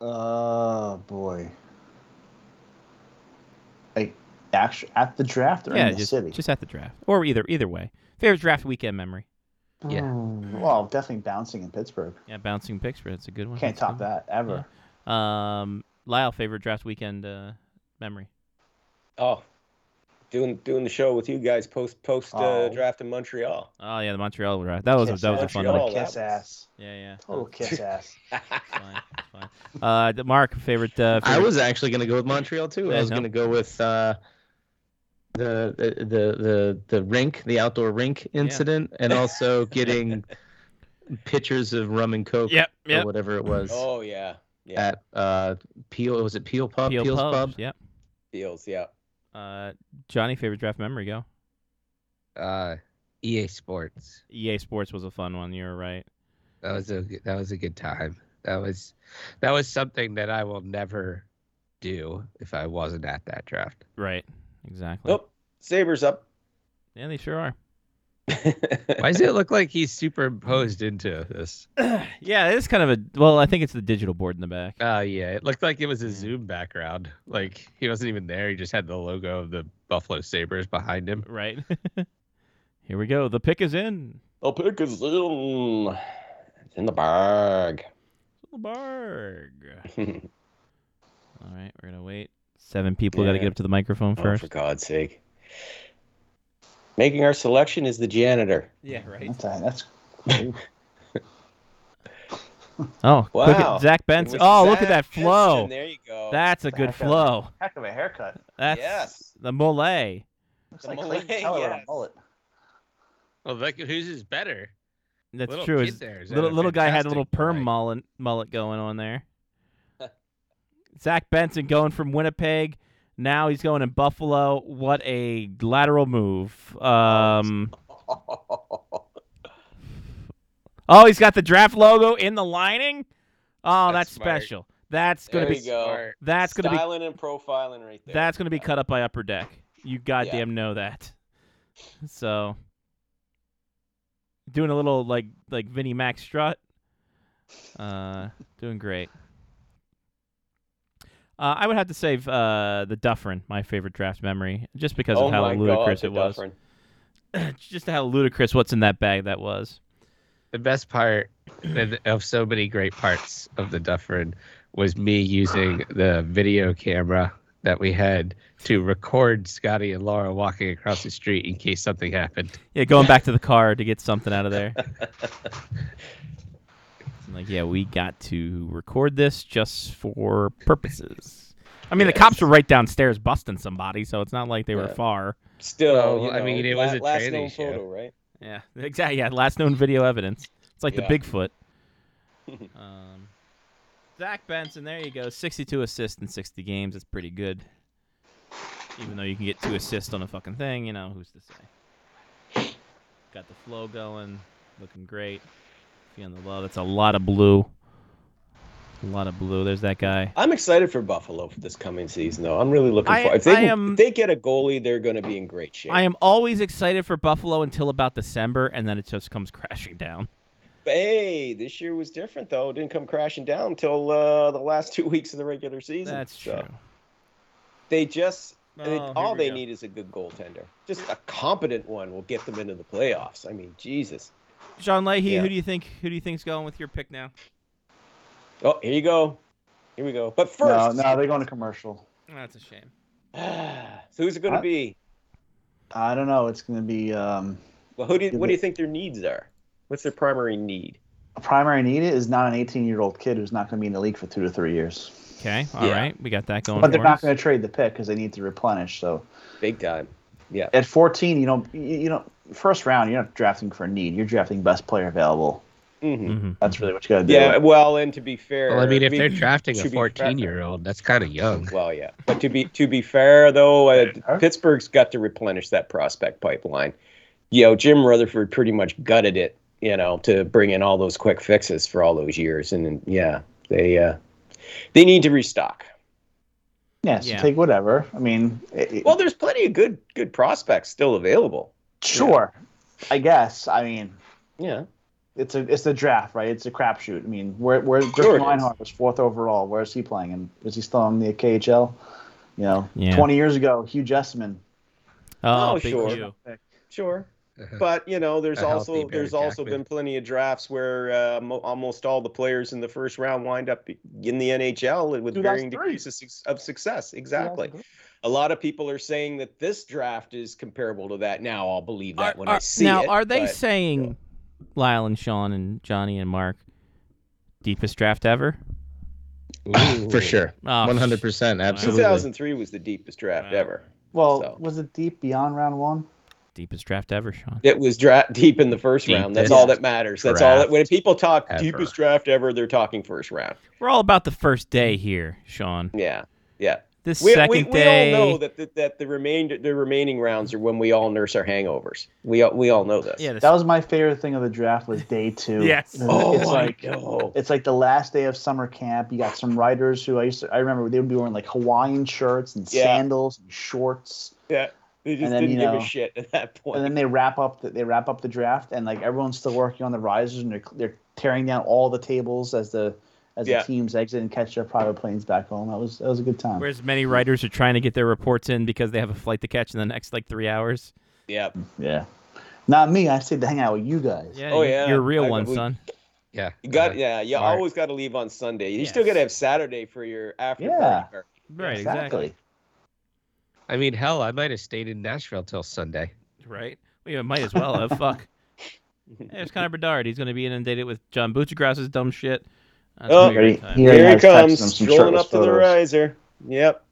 Speaker 4: Oh boy. Like actu at the draft or
Speaker 1: yeah,
Speaker 4: in the
Speaker 1: just,
Speaker 4: city?
Speaker 1: just at the draft or either either way. Favorite draft weekend memory.
Speaker 3: Yeah.
Speaker 4: Hmm, Well, definitely bouncing in Pittsburgh.
Speaker 1: Yeah, bouncing Pittsburgh. That's a good one.
Speaker 4: Can't top that ever.
Speaker 1: that. Um, Lyle, favorite draft weekend uh, memory.
Speaker 6: Oh, doing doing the show with you guys post post uh,
Speaker 4: Oh.
Speaker 6: draft in Montreal.
Speaker 1: Oh yeah, the Montreal draft. That was a,
Speaker 4: Kiss
Speaker 1: that was a
Speaker 4: ass.
Speaker 1: fun
Speaker 6: Montreal.
Speaker 1: one.
Speaker 6: one.
Speaker 4: Kiss ass.
Speaker 1: Yeah, yeah. <laughs>
Speaker 4: Total kiss ass.
Speaker 6: <laughs>
Speaker 1: Fine, fine. Uh, the- Mark, favorite. Uh,
Speaker 3: I
Speaker 1: favorite-
Speaker 3: was actually gonna go with Montreal too.
Speaker 1: Yeah,
Speaker 3: I was
Speaker 1: no.
Speaker 3: gonna go with uh, the, the the the the rink, the outdoor rink incident,
Speaker 1: <laughs>
Speaker 3: and also getting pictures of rum and coke
Speaker 1: Yep,
Speaker 3: or
Speaker 1: yep.
Speaker 3: whatever it was
Speaker 6: Oh yeah, yeah.
Speaker 3: at uh Peel. Was it Peel Pub?
Speaker 1: Peel
Speaker 3: Peel's
Speaker 1: Pubs,
Speaker 3: Pub.
Speaker 1: Yep.
Speaker 6: Deals. Yeah.
Speaker 1: Uh, Johnny, favorite draft memory go.
Speaker 5: Uh, EA Sports.
Speaker 1: EA Sports was E a fun one. You were right.
Speaker 5: That was a that was a good time. That was that was something that I will never do if I wasn't at that draft.
Speaker 1: Right. Exactly.
Speaker 6: Nope. Sabers up.
Speaker 1: Yeah, they sure are. <coughs>
Speaker 5: Why
Speaker 6: <laughs>
Speaker 5: does it look like he's superimposed into <laughs> this?
Speaker 1: yeah, it's kind of a. Well, I think it's the digital board in the back.
Speaker 5: Oh yeah, it looked like it was a Zoom background. Like he wasn't even there. He just had the logo of the Buffalo Sabres behind him.
Speaker 1: Right. <laughs> Here we go. The pick is in.
Speaker 6: The pick is in. It's in the bag. <laughs>
Speaker 1: Barg.
Speaker 6: oh,
Speaker 1: All right, we're gonna wait. Seven people got to
Speaker 6: Yeah.
Speaker 1: get up to the microphone first.
Speaker 6: Oh, for God's sake. Making our selection is the janitor.
Speaker 1: Yeah, right.
Speaker 4: That's, that's
Speaker 6: <laughs>
Speaker 4: cool.
Speaker 1: Oh, quick
Speaker 6: Wow.
Speaker 1: at Zach
Speaker 6: And
Speaker 1: Benson.
Speaker 6: with
Speaker 1: Oh, look at
Speaker 6: Zach
Speaker 1: that flow.
Speaker 6: Benson, There you go.
Speaker 1: That's a good
Speaker 4: Zach Benson.
Speaker 1: flow.
Speaker 4: Heck of a haircut.
Speaker 1: That's
Speaker 6: Yes.
Speaker 1: the mole.
Speaker 4: Looks
Speaker 6: The
Speaker 4: like
Speaker 1: <laughs>
Speaker 6: mullet,
Speaker 4: Clayton Keller with a
Speaker 6: yes.
Speaker 4: mullet.
Speaker 5: Well, look whose is better.
Speaker 1: That's
Speaker 5: Little
Speaker 1: true.
Speaker 5: kid
Speaker 1: His
Speaker 5: there is
Speaker 1: little
Speaker 5: at a
Speaker 1: little guy had a
Speaker 5: fantastic
Speaker 1: little perm
Speaker 5: play.
Speaker 1: mullet mullet going on there. Zach Benson going from Winnipeg. Now he's going in Buffalo. What a lateral move. Um, oh, he's got the draft logo in the lining. Oh, that's,
Speaker 5: That's smart.
Speaker 1: special. That's gonna
Speaker 6: there
Speaker 1: be
Speaker 6: you go.
Speaker 5: smart.
Speaker 1: <laughs> that's gonna be
Speaker 6: Styling and profiling right there.
Speaker 1: that's gonna be cut up by upper deck. You goddamn know that. So doing a little like like Vinnie Mac strut. Uh doing great. Uh, I would have to save uh, the Dufferin, my favorite draft memory, just because
Speaker 6: oh
Speaker 1: of how
Speaker 6: my
Speaker 1: ludicrous
Speaker 6: God,
Speaker 1: it
Speaker 6: the
Speaker 1: was.
Speaker 6: Dufferin.
Speaker 1: <laughs> just how ludicrous what's in that bag that was.
Speaker 5: The best part and of so many great parts of the Dufferin was me using the video camera that we had to record Scotty and Laura walking across the street in case something happened.
Speaker 1: Yeah, going back to the car to get something out of there. I'm like, yeah, we got to record this just for purposes. I mean, the cops were right downstairs busting somebody, so it's not like they were
Speaker 6: Yeah.
Speaker 1: far.
Speaker 6: Still,
Speaker 5: Well,
Speaker 6: you
Speaker 5: I mean,
Speaker 6: know,
Speaker 5: it was
Speaker 6: la-
Speaker 5: a
Speaker 6: last
Speaker 5: tranny
Speaker 6: known
Speaker 5: show.
Speaker 6: photo, right?
Speaker 1: Yeah, <laughs> exactly. Yeah, last known video evidence. It's like
Speaker 6: Yeah.
Speaker 1: the Bigfoot. <laughs> um, Zach Benson, there you go. 62 assists in 60 games. That's pretty good. Even though you can get two assists on a fucking thing, you know, who's to say? Got the flow going. Looking great. Feeling the love. That's a lot of blue. A lot of blue. There's that guy.
Speaker 6: I'm excited for Buffalo for this coming season, though. I'm really looking
Speaker 1: I-
Speaker 6: forward. If they,
Speaker 1: I
Speaker 6: can-
Speaker 1: am-
Speaker 6: if they get a goalie, they're going to be in great shape.
Speaker 1: I am always excited for Buffalo until about December, and then it just comes <laughs> crashing down.
Speaker 6: Hey, this year was different though. It didn't come crashing down until uh, the last <laughs> two weeks of the regular season.
Speaker 1: That's
Speaker 6: So,
Speaker 1: true.
Speaker 6: They just they-
Speaker 1: Oh, here
Speaker 6: all
Speaker 1: we
Speaker 6: they
Speaker 1: go.
Speaker 6: need is a good goaltender. Just a competent one will get them into the playoffs. I mean, Jesus.
Speaker 1: Sean Leahy,
Speaker 6: Yeah.
Speaker 1: who do you think who do you think's going with your pick now?
Speaker 6: Oh, here you go. Here we go. But
Speaker 4: No,
Speaker 6: first,
Speaker 4: no, they're going to commercial.
Speaker 1: That's a shame.
Speaker 6: <sighs> so who's it going to
Speaker 4: I-
Speaker 6: be?
Speaker 4: I don't know. It's going to be um,
Speaker 6: Well, who do you,
Speaker 4: Give
Speaker 6: what do
Speaker 4: it-
Speaker 6: you think their needs are? What's their primary need?
Speaker 4: a primary need is not an 18 year old kid who's not going to be in the league for two to three years.
Speaker 1: Okay, all right,
Speaker 6: Yeah.
Speaker 1: we got that going.
Speaker 4: But they're
Speaker 1: for
Speaker 4: not
Speaker 1: us.
Speaker 4: going to trade the pick because they need to replenish. So
Speaker 6: Big time.
Speaker 4: at 14, you don't, you you don't, first round, you're not drafting for need. You're drafting best player available.
Speaker 6: hmm
Speaker 1: Mhm.
Speaker 4: That's really what you got to do.
Speaker 6: Yeah. Well, and to be fair,
Speaker 5: Well, I mean, if they're drafting
Speaker 6: to
Speaker 5: a
Speaker 6: be fair-
Speaker 5: 14 year old, that's kind of young.
Speaker 6: Well, yeah, but to be to be fair though, uh,
Speaker 4: Huh?
Speaker 6: Pittsburgh's got to replenish that prospect pipeline. You know, Jim Rutherford pretty much gutted it, you know, to bring in all those quick fixes for all those years, and, then yeah, they uh, they need to restock.
Speaker 4: Yeah, so
Speaker 1: Yeah.
Speaker 4: take whatever. I mean, it- it-
Speaker 6: Well, there's plenty of good good prospects still available.
Speaker 4: sure, I guess. I mean,
Speaker 6: Yeah,
Speaker 4: it's a it's the draft, right? It's a crapshoot. I mean, where where
Speaker 6: Sure it
Speaker 4: Griffin
Speaker 6: is.
Speaker 4: Reinhardt was fourth overall. Where is he playing? And is he still in the KHL? You know,
Speaker 1: Yeah.
Speaker 4: twenty years ago, Hugh Jessamine.
Speaker 1: Oh,
Speaker 6: Oh,
Speaker 1: big
Speaker 6: sure.
Speaker 1: Q.
Speaker 6: sure. But you know, there's
Speaker 5: Uh-huh. A healthy
Speaker 6: also
Speaker 5: Barry
Speaker 6: there's also
Speaker 5: Jackman.
Speaker 6: been plenty of drafts where uh, mo- almost all the players in the first round wind up in the NHL with
Speaker 4: 2003.
Speaker 6: varying degrees of, suc- of success. Exactly. a lot of people are saying that this draft is comparable to that. Now I'll believe that
Speaker 1: Are-
Speaker 6: when I
Speaker 1: are-
Speaker 6: see
Speaker 1: now,
Speaker 6: it.
Speaker 1: are they
Speaker 6: but-
Speaker 1: saying Lyle and Sean and Johnny and Mark deepest draft ever?
Speaker 3: For sure.
Speaker 1: Oh,
Speaker 3: 100%. Absolutely.
Speaker 6: 2003 was the deepest draft
Speaker 1: Wow.
Speaker 6: ever.
Speaker 4: Well,
Speaker 6: So.
Speaker 4: was it deep beyond round one?
Speaker 1: Deepest draft ever, Sean.
Speaker 6: It was draft deep in the first round. That's
Speaker 5: Deepest
Speaker 6: all that matters. That's all that
Speaker 5: draft
Speaker 6: when people talk
Speaker 5: ever.
Speaker 6: deepest draft ever, they're talking first round.
Speaker 1: We're all about the first day here, Sean.
Speaker 6: Yeah. Yeah.
Speaker 1: This
Speaker 6: We,
Speaker 1: second
Speaker 6: we, we
Speaker 1: day.
Speaker 6: all know that the, that the remainder the remaining rounds are when we all nurse our hangovers. We all, we all know this.
Speaker 1: yeah, this,
Speaker 4: That was my favorite thing of the draft was day
Speaker 1: <laughs>
Speaker 4: two.
Speaker 1: Yes.
Speaker 4: And
Speaker 6: Oh,
Speaker 4: it's like
Speaker 6: I know.
Speaker 4: it's like the last day of summer camp. You got some writers who I used to I remember they would be wearing like Hawaiian shirts and
Speaker 6: Yeah.
Speaker 4: sandals and shorts.
Speaker 6: They just
Speaker 4: and then,
Speaker 6: didn't
Speaker 4: you
Speaker 6: give
Speaker 4: know,
Speaker 6: a shit at that point.
Speaker 4: and then they wrap up the, they wrap up the draft and like everyone's still working on the risers and they're, they're tearing down all the tables as the as
Speaker 6: Yeah.
Speaker 4: the teams exit and catch their private planes back home that was that was a good time
Speaker 1: whereas many writers are trying to get their reports in because they have a flight to catch in the next like three hours.
Speaker 6: yeah.
Speaker 4: yeah not me i stayed to hang out with you guys
Speaker 1: Yeah,
Speaker 6: Oh,
Speaker 1: you-
Speaker 6: yeah.
Speaker 1: you're a real
Speaker 6: I-
Speaker 1: one,
Speaker 6: we-
Speaker 1: son.
Speaker 5: Yeah.
Speaker 6: You got
Speaker 5: Uh,
Speaker 6: yeah, you
Speaker 5: Smart.
Speaker 6: always got to leave on Sunday. You still got to have Saturday for your after
Speaker 4: Yeah.
Speaker 6: party. <laughs>
Speaker 1: Right,
Speaker 4: exactly
Speaker 5: I mean, hell, I might have stayed in Nashville till Sunday.
Speaker 1: Right? Well, yeah, might as well have.
Speaker 5: <laughs>
Speaker 1: Fuck. Hey, There's Connor Bedard. He's going to be inundated with John Buchagross's dumb shit. That's
Speaker 6: Oh,
Speaker 1: gonna be a
Speaker 4: Ready?
Speaker 1: good time.
Speaker 4: Here
Speaker 6: Here
Speaker 4: he
Speaker 6: he
Speaker 4: has texted
Speaker 6: comes,
Speaker 4: them some
Speaker 6: strolling
Speaker 4: shirtless
Speaker 6: up to the
Speaker 4: photos.
Speaker 6: riser. Yep,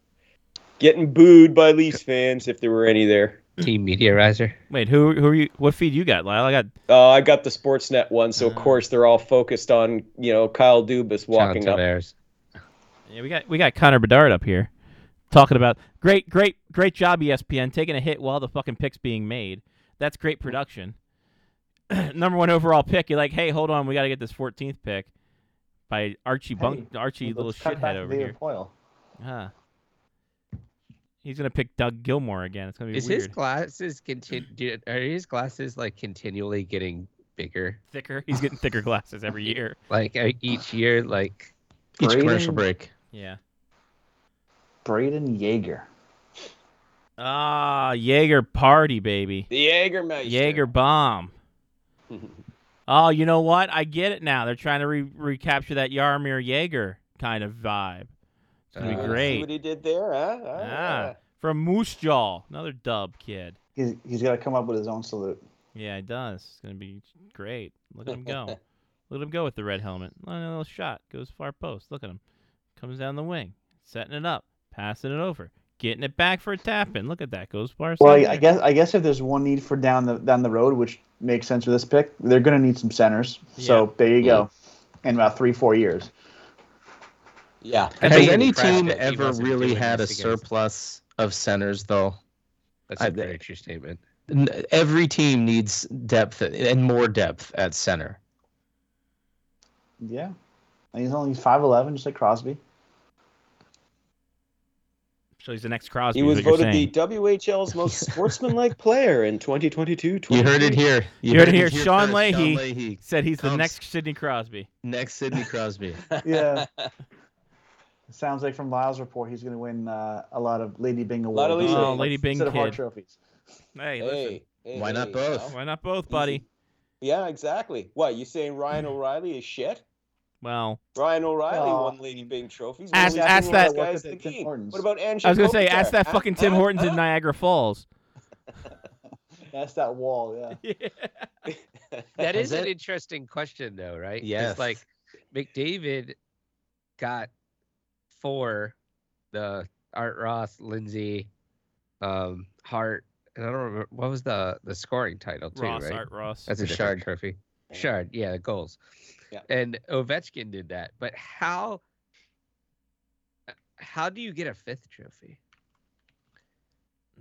Speaker 6: getting booed by Leafs fans if there were any there.
Speaker 5: Team Media Riser.
Speaker 1: Wait, who who are you? What feed you got, Lyle? I got
Speaker 6: Uh, I got the Sportsnet one, so of
Speaker 1: Ah.
Speaker 6: course they're all focused on you know Kyle Dubas walking
Speaker 5: John
Speaker 6: up.
Speaker 5: Tavares.
Speaker 1: yeah, we got we got Connor Bedard up here talking about great great great job E ESPN taking a hit while the fucking pick's being made. That's great production. <clears throat> Number one overall pick. You're like, hey, hold on, we got to get this 14th pick by Archie Bunk, Archie little
Speaker 4: Let's cut
Speaker 1: shithead
Speaker 4: back to
Speaker 1: over
Speaker 4: David
Speaker 1: here.
Speaker 4: Poyle.
Speaker 1: Huh. He's gonna pick Doug Gilmore again. It's gonna be
Speaker 5: Is
Speaker 1: weird.
Speaker 5: his glasses continu- Are his glasses like continually getting bigger?
Speaker 1: thicker. He's getting <laughs> thicker glasses every year.
Speaker 5: Like uh, each year, like
Speaker 3: Each
Speaker 4: Braden-
Speaker 3: commercial break.
Speaker 1: Yeah.
Speaker 4: braden yeager
Speaker 1: Ah, Jaeger party, baby.
Speaker 6: The Jaegermeister.
Speaker 1: Jaeger bomb.
Speaker 6: <laughs>
Speaker 1: oh, you know what? I get it now. They're trying to re- recapture that Yarmir Jaeger kind of vibe. It's
Speaker 6: Uh,
Speaker 1: gonna be
Speaker 6: see what
Speaker 1: great.
Speaker 6: he did there, huh? Ah,
Speaker 1: Ah, from Moose Jaw, another dub kid.
Speaker 4: he's, he's got to come up with his own salute
Speaker 1: Yeah, it does. It's gonna be great. Look at him go.
Speaker 6: <laughs>
Speaker 1: Look at him go with the red helmet. Another little shot goes far post. Look at him. Comes down the wing, setting it up, passing it over, getting it back for a tap in. Look at that. Goes far.
Speaker 4: Well,
Speaker 1: side
Speaker 4: I, I
Speaker 1: there.
Speaker 4: guess I guess if there's one need for down the down the road, which makes sense with this pick, they're going to need some centers. So there you go. In about three four years,
Speaker 6: Yeah.
Speaker 5: I
Speaker 3: Has
Speaker 5: think
Speaker 3: any
Speaker 5: in practice
Speaker 3: team
Speaker 5: he
Speaker 3: ever
Speaker 5: wasn't
Speaker 3: really
Speaker 5: doing
Speaker 3: had a
Speaker 5: this against-
Speaker 3: surplus of centers, though?
Speaker 5: That's a
Speaker 3: I-
Speaker 5: very true statement.
Speaker 3: N- Every team needs depth and more depth at center.
Speaker 4: yeah. And he's only five eleven, just like Crosby.
Speaker 1: So he's the next Crosby.
Speaker 6: He was
Speaker 1: is what you're
Speaker 6: voted the
Speaker 1: saying. <laughs>
Speaker 6: WHL's most sportsmanlike player in 2022.
Speaker 3: You heard it here.
Speaker 1: You, heard it here.
Speaker 3: it
Speaker 1: Sean,
Speaker 3: first.
Speaker 1: Leahy
Speaker 3: Sean Leahy.
Speaker 1: said he's the
Speaker 3: comes-
Speaker 1: next Sidney Crosby.
Speaker 3: Next Sidney Crosby.
Speaker 4: Yeah. It <laughs> sounds like from Lyle's report, he's going to win uh, a lot of Lady Bing awards.
Speaker 6: Lot of Lady
Speaker 4: instead
Speaker 1: Bing. Oh, Lady Bing
Speaker 4: instead of hard
Speaker 1: kid.
Speaker 4: trophies. <laughs>
Speaker 1: Hey, listen.
Speaker 6: Hey, hey,
Speaker 3: Why not
Speaker 6: hey,
Speaker 3: both?
Speaker 6: well,
Speaker 1: Why not both, buddy? Mm.
Speaker 6: Yeah, exactly. What you saying? Ryan O'Reilly is shit.
Speaker 1: Well,
Speaker 6: Ryan O'Reilly
Speaker 4: Aw.
Speaker 6: won Lady Bing trophies.
Speaker 1: Ask-
Speaker 6: What was
Speaker 1: ask
Speaker 6: he
Speaker 1: that-
Speaker 6: doing when Guy's
Speaker 4: Worked at
Speaker 6: the
Speaker 4: Tim
Speaker 6: king.
Speaker 4: Hortons.
Speaker 6: What about Angie?
Speaker 1: I was gonna say,
Speaker 6: Kopitar?
Speaker 1: ask that
Speaker 6: Huh?
Speaker 1: fucking Tim
Speaker 6: Huh?
Speaker 1: Hortons in
Speaker 6: <laughs> Huh?
Speaker 1: Niagara Falls.
Speaker 4: That's that wall, yeah.
Speaker 5: That is an
Speaker 3: it.
Speaker 5: interesting question, though, right? 'Cause,
Speaker 3: Yes.
Speaker 5: Like McDavid got four, the Art Ross, Lindsay, um, Hart, and I don't remember what was the the scoring title too,
Speaker 1: Ross,
Speaker 5: right?
Speaker 1: Art Ross.
Speaker 5: That's a
Speaker 3: Richard.
Speaker 5: shard trophy.
Speaker 6: Yeah.
Speaker 5: Shard, yeah, the goals.
Speaker 6: Yeah.
Speaker 5: And Ovechkin did that, but how? How do you get a fifth trophy?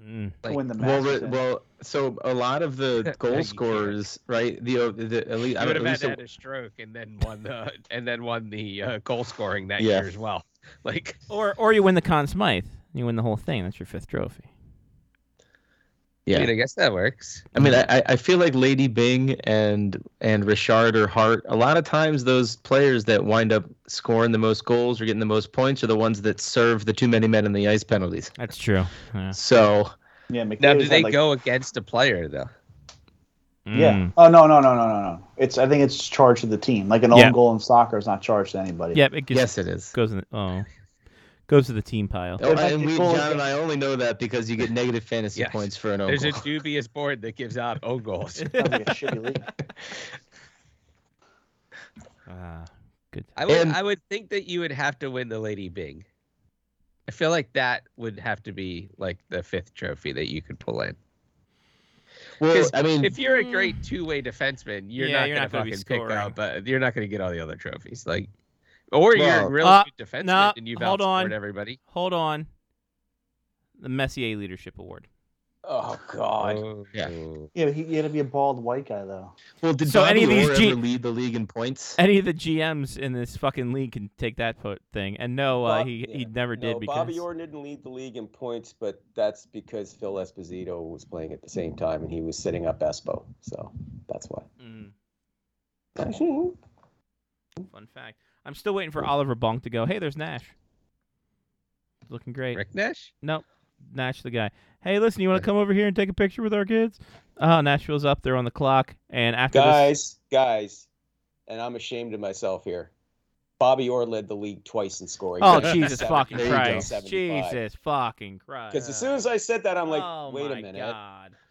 Speaker 1: Mm.
Speaker 5: Like,
Speaker 4: win the
Speaker 3: Well,
Speaker 4: match.
Speaker 3: the- well, so a lot of <laughs>
Speaker 5: <laughs>
Speaker 3: the goal scorers, right? The the at least,
Speaker 5: I
Speaker 3: I
Speaker 5: would
Speaker 3: don't, at
Speaker 5: have had,
Speaker 3: least
Speaker 5: to
Speaker 3: it-
Speaker 5: had a stroke and then won the <laughs> and then won the uh, goal scoring that
Speaker 3: Yeah.
Speaker 5: year as well. <laughs> Like
Speaker 1: Or or you win the Conn Smythe. You win the whole thing. That's your fifth trophy.
Speaker 5: I
Speaker 3: Yeah.
Speaker 5: mean, I guess that works.
Speaker 3: I mean, I, I- I feel like Lady Bing and and Richard or Hart. A lot of times, those players that wind up scoring the most goals or getting the most points are the ones that serve the too many men in the ice penalties.
Speaker 1: That's true. Yeah.
Speaker 3: So
Speaker 4: yeah,
Speaker 5: Now,
Speaker 4: McDavid's
Speaker 5: do
Speaker 4: had,
Speaker 5: they
Speaker 4: like-
Speaker 5: go against a player though?
Speaker 4: Yeah.
Speaker 1: Mm.
Speaker 4: Oh no no no no no no. It's I think it's charged to the team. Like an
Speaker 1: Yeah.
Speaker 4: own goal in soccer is not charged to anybody.
Speaker 1: Yep. It gets,
Speaker 3: yes, it is.
Speaker 1: goes in. The, oh, goes to the team pile.
Speaker 3: Oh,
Speaker 4: If I
Speaker 3: and
Speaker 4: could
Speaker 3: we,
Speaker 4: call-
Speaker 3: John and I only know that because you get negative fantasy
Speaker 5: Yes.
Speaker 3: points for an own
Speaker 5: There's a
Speaker 3: goal.
Speaker 5: dubious board that gives out
Speaker 3: <laughs>
Speaker 5: own goals.
Speaker 4: Sounds like a shitty league.
Speaker 1: Ah, good.
Speaker 5: I would,
Speaker 3: And-
Speaker 5: I would think that you would have to win the Lady Bing. I feel like that would have to be like the fifth trophy that you could pull in.
Speaker 3: well,
Speaker 5: 'Cause
Speaker 3: I mean,
Speaker 5: If you're a great two-way defenseman, you're
Speaker 1: Hmm. Yeah,
Speaker 5: not
Speaker 1: you're
Speaker 5: going
Speaker 1: not
Speaker 5: to
Speaker 1: gonna be
Speaker 5: fucking pick
Speaker 1: scoring.
Speaker 5: out, but you're not going to get all the other trophies. Like, or you're
Speaker 3: Well-
Speaker 5: a really
Speaker 1: Uh,
Speaker 5: good defenseman
Speaker 1: no,
Speaker 5: and you've
Speaker 1: hold
Speaker 5: outscored
Speaker 1: on.
Speaker 5: everybody.
Speaker 1: Hold on. The Messier Leadership Award.
Speaker 6: Oh God.
Speaker 3: yeah.
Speaker 5: Oh.
Speaker 4: Yeah, but he, he had to be a bald white guy though.
Speaker 3: well, did
Speaker 1: So any of
Speaker 3: Bobby
Speaker 1: these
Speaker 3: Orr
Speaker 1: G-
Speaker 3: ever lead the league in points?
Speaker 1: Any of the GMs in this fucking league can take that po- thing. And no, uh,
Speaker 6: Bob-
Speaker 1: he he
Speaker 6: yeah.
Speaker 1: never did
Speaker 6: No,
Speaker 1: because
Speaker 6: Bobby Orr didn't lead the league in points, but that's because Phil Esposito was playing at the same time and he was setting up Espo, so that's
Speaker 4: <laughs>
Speaker 6: why.
Speaker 1: Mm, fun fact. I'm still waiting for Oliver Bonk to go. Hey, there's Nash. Looking great.
Speaker 5: Rick Nash?
Speaker 1: Nope. Nash the guy. Hey, listen, you want to come over here and take a picture with our kids? Oh, Nashville's up there on the clock. And after this,
Speaker 6: guys, guys, and I'm ashamed of myself here. Bobby Orr led the league twice in scoring. <laughs>
Speaker 1: oh
Speaker 6: He was
Speaker 1: Jesus
Speaker 6: 70,
Speaker 1: fucking
Speaker 6: he was
Speaker 1: Christ,
Speaker 6: 75.
Speaker 1: Jesus fucking Christ.
Speaker 6: Because as soon as I said that, I'm like,
Speaker 1: oh,
Speaker 6: wait a
Speaker 1: my
Speaker 6: minute.
Speaker 1: God.
Speaker 6: <laughs>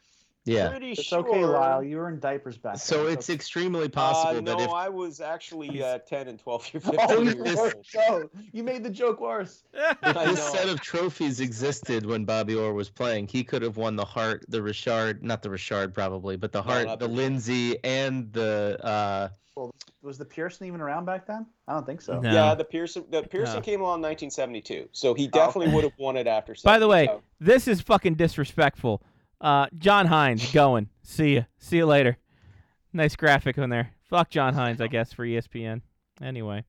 Speaker 3: Yeah.
Speaker 6: Pretty
Speaker 4: It's
Speaker 6: sure.
Speaker 4: okay, Lyle. You were in diapers back
Speaker 3: So
Speaker 4: then.
Speaker 3: it's extremely
Speaker 6: Uh,
Speaker 3: possible
Speaker 6: no,
Speaker 3: that if
Speaker 6: I
Speaker 4: <laughs>
Speaker 6: was actually uh, 10 and 12 year
Speaker 4: Oh,
Speaker 6: 15
Speaker 4: you
Speaker 6: years
Speaker 4: were-
Speaker 6: old.
Speaker 4: no, you made the joke worse.
Speaker 6: <laughs> I
Speaker 3: this
Speaker 6: know.
Speaker 3: set of trophies existed when Bobby Orr was playing, he could have won the Hart, the Richard, not the Richard probably, but the Hart,
Speaker 6: not
Speaker 3: the
Speaker 6: the-
Speaker 3: Lindsay, and the uh,
Speaker 4: Was the Pearson even around back then? I don't think so.
Speaker 1: No.
Speaker 6: Yeah, the Pearson the Pearson
Speaker 1: No. Oh.
Speaker 6: came along in 1972, so he definitely would have won it after.
Speaker 1: By the way,
Speaker 6: 70.
Speaker 1: this is fucking disrespectful. Uh, John Hines going. See ya. See you later. Nice graphic on there. Fuck John Hines, I guess, for E ESPN. Anyway,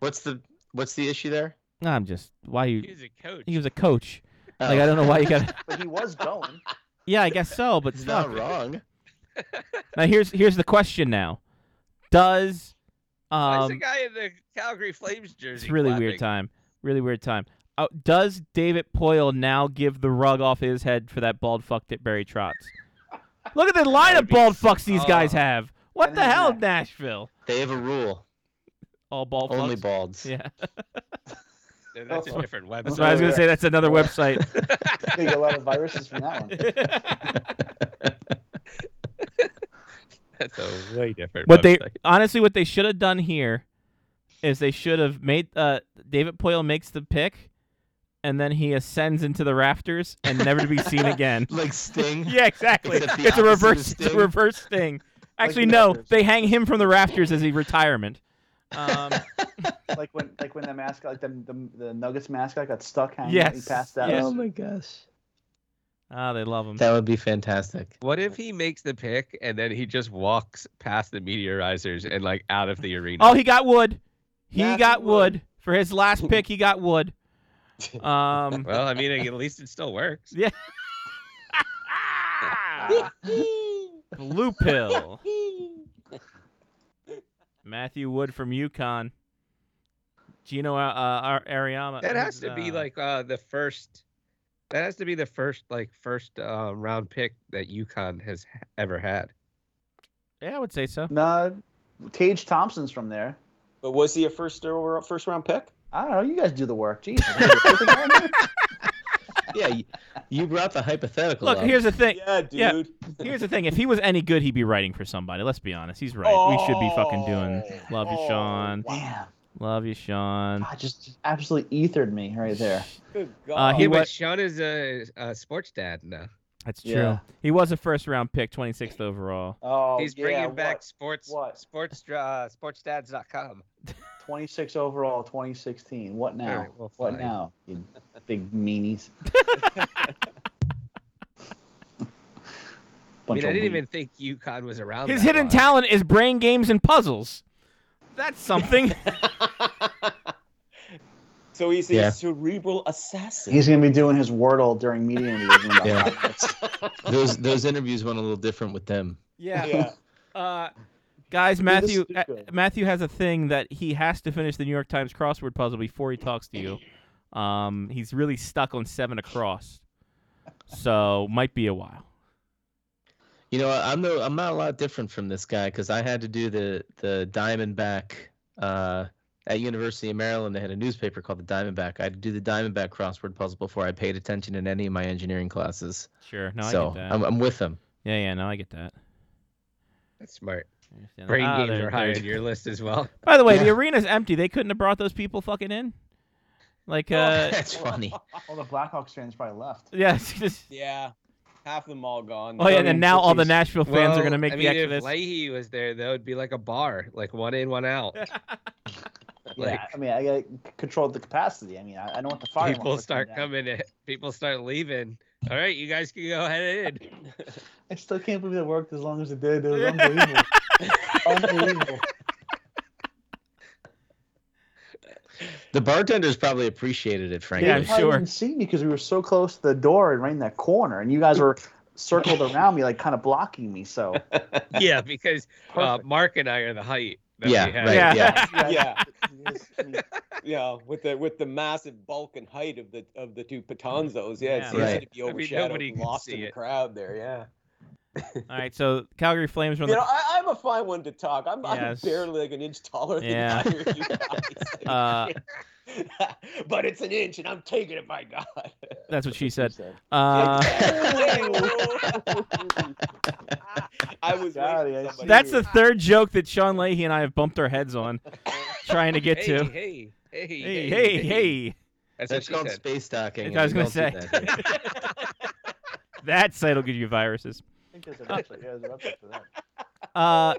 Speaker 3: what's the what's the issue there?
Speaker 1: I'm just why
Speaker 5: He
Speaker 1: you.
Speaker 5: was a coach.
Speaker 1: He was a coach.
Speaker 3: Oh,
Speaker 1: Like I don't know why you
Speaker 6: <laughs>
Speaker 1: got. to
Speaker 4: But he was going.
Speaker 1: <laughs> Yeah, I guess so. But
Speaker 3: it's
Speaker 1: fuck.
Speaker 3: not wrong.
Speaker 1: Now here's here's the question. Now, does
Speaker 5: Why is
Speaker 1: um
Speaker 5: the guy in the Calgary Flames jersey?
Speaker 1: it's really weird
Speaker 5: clapping?
Speaker 1: time, really weird time. Uh, does David Poyle now give the rug off his head for that bald fuck that Barry Trotz? Look at the lineup
Speaker 5: be
Speaker 1: bald fucks these guys
Speaker 5: oh.
Speaker 1: have. What
Speaker 4: And
Speaker 1: the
Speaker 4: his
Speaker 1: hell,
Speaker 4: neck.
Speaker 1: Nashville?
Speaker 3: They have a rule:
Speaker 1: All bald
Speaker 3: only
Speaker 1: fucks.
Speaker 3: balds.
Speaker 1: Yeah,
Speaker 5: No,
Speaker 1: <laughs>
Speaker 5: that's a different website.
Speaker 1: that's what I was gonna say. That's another website.
Speaker 4: You get a lot of viruses from that
Speaker 1: <laughs>
Speaker 4: one.
Speaker 5: That's a way different.
Speaker 1: What they
Speaker 5: website.
Speaker 1: honestly, what they should have done here is they should have made uh, David Poyle makes the pick, and then he ascends into the rafters and never to be
Speaker 5: <laughs>
Speaker 1: seen again.
Speaker 3: Like Sting.
Speaker 1: <laughs> yeah, exactly.
Speaker 3: Except the
Speaker 1: It's a
Speaker 3: opposite of
Speaker 1: reverse. It's a
Speaker 3: Sting.
Speaker 1: reverse thing. Actually,
Speaker 4: the
Speaker 1: no,
Speaker 4: Raptors.
Speaker 1: they hang him from the rafters as a retirement. Um,
Speaker 4: Like when, like when the mascot, like the, the, the Nuggets mascot got stuck hanging. He
Speaker 1: Yes,
Speaker 4: passed out.
Speaker 1: yes.
Speaker 3: Oh my gosh,
Speaker 1: ah, they love him.
Speaker 3: that would be fantastic.
Speaker 5: Mm-hmm. What if he makes the pick and then he just walks past the meteorizers and like
Speaker 4: Oh.
Speaker 5: out of the arena?
Speaker 1: Oh, he got wood. He
Speaker 6: Matthew
Speaker 1: got wood.
Speaker 6: Wood.
Speaker 1: for his last pick. He got wood. Um,
Speaker 5: well, I mean, at least it still works.
Speaker 1: Yeah. Blue pill. Matthew Wood from Yukon. Gino uh, uh, Ariyama.
Speaker 5: That has to be
Speaker 1: uh,
Speaker 5: like uh, the first. That has to be the first like first uh, round pick that UConn has h- ever had.
Speaker 1: Yeah, I would say so.
Speaker 4: Nah, Tage Thompson's from there.
Speaker 6: But was he a first overall, first round pick?
Speaker 4: I don't know. You guys do the work. <laughs> Jeez.
Speaker 10: <laughs> yeah, you, you brought the hypothetical.
Speaker 1: Look,
Speaker 10: up.
Speaker 1: here's the thing.
Speaker 6: Yeah,
Speaker 1: Yeah.
Speaker 6: dude.
Speaker 1: Here's the thing. If he was any good, he'd be writing for somebody. Let's be honest. He's right. we should be fucking doing. Love you, Sean.
Speaker 4: Damn.
Speaker 1: Love you, Sean.
Speaker 4: God, just, just absolutely ethered me right there.
Speaker 6: Good
Speaker 1: Uh, <laughs>
Speaker 6: God.
Speaker 1: he
Speaker 5: He was
Speaker 1: was.
Speaker 5: Sean is a, a sports dad now.
Speaker 1: That's true.
Speaker 4: Yeah.
Speaker 1: He was a first round pick, 26th overall.
Speaker 4: Oh,
Speaker 5: He's
Speaker 4: yeah,
Speaker 5: bringing
Speaker 4: what?
Speaker 5: back sports
Speaker 4: What?
Speaker 5: sports uh, sportsdads.com.
Speaker 4: 26 overall, 2016. What now?
Speaker 5: Alright, we'll
Speaker 4: what
Speaker 5: find.
Speaker 4: now?
Speaker 5: <laughs>
Speaker 4: You big meanies.
Speaker 5: I
Speaker 4: Bunch
Speaker 5: mean,
Speaker 4: of
Speaker 5: I didn't
Speaker 4: weeb-
Speaker 5: even think UConn was around.
Speaker 1: His
Speaker 5: that
Speaker 1: hidden
Speaker 5: long.
Speaker 1: talent is brain games and puzzles. That's something.
Speaker 6: so he's a
Speaker 10: Yeah.
Speaker 6: cerebral assassin.
Speaker 4: He's gonna be doing his wordle during media
Speaker 5: <laughs>
Speaker 4: interviews. in about
Speaker 10: Yeah.
Speaker 4: five minutes.
Speaker 10: those those interviews went a little different with them.
Speaker 6: yeah.
Speaker 1: Uh, guys,
Speaker 4: Dude, this
Speaker 1: Matthew
Speaker 4: is
Speaker 1: uh,
Speaker 4: good.
Speaker 1: Matthew has a thing that he has to finish the New York Times crossword puzzle before he talks to you. Um, he's really stuck on seven across, so might be a while.
Speaker 10: You know, I'm no, I'm not a lot different from this guy because I had to do the the Diamondback uh, at University of Maryland. They had a newspaper called the Diamondback. I had to do the Diamondback crossword puzzle before I paid attention in any of my engineering classes.
Speaker 1: Sure. No, I
Speaker 10: so
Speaker 1: get that.
Speaker 10: I'm, I'm with him.
Speaker 1: yeah, yeah. No, I get that.
Speaker 5: That's smart.
Speaker 1: I understand that.
Speaker 5: Brain
Speaker 1: Ah,
Speaker 5: games
Speaker 1: there-
Speaker 5: are high
Speaker 1: there's-
Speaker 5: on your list as well.
Speaker 1: By the way, the
Speaker 5: <laughs>
Speaker 10: Yeah.
Speaker 1: arena's empty. They couldn't have brought those people fucking in. Like, uh,
Speaker 5: <laughs>
Speaker 1: <laughs>
Speaker 10: That's
Speaker 4: <laughs>
Speaker 10: funny.
Speaker 4: All the Blackhawks fans probably left.
Speaker 1: yeah. it's just-
Speaker 6: Yeah. Half of them all gone.
Speaker 1: oh yeah, and
Speaker 6: Thirty
Speaker 1: then now all the
Speaker 6: cookies.
Speaker 1: Nashville <laughs> fans are gonna make
Speaker 5: I
Speaker 1: the
Speaker 5: mean,
Speaker 1: exodus.
Speaker 5: if Leahy was there, that would be like a bar, like one in,
Speaker 1: <laughs>
Speaker 5: one out. <laughs> Like
Speaker 4: yeah, I mean, I gotta control the capacity. I mean, I, I don't want the fire.
Speaker 5: people start coming in, people start leaving. All right, you guys can go ahead
Speaker 1: <laughs>
Speaker 5: in.
Speaker 4: I still can't believe that worked as long as it did. It was unbelievable. unbelievable.
Speaker 10: The bartenders probably appreciated it, frankly.
Speaker 1: Yeah, I'm
Speaker 4: they probably
Speaker 1: sure.
Speaker 4: Didn't see me because we were so close to the door and right in that corner, and you guys were circled around me, like kind of blocking me. So
Speaker 6: <laughs>
Speaker 5: yeah, because uh,
Speaker 4: Perfect.
Speaker 5: Mark and I are the height. that
Speaker 10: Yeah,
Speaker 5: we have.
Speaker 10: right,
Speaker 1: Yeah.
Speaker 10: yeah.
Speaker 6: yeah, yeah, with the with the massive bulk and height of the of the two Patanzos, yeah,
Speaker 1: Yeah.
Speaker 6: it's easy
Speaker 10: Right.
Speaker 6: to be
Speaker 5: I mean,
Speaker 6: overshadowed
Speaker 5: nobody
Speaker 6: and
Speaker 5: could
Speaker 6: lost
Speaker 5: see
Speaker 6: in the
Speaker 5: it.
Speaker 6: crowd there. Yeah,
Speaker 1: <laughs> All right, so Calgary Flames run
Speaker 6: you
Speaker 1: the
Speaker 6: know, I, I'm a fine one to talk. I'm,
Speaker 1: Yes.
Speaker 6: I'm barely like an inch taller than
Speaker 1: Yeah.
Speaker 6: either of you guys.
Speaker 1: Uh,
Speaker 6: <laughs> but it's an inch, and I'm taking it. My God.
Speaker 1: That's what
Speaker 5: <laughs>
Speaker 1: she said.
Speaker 6: <laughs>
Speaker 1: Uh,
Speaker 6: I was.
Speaker 4: God, I see.
Speaker 6: waiting for somebody
Speaker 1: that's
Speaker 6: to-
Speaker 1: the third joke that Sean Leahy and I have bumped our heads on, trying to get
Speaker 5: Hey,
Speaker 1: to.
Speaker 5: hey, hey,
Speaker 1: Hey, hey, hey!
Speaker 5: That's,
Speaker 10: That's
Speaker 5: what
Speaker 10: called
Speaker 5: she said.
Speaker 10: space docking.
Speaker 1: That's what I was
Speaker 10: and
Speaker 1: gonna
Speaker 10: we don't do that here.
Speaker 1: That site will give you viruses.
Speaker 4: I think there's an upside. Yeah, there's an upside for that.
Speaker 5: <laughs>
Speaker 1: Uh,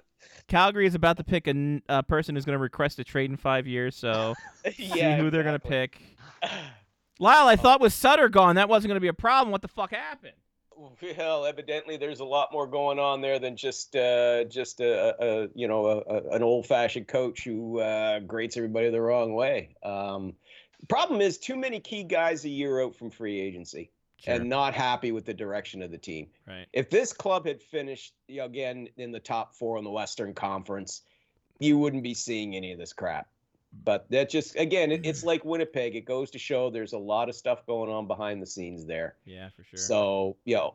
Speaker 1: Calgary is about to pick a, n- a person who's going to request a trade in five years, so see
Speaker 6: <laughs> Yeah,
Speaker 1: who they're going to
Speaker 6: exactly. Oh.
Speaker 1: pick. Lyle, I thought with Sutter gone, that wasn't going to be a problem. What the fuck happened?
Speaker 6: Well, evidently there's a lot more going on there than just uh, just a, a you know a, a, an old-fashioned coach who uh, grates everybody the wrong way. Um, problem is too many key guys a year out from free agency and not happy with the direction of the team.
Speaker 1: Right.
Speaker 6: If this club had finished you know, again in the top four in the Western Conference, you wouldn't be seeing any of this crap. But that just again, it, it's like Winnipeg. It goes to show there's a lot of stuff going on behind the scenes there.
Speaker 1: Yeah, for sure.
Speaker 6: So, yo,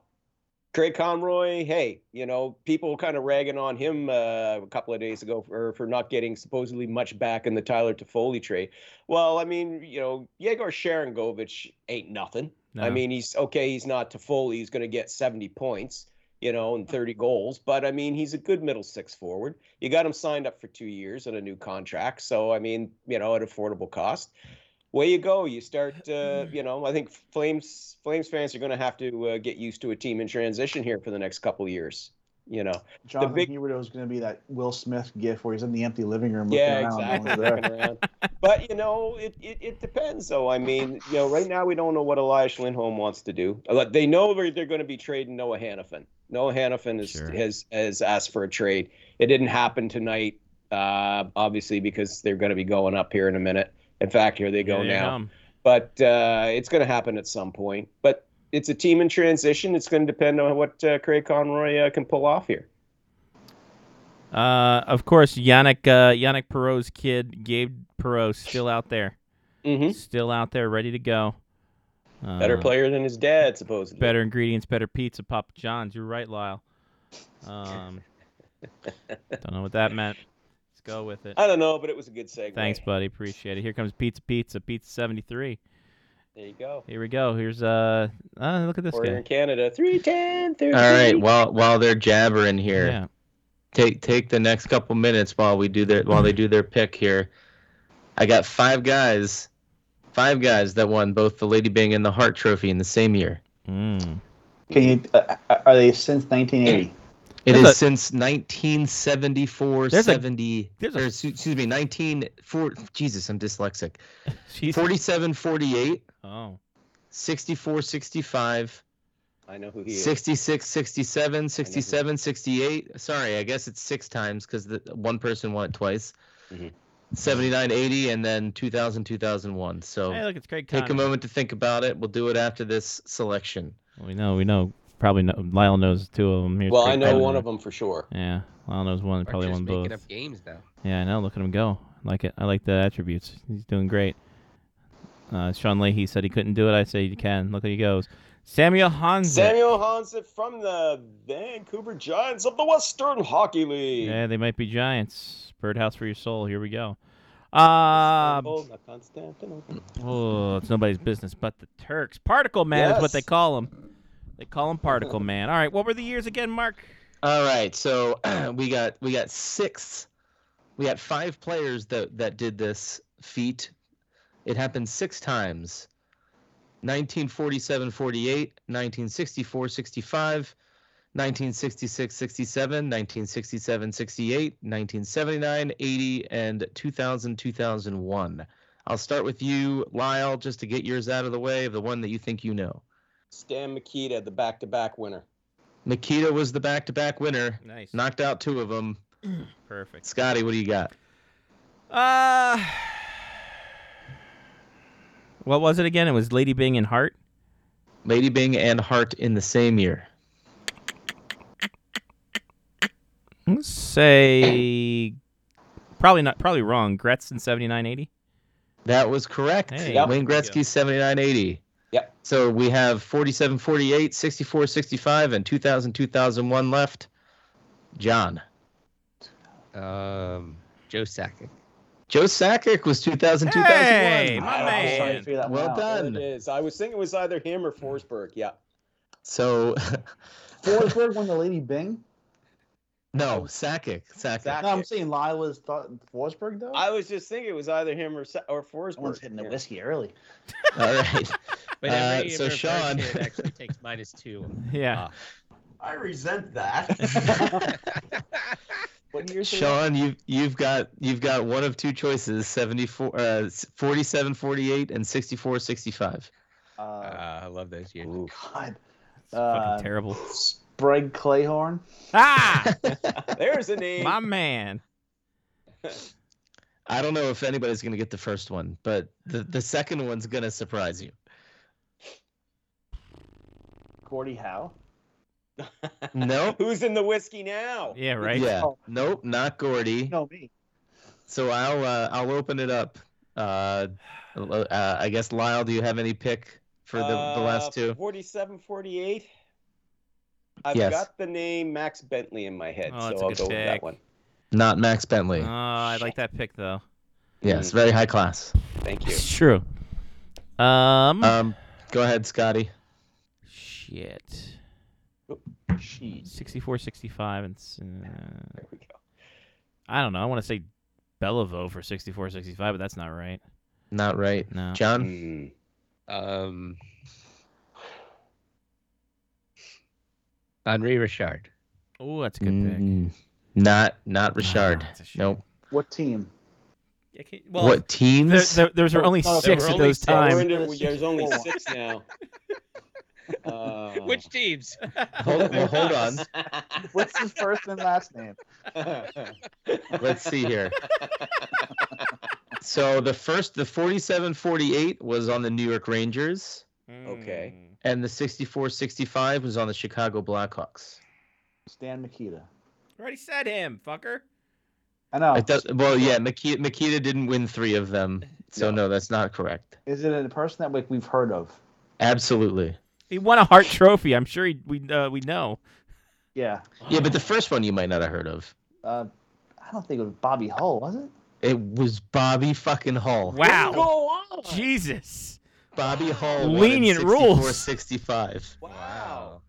Speaker 6: Trey Conroy, hey, you know, people kind of ragging on him uh, a couple of days ago for, for not getting supposedly much back in the Tyler Toffoli trade. Well, I mean, you know, Yegor Sharangovich ain't nothing. I
Speaker 1: No.
Speaker 6: mean, he's okay, he's not Toffoli, he's going to get 70 points. You know, and 30 goals, but I mean, he's a good middle six forward. You got him signed up for two years and a new contract, so I mean, you know, at affordable cost way you go. You start, uh, you know, I think Flames Flames fans are going to have to uh, get used to a team in transition here for the next couple of years. You know,
Speaker 4: Jonathan
Speaker 6: big-
Speaker 4: Huberto was going to be that Will Smith gif where he's in the empty living room looking
Speaker 6: yeah,
Speaker 4: around. no
Speaker 6: exactly.
Speaker 4: one's there.
Speaker 6: looking around. But you know, it, it it depends. Though I mean, you know, right now we don't know what Elias Lindholm wants to do. Like, They know they're, they're going to be trading Noah Hannafin. Noah Hannafin is,
Speaker 1: Sure.
Speaker 6: has has asked for a trade. It didn't happen tonight, uh, obviously, because they're going to be going up here in a minute. In fact, here they go
Speaker 1: Here you
Speaker 6: now.
Speaker 1: come.
Speaker 6: but uh, it's going to happen at some point. But it's a team in transition. It's going to depend on what uh, Craig Conroy uh, can pull off here.
Speaker 1: Uh, of course, Yannick uh, Yannick Perot's kid, Gabe Perot, still out there,
Speaker 6: mm-hmm.
Speaker 1: still out there, ready to go. Uh,
Speaker 6: Better player than his dad, supposedly.
Speaker 1: better ingredients, better pizza, Papa John's. You're right, Lyle.
Speaker 6: <laughs>
Speaker 1: Um, don't know what that meant. Let's go with it.
Speaker 6: I don't know, but it was a good segue.
Speaker 1: Thanks, buddy. Appreciate it. Here comes Pizza Pizza, Pizza 73.
Speaker 6: There you go.
Speaker 1: Here we go. Here's uh, uh look at this
Speaker 6: Order in
Speaker 1: guy.
Speaker 6: Canada, three ten thirty.
Speaker 3: All right, while while they're jabbering here,
Speaker 1: Yeah.
Speaker 3: take take the next couple minutes while we do their while they do their pick here. I got five guys, five guys that won both the Lady Bing and the Hart Trophy in the same year.
Speaker 1: Mm.
Speaker 4: Can you? Uh, are they since 1980?
Speaker 3: It
Speaker 1: There's
Speaker 3: is
Speaker 1: a-
Speaker 3: since 1974,
Speaker 1: There's a-
Speaker 3: 70.
Speaker 1: there's a-
Speaker 3: or, excuse excuse me, 1940. Jesus, I'm dyslexic.
Speaker 1: Jeez.
Speaker 3: 47, 48,
Speaker 1: Oh.
Speaker 3: 64, 65,
Speaker 6: I know who he is.
Speaker 3: 66, 67, 67, 68. Sorry, I guess it's six times because one person won it twice.
Speaker 6: Mhm.
Speaker 3: 79, 80, and then 2000, 2001. So
Speaker 1: Hey, look, it's Craig.
Speaker 3: Oh. take a
Speaker 1: Conroy.
Speaker 3: moment to think about it. We'll do it after this selection.
Speaker 1: Well, we know, we know. Probably know, Lyle knows two of them. Here's
Speaker 6: Well, I
Speaker 1: Craig
Speaker 6: know
Speaker 1: Conroy.
Speaker 6: one of them for sure.
Speaker 1: Yeah, Lyle knows one. Probably
Speaker 5: just
Speaker 1: one
Speaker 5: making
Speaker 1: both.
Speaker 5: up games now.
Speaker 1: Yeah, I know. Look at him go. I like it. I like the attributes. He's doing great. Uh, Sean Leahy said he couldn't do it. I say you can. Look how he goes. Samuel Hansen.
Speaker 6: Samuel Hansen from the Vancouver Giants of the Western Hockey League.
Speaker 1: Yeah, they might be giants. Birdhouse for your soul. Here we go. Uh,
Speaker 6: Istanbul, Constantinople.
Speaker 1: oh, it's nobody's business but the Turks. Particle Man is what
Speaker 6: Yes.
Speaker 1: they call him. They call him Particle Man. All right, what were the years again, Mark?
Speaker 3: All right, so <clears throat> we got we got six, we got five players that that did this feat. It happened six times. 1947 48, 1964 65, 1966 67, 1967 68, 1979 80, and 2000 2001. I'll start with you, Lyle, just to get yours out of the way of the one that you think you know.
Speaker 6: Stan Mikita, the back-to-back winner.
Speaker 3: Nikita was the back to back winner,
Speaker 1: Nice.
Speaker 3: knocked out two of them.
Speaker 1: Perfect.
Speaker 3: Scotty, what do you got?
Speaker 1: Uh, what was it again? It was Lady Bing and Hart.
Speaker 3: Lady Bing and Hart in the same year.
Speaker 1: I'm gonna say probably not probably wrong. Gretz in seventy nine eighty.
Speaker 3: That was correct.
Speaker 1: Hey,
Speaker 6: Yep.
Speaker 3: Wayne
Speaker 1: there you go.
Speaker 3: Gretzky, 7980.
Speaker 6: Yep.
Speaker 3: So we have 47 48, 64 65, and 2000 2001 left. John.
Speaker 5: Um, Joe Sakic.
Speaker 3: Joe Sakic was 2000
Speaker 1: Hey,
Speaker 3: 2001.
Speaker 1: my
Speaker 4: I was trying to
Speaker 1: man.
Speaker 4: figure that one
Speaker 3: Well
Speaker 4: out.
Speaker 6: There it
Speaker 3: done.
Speaker 6: is. I was thinking it was either him or Forsberg. Yeah.
Speaker 3: So,
Speaker 4: Forsberg won the Lady Bing.
Speaker 3: no, Sakic. Sakic.
Speaker 6: Sakic.
Speaker 4: No, I'm saying Lyle was thought Forsberg though.
Speaker 6: I was just thinking it was either him or Sa- or Forsberg.
Speaker 4: Someone's hitting the
Speaker 6: Yeah.
Speaker 4: whiskey early.
Speaker 3: All right.
Speaker 5: But
Speaker 3: Uh,
Speaker 5: every
Speaker 3: so
Speaker 5: reverse
Speaker 3: Sean-
Speaker 5: hit
Speaker 3: <laughs>
Speaker 5: actually takes minus <laughs> two.
Speaker 3: Uh,
Speaker 1: Yeah.
Speaker 11: I resent that.
Speaker 4: <laughs>
Speaker 6: What year is it?
Speaker 3: Sean, you you've got you've got one of two choices, 74 uh 47 48 and 64 65.
Speaker 4: Uh,
Speaker 5: Uh, I love those years.
Speaker 4: God.
Speaker 1: It's fucking
Speaker 3: um,
Speaker 4: Uh,
Speaker 3: <laughs>
Speaker 1: terrible.
Speaker 4: Sprague Clayhorn.
Speaker 1: Ah,
Speaker 6: There's a
Speaker 1: <laughs>
Speaker 6: name.
Speaker 1: my man.
Speaker 3: I don't know if anybody's going to get the first one, but the, the second one's going to surprise you.
Speaker 4: Gordy Howe.
Speaker 3: Nope.
Speaker 6: Who's in the whiskey now?
Speaker 1: Yeah, right.
Speaker 3: Yeah.
Speaker 4: Oh.
Speaker 3: Nope, not Gordy.
Speaker 4: No, me.
Speaker 3: So I'll uh, I'll open it up. Uh, uh I guess Lyle, do you have any pick for the, the
Speaker 6: Uh,
Speaker 3: last two?
Speaker 6: 47 48. I've
Speaker 3: Yes.
Speaker 6: got the name Max Bentley in my head,
Speaker 1: Oh,
Speaker 6: so
Speaker 1: that's a
Speaker 6: I'll
Speaker 1: good
Speaker 6: go with
Speaker 1: pick.
Speaker 6: that one.
Speaker 3: Not Max Bentley.
Speaker 1: Oh, I like that pick though.
Speaker 3: yes, very high class.
Speaker 6: Mm, Thank you.
Speaker 1: It's true. Um.
Speaker 3: Um, go ahead, Scotty.
Speaker 1: shit. Oh,
Speaker 4: Jeez.
Speaker 1: 64, 65, and s- uh,
Speaker 6: There we go.
Speaker 1: I don't know. I want to say Bellevaux for 64, 65, but that's not right.
Speaker 3: Not right.
Speaker 1: No.
Speaker 3: John.
Speaker 6: Mm.
Speaker 5: Um, Henri Richard.
Speaker 1: Oh, that's a good pick.
Speaker 3: Mm, not not
Speaker 4: <laughs>
Speaker 3: Richard.
Speaker 1: it's a shame.
Speaker 3: nope.
Speaker 4: What team?
Speaker 1: Yeah, can- well,
Speaker 3: what
Speaker 1: There,
Speaker 3: teams?
Speaker 1: there, there were only
Speaker 4: Oh,
Speaker 1: six
Speaker 5: were
Speaker 1: at
Speaker 5: only
Speaker 1: those
Speaker 5: six.
Speaker 6: Yeah, we're
Speaker 1: times.
Speaker 6: into, there's only
Speaker 4: Four.
Speaker 6: six now. Uh, <laughs>
Speaker 5: Which teams?
Speaker 3: Hold, well, hold on.
Speaker 4: What's his first and last name?
Speaker 3: Let's see here. So the first, the 47 48 was on the New York Rangers,
Speaker 5: Mm.
Speaker 6: Okay.
Speaker 3: and the 64 65 was on the Chicago Blackhawks.
Speaker 4: Stan Makita.
Speaker 1: Already said him, fucker.
Speaker 4: I know.
Speaker 3: It does, well, yeah, Makita, Makita didn't win three of them. So, no, that's not correct.
Speaker 4: Is it a person that like we've heard of?
Speaker 3: Absolutely.
Speaker 1: He won a Hart Trophy. I'm sure he, we uh, we know.
Speaker 4: Yeah.
Speaker 3: Yeah, but the first one you might not have heard of.
Speaker 4: Uh, I don't think it was Bobby Hull, was it?
Speaker 3: It was Bobby fucking Hull.
Speaker 1: Wow. Jesus.
Speaker 3: Bobby Hull.
Speaker 1: Lenient rules.
Speaker 3: 65.
Speaker 5: <laughs>
Speaker 6: Wow.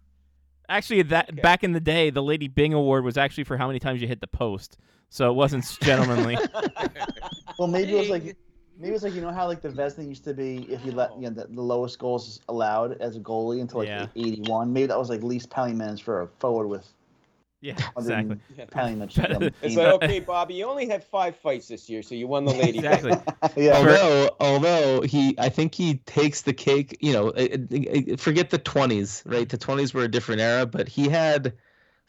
Speaker 1: Actually, that back in the day, the Lady Bing Award was actually for how many times you hit the post. So it wasn't gentlemanly.
Speaker 4: Well, maybe it was like maybe it's like you know how like the Vesna used to be if you let you know the, the lowest goals allowed as a goalie until like
Speaker 1: Yeah.
Speaker 4: 81. Maybe that was like least penalty minutes for a forward with
Speaker 1: yeah,
Speaker 4: 100
Speaker 1: exactly. <laughs>
Speaker 4: penalty minutes. on the
Speaker 6: <laughs> It's
Speaker 4: team. <laughs>
Speaker 6: like, okay, Bobby, you only had five fights this year, so
Speaker 3: <laughs>
Speaker 6: you won the lady.
Speaker 1: Exactly.
Speaker 4: yeah.
Speaker 3: Although, although he, I think he takes the cake. You know, eh, eh, eh, forget the twenties, right? The twenties were a different era, but he had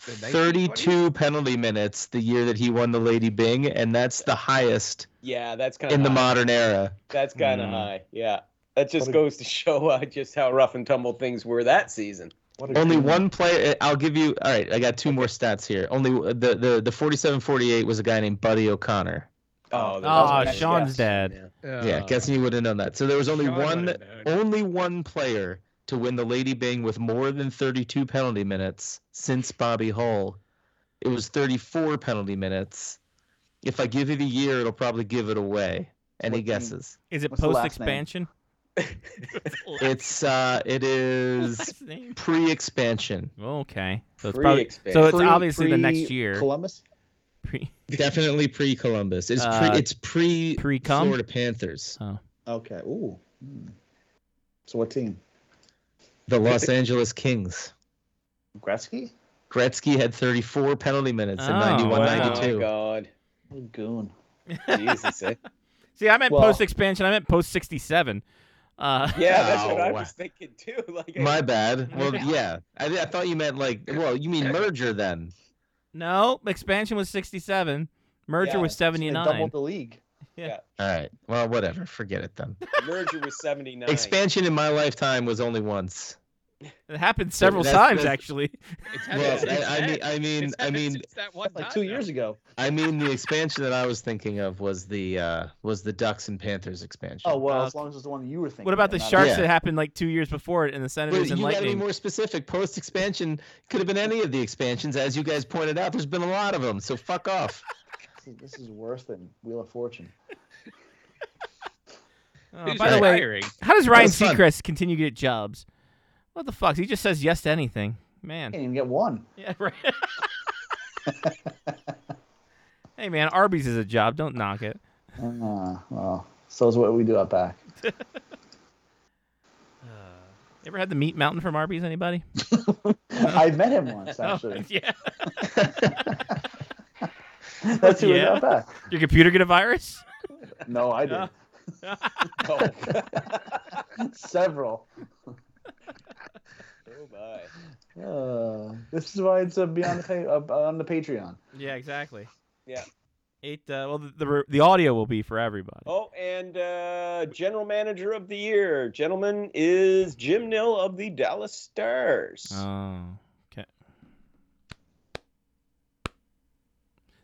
Speaker 5: The
Speaker 3: 32 penalty minutes the year that he won the Lady Bing, and that's the highest
Speaker 6: Yeah, that's kind of
Speaker 3: in the modern era.
Speaker 6: That's kind of
Speaker 1: Mm.
Speaker 6: high. Yeah, that just goes to show uh, just how rough and tumble things were that season.
Speaker 4: What a
Speaker 3: Only
Speaker 4: goon.
Speaker 3: one player. eh, I'll give you. All right, I got two more stats here. Only the the the 47 48 was a guy named Buddy O'Connor.
Speaker 6: Oh, that was
Speaker 1: Oh,
Speaker 6: my
Speaker 1: Sean's
Speaker 6: guess.
Speaker 1: dad.
Speaker 3: yeah,
Speaker 5: Uh,
Speaker 3: guessing you would have known that. So there was only
Speaker 5: Oh, Sean
Speaker 3: one
Speaker 5: would've known.
Speaker 3: only one player to win the Lady Bing with more than 32 penalty minutes since Bobby Hull. It was 34 penalty minutes. If I give you the year, it'll probably give it away. Any
Speaker 4: What team?
Speaker 3: guesses?
Speaker 1: Is it
Speaker 4: What's the last
Speaker 1: post
Speaker 4: name?
Speaker 1: expansion?
Speaker 3: It's uh, it is
Speaker 1: Last name.
Speaker 3: pre-expansion.
Speaker 1: Okay. So it's,
Speaker 6: Free
Speaker 1: probably, so
Speaker 6: expansion.
Speaker 1: it's
Speaker 4: Pre-
Speaker 1: obviously the
Speaker 4: pre-
Speaker 1: next year.
Speaker 4: Columbus.
Speaker 1: Pre-
Speaker 3: <laughs> Definitely pre-Columbus. It's pre,
Speaker 1: Uh,
Speaker 3: it's pre
Speaker 1: pre-cum?
Speaker 3: Florida Panthers.
Speaker 4: Okay. Ooh. Hmm. So what team?
Speaker 1: <laughs>
Speaker 3: The Los Angeles Kings.
Speaker 4: Gretzky.
Speaker 3: Gretzky had 34 penalty minutes in
Speaker 1: Oh,
Speaker 3: 91
Speaker 1: wow.
Speaker 6: Oh my
Speaker 3: 92.
Speaker 6: God,
Speaker 4: What a goon.
Speaker 6: Jesus! eh?
Speaker 1: See, I meant
Speaker 4: Well-
Speaker 1: post expansion. I meant post 67. Uh, <laughs>
Speaker 6: Yeah, that's what I
Speaker 3: Oh, Wow.
Speaker 6: was thinking too. <laughs> Like,
Speaker 3: My bad. Well, yeah. I, I thought you meant like, well, you mean merger then.
Speaker 1: No, expansion was 67. Merger
Speaker 6: Yeah,
Speaker 1: was
Speaker 4: They doubled
Speaker 1: 79.
Speaker 4: the league.
Speaker 3: All right. Well, whatever. Forget it then.
Speaker 6: merger was seventy nine.
Speaker 3: Expansion in my lifetime was only once.
Speaker 1: It happened several
Speaker 3: That's-
Speaker 1: times,
Speaker 3: that's-
Speaker 1: actually.
Speaker 5: It's happened
Speaker 3: Well,
Speaker 5: since
Speaker 3: I, I mean,
Speaker 5: then.
Speaker 3: I mean,
Speaker 5: It's
Speaker 3: I
Speaker 5: happened
Speaker 3: mean,
Speaker 5: since that one
Speaker 4: Like
Speaker 5: time,
Speaker 4: two
Speaker 5: though.
Speaker 4: years ago.
Speaker 3: I mean, the expansion that I was thinking of was the uh was the Ducks and Panthers expansion.
Speaker 4: Oh well,
Speaker 1: Uh,
Speaker 4: as long as it's the one you were thinking.
Speaker 1: What about the
Speaker 4: of, not-
Speaker 1: Sharks
Speaker 3: Yeah.
Speaker 1: that happened like two years before it and the Senators
Speaker 3: But
Speaker 1: and
Speaker 3: you got to be
Speaker 1: Lightning?
Speaker 3: more specific. Post expansion could have been any of the expansions, as you guys pointed out. There's been a lot of them, so fuck off.
Speaker 4: This is- This is worse than Wheel of Fortune.
Speaker 1: Uh,
Speaker 5: Who's
Speaker 1: by the way,
Speaker 5: hiring?
Speaker 1: how does Ryan
Speaker 3: was fun.
Speaker 1: Seacrest continue to get jobs? What the fuck? He just says yes to anything. Man.
Speaker 3: <laughs>
Speaker 4: Can't even get one.
Speaker 1: Yeah, right. <laughs> hey, man, Arby's is a job. Don't knock
Speaker 3: <sighs>
Speaker 1: it.
Speaker 4: Ah, well, so is what we do out back. <laughs>
Speaker 1: You ever had the Meat Mountain from Arby's, anybody?
Speaker 4: I met him once,
Speaker 1: Oh, <laughs>
Speaker 4: actually. <laughs>
Speaker 1: yeah.
Speaker 4: That's who
Speaker 1: Yeah.
Speaker 4: was out back.
Speaker 1: Your computer get a virus?
Speaker 4: No, I
Speaker 1: Yeah.
Speaker 4: did. <laughs> Several.
Speaker 6: Oh my.
Speaker 4: Uh, this is why it's uh, beyond the pa- uh, on the Patreon.
Speaker 1: Yeah, exactly.
Speaker 6: Yeah.
Speaker 1: Eight. Uh, well, the, the re- the audio will be for everybody.
Speaker 6: Oh, and uh, general manager of the year, gentlemen, is Jim Nill of the Dallas Stars.
Speaker 1: Oh, okay.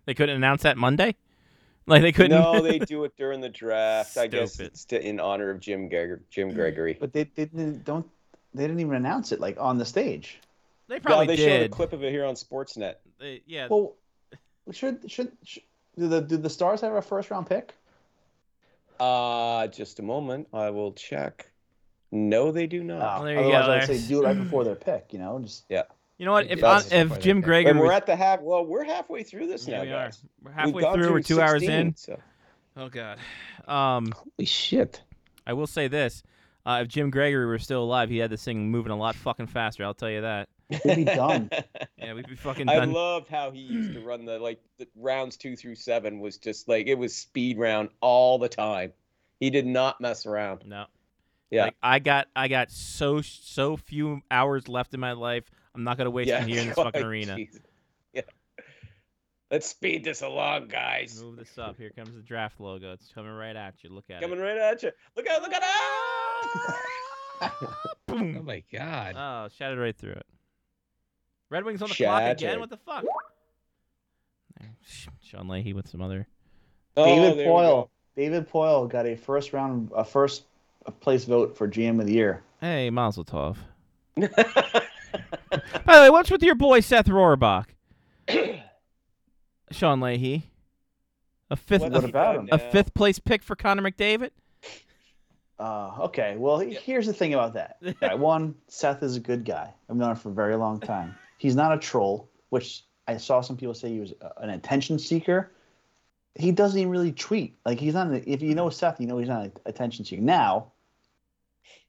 Speaker 1: They couldn't announce that Monday. Like they couldn't.
Speaker 6: No, they do it during the draft. I guess
Speaker 1: Stupid. Mm.
Speaker 6: it's to, in honor of Jim Gregor, Jim Gregory.
Speaker 4: But they, they didn't don't they didn't even announce it like on the stage.
Speaker 1: <laughs> They
Speaker 6: No,
Speaker 1: probably
Speaker 6: they showed a
Speaker 1: did.
Speaker 6: clip of it here on Sportsnet.
Speaker 1: They- yeah.
Speaker 4: Well, should should, should do the do the Stars have a first round pick?
Speaker 6: Uh, just a moment. I will check. No, they do
Speaker 4: Ah.
Speaker 6: not.
Speaker 1: there you go,
Speaker 4: Otherwise, I'd
Speaker 1: Larry.
Speaker 4: say do
Speaker 1: <clears throat>
Speaker 4: it right before their pick. You know, just
Speaker 1: you know what? If
Speaker 6: That's-
Speaker 1: on- if Jim Gregory
Speaker 6: Wait, we're
Speaker 1: was,
Speaker 6: at the half. Well, we're halfway through this
Speaker 1: yeah,
Speaker 6: now,
Speaker 1: we are.
Speaker 6: guys.
Speaker 1: We're
Speaker 6: We've
Speaker 1: halfway
Speaker 6: gone
Speaker 1: through. We're two hours
Speaker 6: 16,
Speaker 1: in.
Speaker 6: so-
Speaker 1: Oh god. Um,
Speaker 3: Holy shit.
Speaker 1: I will say this: uh, if Jim Gregory were still alive, he had this thing moving a lot fucking faster. I'll tell you that.
Speaker 4: we'd be
Speaker 6: <laughs>
Speaker 4: done.
Speaker 1: Yeah, we'd be fucking
Speaker 6: I
Speaker 1: done.
Speaker 6: love how
Speaker 1: <clears throat>
Speaker 6: he used to run the like the rounds two through seven was just like it was speed round all the time. He did not mess around.
Speaker 1: no.
Speaker 6: Yeah.
Speaker 1: Like, I got I got so so few
Speaker 6: <laughs>
Speaker 9: <laughs>
Speaker 1: hours left in my life. I'm not gonna waste them here in this fucking
Speaker 6: God,
Speaker 1: arena.
Speaker 6: Jesus. Yeah.
Speaker 9: Let's speed this along, guys.
Speaker 1: Move this up. Here
Speaker 9: <laughs>
Speaker 1: comes the draft logo. It's coming right at you. Look at
Speaker 9: Coming right at you. Look out! Look out! Ah!
Speaker 4: <laughs>
Speaker 1: it. Boom.
Speaker 5: Oh my god.
Speaker 1: Oh, shattered right through it. Red Wings on the clock again.
Speaker 9: Shattered.
Speaker 1: What the fuck? Sean Leahy with some other.
Speaker 9: Oh,
Speaker 4: David
Speaker 9: there we go.
Speaker 4: Poyle. David Poyle got a first round, a first place vote for GM of the year.
Speaker 1: Hey, Mazel Tov. By the way, what's with your boy
Speaker 9: <coughs>
Speaker 1: Seth Rohrbach? Sean Leahy. A fifth,
Speaker 4: What
Speaker 1: a,
Speaker 4: about him?
Speaker 1: a fifth place pick for Connor McDavid.
Speaker 4: Uh, okay, well, he- here's the thing about that. All right, one, Seth is a good guy. I've known him for a very long time. He's not a troll, which I saw some people say he was uh, an attention seeker. He doesn't even really tweet. Like, he's not, an, if you know Seth, you know he's not an attention seeker. Now,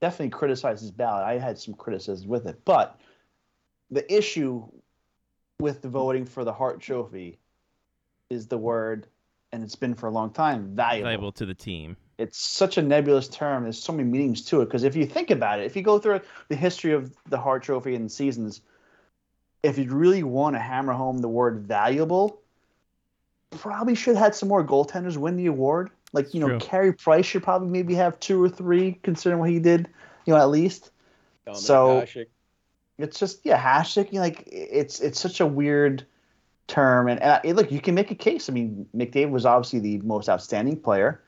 Speaker 4: definitely criticize his ballot. I had some criticisms with it, but the issue with the voting for the Hart Trophy is the word, and it's been for a long time,
Speaker 1: Valuable to the team.
Speaker 4: it's such a nebulous term. There's so many meanings to it because if you think about it, if you go through the history of the Hart Trophy and seasons, if you really want to hammer home the word valuable, probably should have had some more goaltenders win the award. Like you know,
Speaker 1: True.
Speaker 4: Carey Price should probably maybe have two or three considering what he did. You know, at least
Speaker 9: Dominic
Speaker 4: So-
Speaker 9: Hasek.
Speaker 4: it's just yeah, hashtag. You know, like it's it's such a weird term, and, and I- look, you can make a case. I mean, McDavid was obviously the most outstanding player,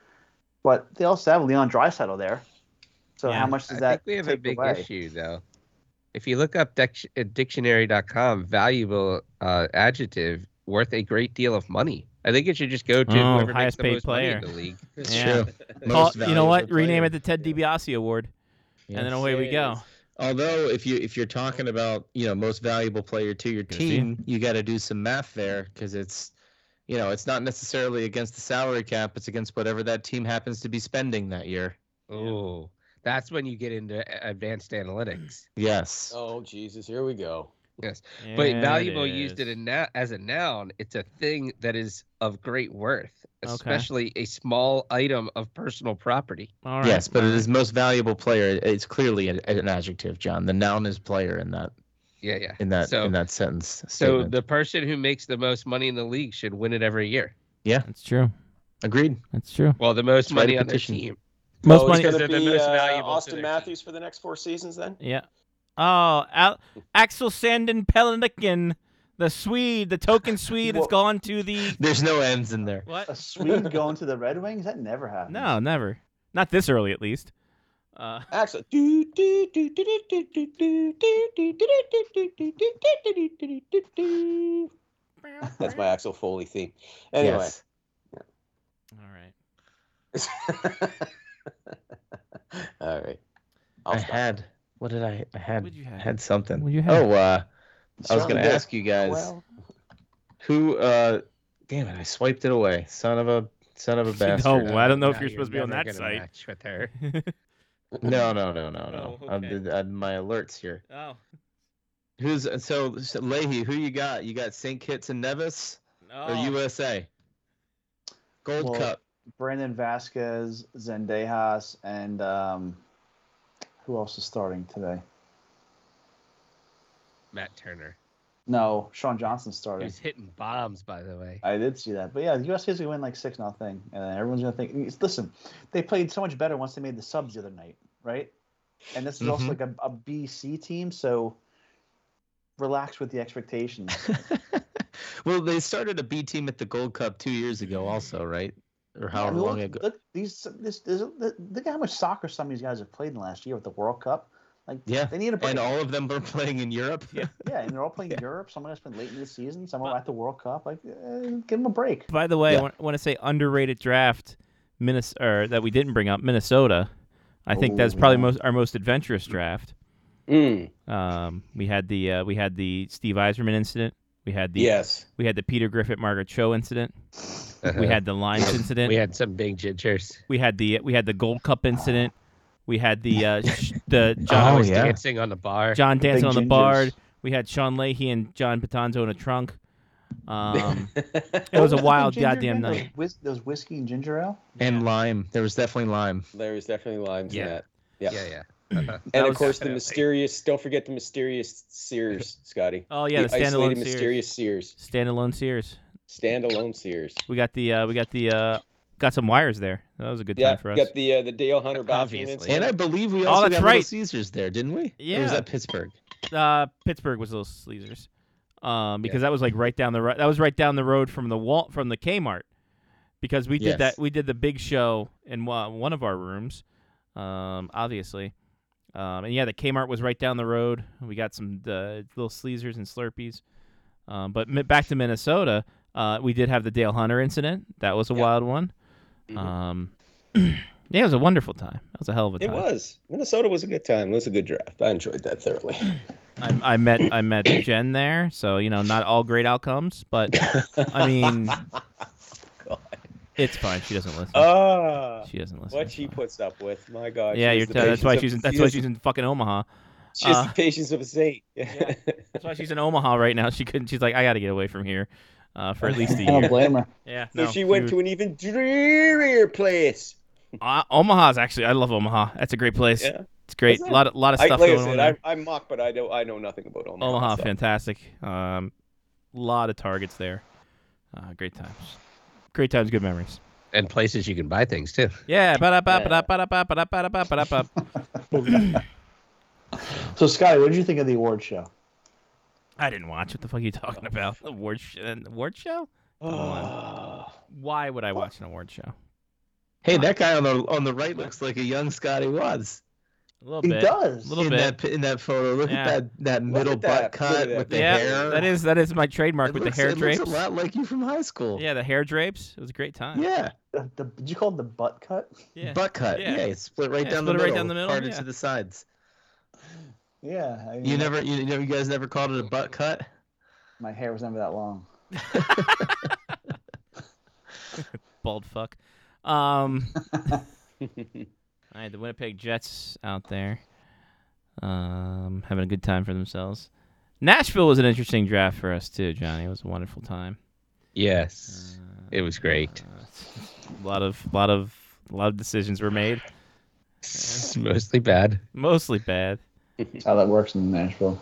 Speaker 4: but they also have Leon Draisaitl there. So
Speaker 1: Yeah,
Speaker 4: how much does
Speaker 5: I
Speaker 4: that
Speaker 5: think we have a
Speaker 4: take
Speaker 5: big
Speaker 4: away?
Speaker 5: issue though. If you look up dic- uh, dictionary.com, valuable uh, adjective worth a great deal of money. I think it should just go to
Speaker 1: Oh,
Speaker 5: whoever makes
Speaker 1: highest
Speaker 5: the
Speaker 1: paid
Speaker 5: most money in
Speaker 1: player. <laughs>
Speaker 5: the league.
Speaker 3: It's
Speaker 1: Yeah.
Speaker 3: true.
Speaker 1: Call-
Speaker 3: Most
Speaker 1: you know what?
Speaker 3: valuable
Speaker 1: Rename
Speaker 3: player.
Speaker 1: it the Ted DiBiase Award, and then
Speaker 3: Yes.
Speaker 1: away we go.
Speaker 3: Although if you if you're talking about you know most valuable player to your
Speaker 1: Gonna see
Speaker 3: team, you got to do some math there because it's you know it's not necessarily against the salary cap; it's against whatever that team happens to be spending that year.
Speaker 5: Oh, that's when you get into a- advanced analytics.
Speaker 3: Yes.
Speaker 9: Oh Jesus, here we go.
Speaker 5: Yes.
Speaker 1: Yeah,
Speaker 5: but
Speaker 1: it
Speaker 5: valuable used it
Speaker 1: is.
Speaker 5: in na- as a noun. It's a thing that is of great worth,
Speaker 1: Okay.
Speaker 5: especially a small item of personal property.
Speaker 1: All right.
Speaker 3: Yes, but it is most valuable player. It's clearly an, an adjective, John. The noun is player in that
Speaker 5: Yeah, yeah.
Speaker 3: in that
Speaker 5: So-
Speaker 3: in that sentence.
Speaker 5: So
Speaker 3: statement.
Speaker 5: the person who makes the most money in the league should win it every year.
Speaker 1: That's true.
Speaker 3: agreed.
Speaker 1: That's true.
Speaker 5: Well, the
Speaker 3: Let's
Speaker 5: most
Speaker 3: write
Speaker 5: money
Speaker 3: a
Speaker 5: on their
Speaker 3: petition.
Speaker 5: team.
Speaker 1: Most
Speaker 9: so
Speaker 1: money-
Speaker 9: It's
Speaker 5: They're
Speaker 9: going
Speaker 5: the
Speaker 9: to be
Speaker 5: most
Speaker 9: uh,
Speaker 5: valuable to
Speaker 9: Austin
Speaker 5: their
Speaker 9: Matthews for the next four seasons, then.
Speaker 1: Yeah. Oh, Al- Axel Sandin Pelinikin, the Swede, the token Swede that's
Speaker 4: Whoa.
Speaker 1: gone to the
Speaker 3: There's no M's in there.
Speaker 4: A
Speaker 1: what?
Speaker 4: Swede going to the Red Wings? That never happens.
Speaker 1: No, never. Not this early, at least. Uh,
Speaker 9: Axel. Do, do, do, do, do, do, do, do, do, do, do, do, do, do, do, do, do, do, do, do, do. That's my Axel Foley theme. Anyway,
Speaker 3: Yes.
Speaker 1: all right.
Speaker 9: all right.
Speaker 3: I
Speaker 9: I'll stop.
Speaker 3: had what did I I had
Speaker 1: What'd you have?
Speaker 3: had something.
Speaker 1: What'd you have?
Speaker 3: Oh, uh, I was
Speaker 4: Something
Speaker 3: going to
Speaker 4: good.
Speaker 3: ask you guys.
Speaker 4: Well,
Speaker 3: Who? uh Damn it! I swiped it away. Son of a son of a
Speaker 1: Oh, <laughs>
Speaker 3: bastard.
Speaker 1: well, I don't know if
Speaker 5: Now
Speaker 1: you're supposed to be on
Speaker 5: never
Speaker 1: that
Speaker 5: gonna
Speaker 1: site.
Speaker 5: match with her.
Speaker 3: No, no, no, no, no.
Speaker 1: Oh,
Speaker 3: I'm,
Speaker 1: okay.
Speaker 3: I'm my alerts here.
Speaker 1: oh,
Speaker 3: Who's so, so Leahy? Who you got? You got St. Kitts and Nevis
Speaker 1: no.
Speaker 3: or USA? Gold
Speaker 4: Well,
Speaker 3: Cup.
Speaker 4: Brandon Vasquez, Zendejas, and um, who else is starting today?
Speaker 5: Matt Turner,
Speaker 4: No, Sean Johnson's starting.
Speaker 5: who's hitting bombs, by the way.
Speaker 4: I did see that, but yeah, the USA's gonna win like six nothing, and then everyone's gonna think. Listen, they played so much better once they made the subs the other night, right? And this is also
Speaker 3: Mhm.
Speaker 4: like a, a BC team, so relax with the expectations.
Speaker 3: <laughs> <laughs> well, they started a B team at the Gold Cup two years ago, also, right? Or
Speaker 4: I
Speaker 3: however
Speaker 4: mean,
Speaker 3: long
Speaker 4: look-
Speaker 3: ago.
Speaker 4: Look, these this, this look look at how much soccer some of these guys have played in the last year with the World Cup. Like
Speaker 3: Yeah,
Speaker 4: they need a break.
Speaker 3: and all of them were <laughs> playing in Europe.
Speaker 1: Yeah.
Speaker 4: yeah, and they're all playing Europe. Some of us been late in the season. Some are at the World Cup. Like, eh, give them a break.
Speaker 1: By the way, I
Speaker 3: Yeah.
Speaker 1: want, to say underrated draft, Minnesota or that we didn't bring up Minnesota. I think that's
Speaker 4: Oh,
Speaker 1: probably
Speaker 4: yeah.
Speaker 1: most our most adventurous draft.
Speaker 9: Mm,
Speaker 1: Um, we had the uh, we had the Steve Eiserman incident. We had the
Speaker 5: <laughs>
Speaker 9: yes.
Speaker 1: we had the Peter Griffith Margaret Cho incident. We had the Lions incident.
Speaker 5: we had some big gingers.
Speaker 1: We had the we had the Gold Cup incident. We had the uh, sh- the
Speaker 5: John
Speaker 1: John
Speaker 3: Oh,
Speaker 5: was
Speaker 3: yeah.
Speaker 5: dancing on the bar.
Speaker 1: John dancing
Speaker 4: Big
Speaker 1: on the
Speaker 4: gingers.
Speaker 1: bar. We had Sean Leahy and John Patanzo in a trunk. Um, it was a
Speaker 4: What
Speaker 1: wild
Speaker 4: the ginger
Speaker 1: goddamn
Speaker 4: drink? Those
Speaker 1: night.
Speaker 4: whis- Those whiskey and ginger ale.
Speaker 3: <laughs> And lime. There was definitely lime.
Speaker 9: there is definitely lines
Speaker 5: Yeah.
Speaker 9: in that. Yeah.
Speaker 5: yeah, yeah. Uh-huh.
Speaker 9: And of
Speaker 1: was
Speaker 9: course, the
Speaker 5: definitely-
Speaker 9: mysterious. Don't forget the mysterious Sears, Scotty.
Speaker 1: Oh yeah, the
Speaker 9: isolated
Speaker 1: standalone Sears.
Speaker 9: mysterious Sears.
Speaker 1: Standalone Sears.
Speaker 6: Standalone Sears.
Speaker 1: We got the uh, we got the uh, got some wires there. That was a good
Speaker 6: Yeah,
Speaker 1: time for us.
Speaker 6: got the uh, the Dale Hunter bathroom.
Speaker 12: And I
Speaker 6: incident.
Speaker 12: believe we
Speaker 1: Oh,
Speaker 12: also
Speaker 1: that's
Speaker 12: got Little
Speaker 1: right.
Speaker 12: Caesars there, didn't we? Or
Speaker 1: Yeah.
Speaker 12: was that Pittsburgh?
Speaker 1: uh, Pittsburgh was Little Caesars, um, because that was like right down the ro- that was right down the road from the wall from the Kmart, because we did
Speaker 12: Yes.
Speaker 1: that we did the big show in wa- one of our rooms, um, obviously, um, and yeah, the Kmart was right down the road. We got some uh, Little Caesars and Slurpees, um, but mi- back to Minnesota, uh, we did have the Dale Hunter incident. That was a wild one. Um, <clears throat> yeah, it was a wonderful time. That was a hell of a time.
Speaker 6: It was. Minnesota was a good time. It was a good draft. I enjoyed that
Speaker 3: <laughs>
Speaker 6: thoroughly.
Speaker 1: I, I met I
Speaker 6: <coughs>
Speaker 1: met Jen there, so you know, not all great outcomes, but
Speaker 6: <laughs>
Speaker 1: I mean, it's fine. She doesn't listen.
Speaker 6: Ah,
Speaker 1: she doesn't listen.
Speaker 6: what she puts up with. My God.
Speaker 1: yeah,
Speaker 6: she
Speaker 1: you're
Speaker 6: has the
Speaker 1: t- that's why she's
Speaker 6: patience of-
Speaker 1: in, that's
Speaker 6: she
Speaker 1: why
Speaker 6: has-
Speaker 1: she's in fucking Omaha.
Speaker 6: She has
Speaker 1: Uh,
Speaker 6: the patience of a saint. <laughs>
Speaker 1: that's why she's in Omaha right now. She couldn't. She's like, I got to get away from here uh, for at least a
Speaker 4: I <laughs>
Speaker 1: year.
Speaker 4: don't blame her.
Speaker 1: Yeah.
Speaker 6: So
Speaker 1: No,
Speaker 6: she went to an even drearier place.
Speaker 1: uh, Omaha's actually. I love Omaha. That's a great place.
Speaker 6: Yeah.
Speaker 1: It's great.
Speaker 6: Isn't
Speaker 1: A
Speaker 6: it?
Speaker 1: lot, lot of
Speaker 6: I-
Speaker 1: stuff
Speaker 6: like
Speaker 1: going
Speaker 6: I
Speaker 1: on.
Speaker 6: said,
Speaker 1: there.
Speaker 6: I, I mock, but I know I know nothing about Omaha.
Speaker 1: Omaha,
Speaker 6: so.
Speaker 1: fantastic. Um, lot of targets there. Uh, great times. Great times. Good memories.
Speaker 5: and places you can buy things too.
Speaker 1: Yeah. ba-da-ba-ba-da-ba-da-ba-da-ba-da-ba-da-ba.
Speaker 4: So Scotty, what did you think of the award show?
Speaker 1: <laughs> I didn't watch. What the fuck are you talking about? Award sh- an award show?
Speaker 12: Uh,
Speaker 1: Come
Speaker 4: Uh,
Speaker 1: on. Why would I watch an award show?
Speaker 12: Hey, that guy on the on the right looks like a young Scotty Watts.
Speaker 1: A little
Speaker 4: He
Speaker 1: bit.
Speaker 4: does.
Speaker 1: A little
Speaker 12: in
Speaker 1: bit.
Speaker 12: That, pi- in that photo, look
Speaker 1: Yeah.
Speaker 12: at that, that middle butt
Speaker 6: at that. Look at
Speaker 12: cut
Speaker 6: that.
Speaker 12: with the
Speaker 1: yeah,
Speaker 12: hair.
Speaker 1: that is that is my trademark
Speaker 12: It
Speaker 1: with
Speaker 12: looks-
Speaker 1: the hair
Speaker 12: it
Speaker 1: drapes.
Speaker 12: looks a lot like you from high school.
Speaker 1: Yeah, the hair drapes. It was a great time.
Speaker 12: Yeah.
Speaker 4: The, the, did you call it the butt cut?
Speaker 1: Yeah.
Speaker 12: Butt cut.
Speaker 1: Yeah.
Speaker 12: Yeah. it's split right
Speaker 1: Yeah,
Speaker 12: down
Speaker 1: split
Speaker 12: the
Speaker 1: it right
Speaker 12: middle.
Speaker 1: down the middle,
Speaker 12: Parted
Speaker 1: yeah.
Speaker 12: to the sides.
Speaker 4: Yeah. I mean,
Speaker 12: You never you, never you guys never called it a butt cut?
Speaker 4: My hair was never that long.
Speaker 1: Bald fuck.
Speaker 12: <laughs>
Speaker 1: Um, I had the Winnipeg Jets out there, um, having a good time for themselves. Nashville was an interesting draft for us too, Johnny. It was a wonderful time. Uh,
Speaker 5: Yes, it was great.
Speaker 1: <laughs> A lot of lot of a lot of decisions were made.
Speaker 5: It's mostly bad.
Speaker 1: Mostly bad.
Speaker 4: That's <laughs> how that works in Nashville.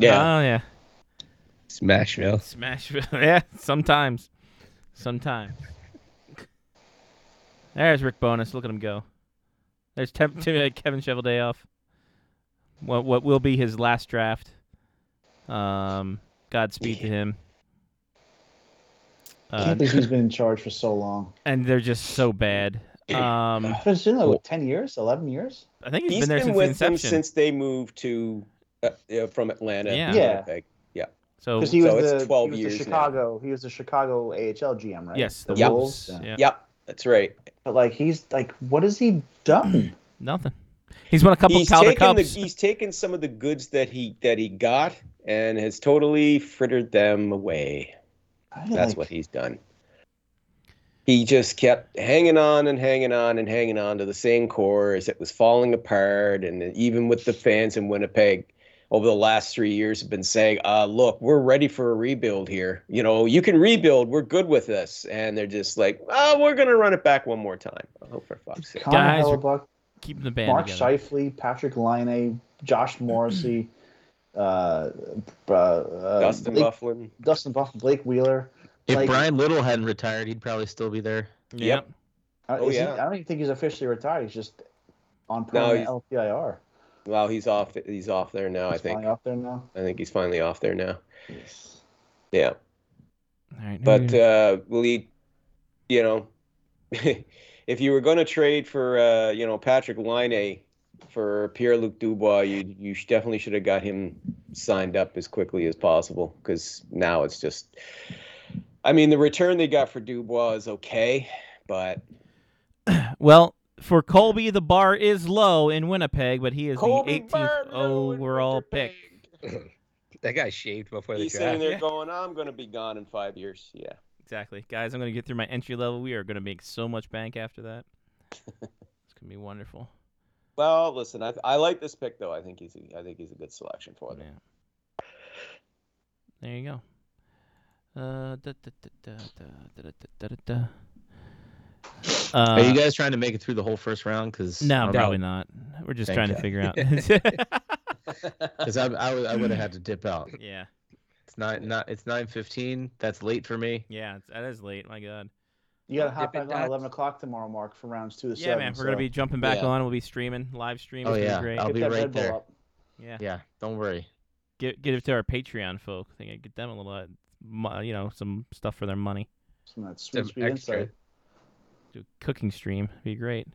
Speaker 6: Yeah. Oh.
Speaker 1: Oh yeah.
Speaker 5: Smashville.
Speaker 1: Smashville. <laughs> yeah. Sometimes. Sometimes. There's Rick Bonus. Look at him go. There's Tem- <laughs> Tim- uh, Kevin Cheveldayoff. off. What what will be his last draft? Um, Godspeed to him.
Speaker 4: I
Speaker 1: Uh,
Speaker 4: can't believe he's been in charge for so long.
Speaker 1: and they're just so bad. Um,
Speaker 4: But <laughs> it's been like what, ten years, eleven years.
Speaker 1: I think
Speaker 6: He's
Speaker 1: been there
Speaker 6: been
Speaker 1: since
Speaker 6: with
Speaker 1: the
Speaker 6: them
Speaker 1: inception.
Speaker 6: since they moved to uh, uh, from Atlanta.
Speaker 1: Yeah.
Speaker 6: to
Speaker 4: Yeah.
Speaker 6: Winnipeg.
Speaker 1: Oh, so
Speaker 4: Because he was
Speaker 6: So it's
Speaker 4: the
Speaker 6: 12
Speaker 4: he was
Speaker 6: years
Speaker 4: the
Speaker 6: now.
Speaker 4: Chicago. He was the Chicago AHL GM, right?
Speaker 1: yes, the
Speaker 6: Yeah.
Speaker 1: Wolves.
Speaker 4: Yeah.
Speaker 1: Yeah.
Speaker 6: Yep, that's right.
Speaker 4: But like, he's like, what has he done?
Speaker 1: Nothing. He's won a couple
Speaker 6: he's
Speaker 1: Calder
Speaker 6: taken the,
Speaker 1: Cups.
Speaker 6: he's taken some of the goods that he that he got and has totally frittered them away.
Speaker 4: I didn't
Speaker 6: That's
Speaker 4: like-
Speaker 6: what he's done. He just kept hanging on and hanging on and hanging on to the same chorus. It was falling apart, and even with the fans in Winnipeg over the last three years have been saying, uh, "Look, we're ready for a rebuild here. You know, you can rebuild. We're good with this." And they're just like, "Oh, we're gonna run it back one more time." Oh, for fuck's sake!
Speaker 4: Connor
Speaker 1: Guys-
Speaker 4: Hellebuck,
Speaker 1: Keeping the band
Speaker 4: Mark
Speaker 1: together.
Speaker 4: Shifley, Patrick Line, Josh <clears throat> Morrissey, uh, uh, uh,
Speaker 6: Dustin
Speaker 4: Blake,
Speaker 6: Bufflin.
Speaker 4: Dustin Buff, Blake Wheeler.
Speaker 12: If
Speaker 4: Like-
Speaker 12: Brian Little hadn't retired, he'd probably still be there.
Speaker 1: Yep.
Speaker 4: Uh,
Speaker 6: Oh,
Speaker 4: is he-
Speaker 6: yeah.
Speaker 4: I don't even think he's officially retired. He's just on
Speaker 6: he's-
Speaker 4: permanent LPIR.
Speaker 6: Well, he's off. He's off there now. I
Speaker 4: He's
Speaker 6: think.
Speaker 4: flying up there now.
Speaker 6: I think he's finally off there now. Yeah,
Speaker 1: All right, who you
Speaker 6: but
Speaker 1: gonna-
Speaker 6: uh, will he? You know, <laughs> if you were going to trade for uh, you know Patrick Line for Pierre Luc Dubois, you you sh- definitely should have got him signed up as quickly as possible because now it's just. I mean, the return they got for Dubois is okay, but
Speaker 1: Well, for Colby, the bar is low in Winnipeg, but he is
Speaker 6: Colby
Speaker 1: the 18th
Speaker 6: Barlow in
Speaker 1: overall pick.
Speaker 5: <laughs> That guy shaved before the
Speaker 6: he's sitting
Speaker 5: draft.
Speaker 6: there
Speaker 1: Yeah.
Speaker 6: going, "I'm going to be gone in five years." Yeah.
Speaker 1: Exactly, guys. I'm gonna get through my entry level. We are gonna make so much bank after
Speaker 6: <laughs>
Speaker 1: that. it's gonna be wonderful.
Speaker 6: Well, listen, I, I like this pick though. I think he's a, I think he's a good selection for them.
Speaker 1: Yeah. There you go. Uh, da, da, da, da, da, da, da, da, da, da.
Speaker 12: Are you
Speaker 1: Uh,
Speaker 12: guys trying to make it through the whole first round? Because
Speaker 1: no, probably not. We're just
Speaker 12: Thank
Speaker 1: trying to
Speaker 12: God.
Speaker 6: <laughs>
Speaker 1: figure out. <laughs> <clears throat>
Speaker 12: Because I, I, would- I would have had to dip out.
Speaker 1: yeah.
Speaker 12: It's
Speaker 3: nine, not Uh, it's nine fifteen. That's late for me.
Speaker 1: Yeah, it's, that is late. My God.
Speaker 4: You gotta
Speaker 1: Well,
Speaker 4: hop
Speaker 1: if it
Speaker 4: back on
Speaker 1: does-
Speaker 4: eleven o'clock tomorrow, Mark, for rounds two to
Speaker 1: Yeah,
Speaker 4: seven.
Speaker 1: man, we're gonna be jumping back
Speaker 4: Yeah.
Speaker 1: on. We'll be streaming, live streaming.
Speaker 3: Oh yeah,
Speaker 1: great.
Speaker 3: I'll be right there.
Speaker 1: Yeah.
Speaker 3: Yeah, don't worry.
Speaker 1: Get get it to our Patreon folk. I think I get them a little, uh, mo- you know, some stuff for their money.
Speaker 4: Some of that sweet,
Speaker 1: Some
Speaker 4: sweet
Speaker 1: extra.
Speaker 4: insight.
Speaker 1: Do a cooking stream. Be great.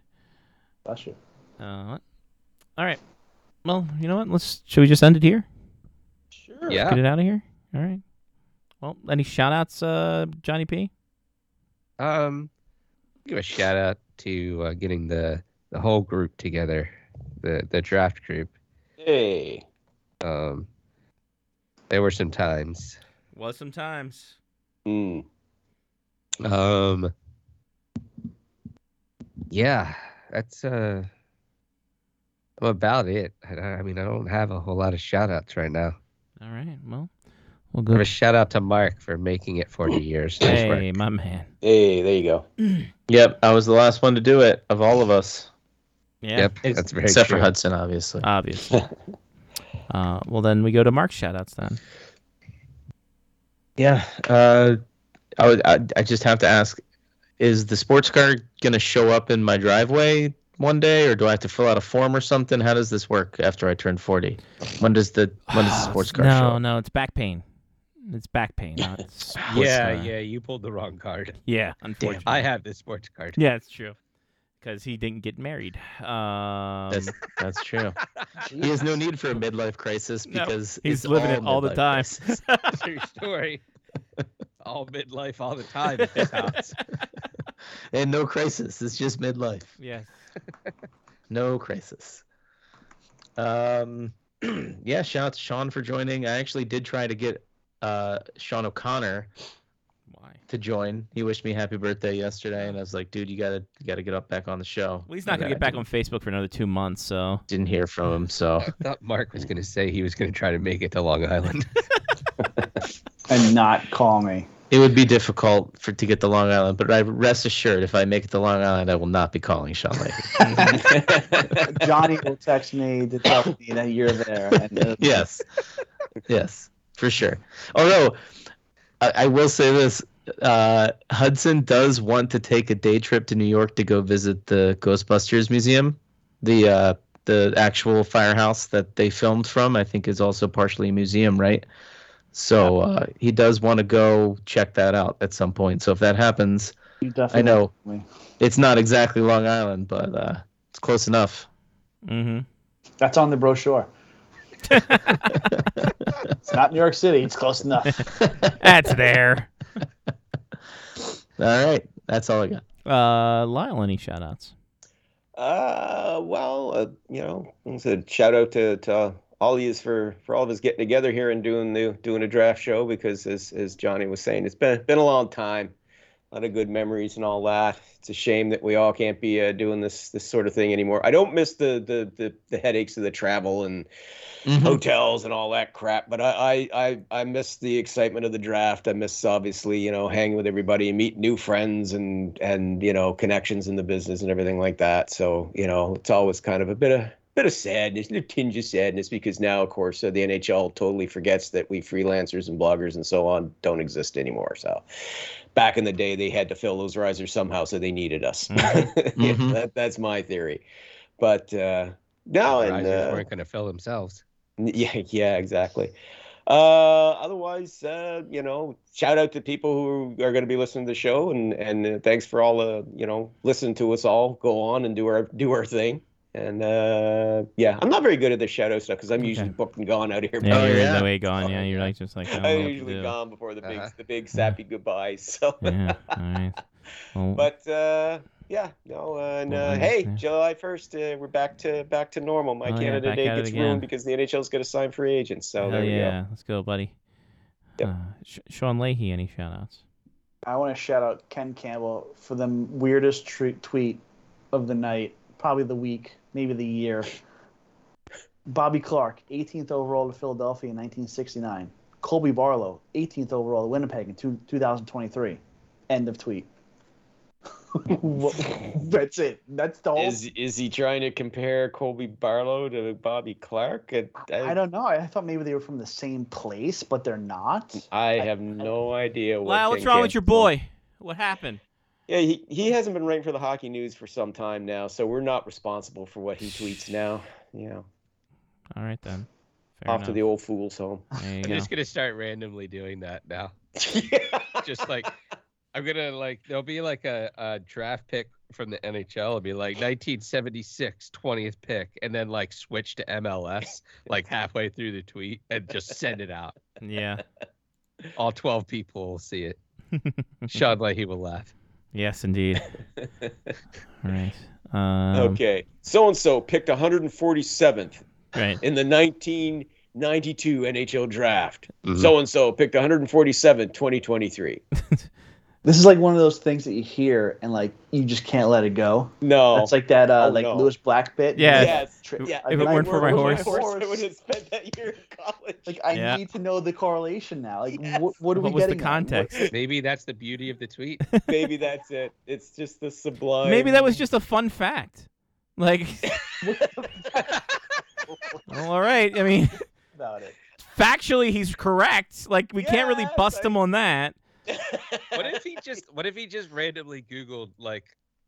Speaker 4: Bless you.
Speaker 1: Uh, all right. Well, you know what? Let's. Should we just end it here?
Speaker 4: Sure.
Speaker 1: Let's Get it out of here. All right. Well, any shout outs, uh, Johnny P?
Speaker 5: Um, give a shout out to uh, getting the the whole group together, the the draft group.
Speaker 6: Hey.
Speaker 5: Um, there were some times.
Speaker 1: Was sometimes.
Speaker 6: Mm.
Speaker 5: Um, yeah, that's uh, I'm about it. I, I mean, I don't have a whole lot of shout outs right now.
Speaker 1: All right. Well,
Speaker 5: Well,
Speaker 1: good.
Speaker 5: Give a shout out to Mark for making it 40 years. Thanks, Mark.
Speaker 1: hey, my man.
Speaker 6: Hey, there you go.
Speaker 3: <clears throat> Yep, I was the last one to do it of all of us.
Speaker 1: Yeah.
Speaker 5: Yep, that's very
Speaker 3: except
Speaker 5: true.
Speaker 3: for Hudson, obviously.
Speaker 1: Obviously. uh, well, then we go to Mark's shout outs then.
Speaker 3: Yeah, uh, I would. I, I just have to ask: Is the sports car gonna show up in my driveway one day, or do I have to fill out a form or something? How does this work after I turn forty? When does the when
Speaker 1: <sighs>
Speaker 3: does <sighs> the sports car show?
Speaker 1: No,
Speaker 3: up?
Speaker 1: no, it's back pain. It's back pain. Not
Speaker 3: <laughs>
Speaker 1: sports
Speaker 5: Yeah,
Speaker 1: car.
Speaker 5: yeah, you pulled the wrong card.
Speaker 1: Yeah, unfortunately.
Speaker 5: I have the sports card.
Speaker 1: <laughs> Yeah, it's true. Because he didn't get married. Um,
Speaker 3: That's
Speaker 1: <laughs>
Speaker 3: that's true. he has no need for a midlife crisis
Speaker 1: No,
Speaker 3: because
Speaker 1: he's
Speaker 3: it's
Speaker 1: living it all the
Speaker 3: midlife
Speaker 1: time.
Speaker 3: crisis.
Speaker 5: True story. all midlife, all the
Speaker 1: <laughs>
Speaker 5: time at this house.
Speaker 3: and no crisis. It's just midlife.
Speaker 1: Yes.
Speaker 3: No crisis. Um, <clears throat> yeah, shout out to Sean for joining. I actually did try to get uh, Sean O'Connor
Speaker 1: Why?
Speaker 3: to join. He wished me happy birthday yesterday, and I was like, dude, you gotta you gotta get up back on the show.
Speaker 1: Well, he's not
Speaker 3: And
Speaker 1: going
Speaker 3: I
Speaker 1: to get back
Speaker 3: didn't-
Speaker 1: on Facebook for another two months, so.
Speaker 3: Didn't hear from him, so
Speaker 5: I thought Mark was going to say he was going to try to make it to Long Island.
Speaker 4: And not call me.
Speaker 3: it would be difficult for to get to Long Island. But I rest assured, if I make it to Long Island, I will not be calling Sean Lake.
Speaker 4: <laughs> <laughs> Johnny will text me to tell me that you're there. And uh, it'll be-
Speaker 3: yes, yes, for sure. Although I, I will say this, uh, Hudson does want to take a day trip to New York to go visit the Ghostbusters Museum, the uh, the actual firehouse that they filmed from. I think is also partially a museum, right? So uh, he does want to go check that out at some point. So if that happens,
Speaker 4: you
Speaker 3: I
Speaker 4: definitely
Speaker 3: know
Speaker 4: Me.
Speaker 3: it's not exactly Long Island, but uh, it's close enough.
Speaker 1: Mm-hmm.
Speaker 4: That's on
Speaker 1: <laughs>
Speaker 4: the brochure. it's not New York City. It's close enough.
Speaker 1: That's
Speaker 3: <laughs>
Speaker 1: there.
Speaker 3: All right, that's all I got.
Speaker 1: Uh, Lyle, any shout outs?
Speaker 6: Uh, well, uh, you know, like I said shout out to to all of yous for for all of us getting together here and doing the doing a draft show because as as Johnny was saying, it's been been a long time, a lot of good memories and all that. It's a shame that we all can't be uh, doing this this sort of thing anymore. I don't miss the the the, the headaches of the travel and
Speaker 5: Mm-hmm.
Speaker 6: hotels and all that crap. But I, I I I miss the excitement of the draft. I miss obviously you know hanging with everybody and meet new friends and and you know connections in the business and everything like that. So you know it's always kind of a bit of bit of sadness, a tinge of sadness because now of course uh, the NHL totally forgets that we freelancers and bloggers and so on don't exist anymore. So back in the day they had to fill those risers somehow, so they needed us.
Speaker 5: Mm-hmm.
Speaker 6: <laughs> Yeah,
Speaker 3: Mhm.
Speaker 6: that, that's my theory. But uh, no,
Speaker 5: The
Speaker 6: and
Speaker 5: Risers
Speaker 6: uh,
Speaker 5: weren't going to fill themselves.
Speaker 6: N- <laughs> Yeah, yeah, exactly. Uh, otherwise, uh, you know, shout out to people who are going to be listening to the show, and and uh, thanks for all uh, you know, listen to us all go on and do our do our thing. And uh, yeah, I'm not very good at the shadow stuff because I'm usually booked and gone out of here.
Speaker 1: Yeah,
Speaker 6: by
Speaker 1: you're
Speaker 6: the
Speaker 1: in
Speaker 6: time.
Speaker 1: the way gone. Yeah, you're like just like. I don't know what
Speaker 6: I'm
Speaker 1: to
Speaker 6: Oh, usually
Speaker 1: do.
Speaker 6: gone before the big
Speaker 5: Uh-huh.
Speaker 6: the big sappy goodbyes. <laughs> So,
Speaker 1: Yeah. All
Speaker 6: <laughs>
Speaker 1: right. Well,
Speaker 6: but uh, yeah, no, uh, and
Speaker 1: Well,
Speaker 6: uh,
Speaker 1: I
Speaker 6: hey,
Speaker 1: understand.
Speaker 6: July first, uh, we're back to back to normal. My
Speaker 1: Oh, yeah,
Speaker 6: Canada
Speaker 1: back
Speaker 6: Day
Speaker 1: at it
Speaker 6: gets
Speaker 1: again.
Speaker 6: ruined because the NHL is going to sign free agents. So
Speaker 1: hell
Speaker 6: there we go.
Speaker 1: yeah. Let's go, buddy. Uh, Sh- Sean Leahy, any shout outs?
Speaker 4: I want to shout out Ken Campbell for the weirdest tre- tweet of the night, probably the week, maybe the year. Bobby Clark, 18th overall to Philadelphia in 1969. Colby <laughs> Barlow, 18th overall to Winnipeg in two, 2023. End of tweet. That's it. That's the whole.
Speaker 6: Is is he trying to compare Colby Barlow to Bobby Clark? I,
Speaker 4: I don't know. I thought maybe they were from the same place, but they're not.
Speaker 6: I have no idea. What
Speaker 1: Lyle, what's
Speaker 6: Ken
Speaker 1: wrong
Speaker 6: Kent-
Speaker 1: with your boy? What happened?
Speaker 6: Yeah, he, he hasn't been ranked for the hockey news for some time now, so we're not responsible for what he
Speaker 1: <sighs>
Speaker 6: tweets now. You know,
Speaker 1: All right then. Fair
Speaker 6: off to
Speaker 1: enough.
Speaker 6: the old
Speaker 1: <laughs>
Speaker 6: fool's home.
Speaker 1: There you
Speaker 5: I'm
Speaker 1: go.
Speaker 5: just gonna start randomly doing that now. just like I'm gonna like there'll be like a, a draft pick from the NHL. It'll be like 1976 20th pick, and then like switch to MLS like halfway through the tweet and just send it out.
Speaker 6: <laughs>
Speaker 1: Yeah.
Speaker 5: All 12 people will
Speaker 1: <laughs>
Speaker 5: see it. Sean Leahy will laugh.
Speaker 1: Yes, indeed. All right.
Speaker 6: <laughs>
Speaker 1: Um,
Speaker 6: <laughs> okay, so and so picked 147th
Speaker 1: Right.
Speaker 6: in the 1992 NHL draft.
Speaker 1: Mhm.
Speaker 6: So and so picked 147th, 2023.
Speaker 4: This is like one of those things that you hear and like you just can't let it go.
Speaker 6: No,
Speaker 4: That's like that uh
Speaker 6: Oh,
Speaker 4: like
Speaker 6: no.
Speaker 4: Lewis Black bit.
Speaker 1: Yeah.
Speaker 6: Yes.
Speaker 4: Tri-
Speaker 6: Yeah.
Speaker 4: like,
Speaker 1: If it
Speaker 4: I
Speaker 1: weren't for my
Speaker 4: with
Speaker 1: horse.
Speaker 6: I would have spent that year in college.
Speaker 1: <laughs>
Speaker 4: Like I
Speaker 1: Yeah.
Speaker 4: need to know the correlation now. Like what, what are
Speaker 1: What
Speaker 4: we
Speaker 1: was the
Speaker 4: getting? at? What-
Speaker 1: context?
Speaker 5: Maybe that's the beauty of the tweet.
Speaker 6: Maybe that's it. It's just the sublime.
Speaker 1: Maybe that
Speaker 6: <laughs>
Speaker 1: was just a fun fact. Like, <laughs> well, all right. I mean, <laughs>
Speaker 4: about it.
Speaker 1: factually, he's correct. Like, we can't really
Speaker 6: Yes,
Speaker 1: bust
Speaker 6: I-
Speaker 1: him on that.
Speaker 5: What if he
Speaker 1: <laughs>
Speaker 5: just what if he just randomly Googled like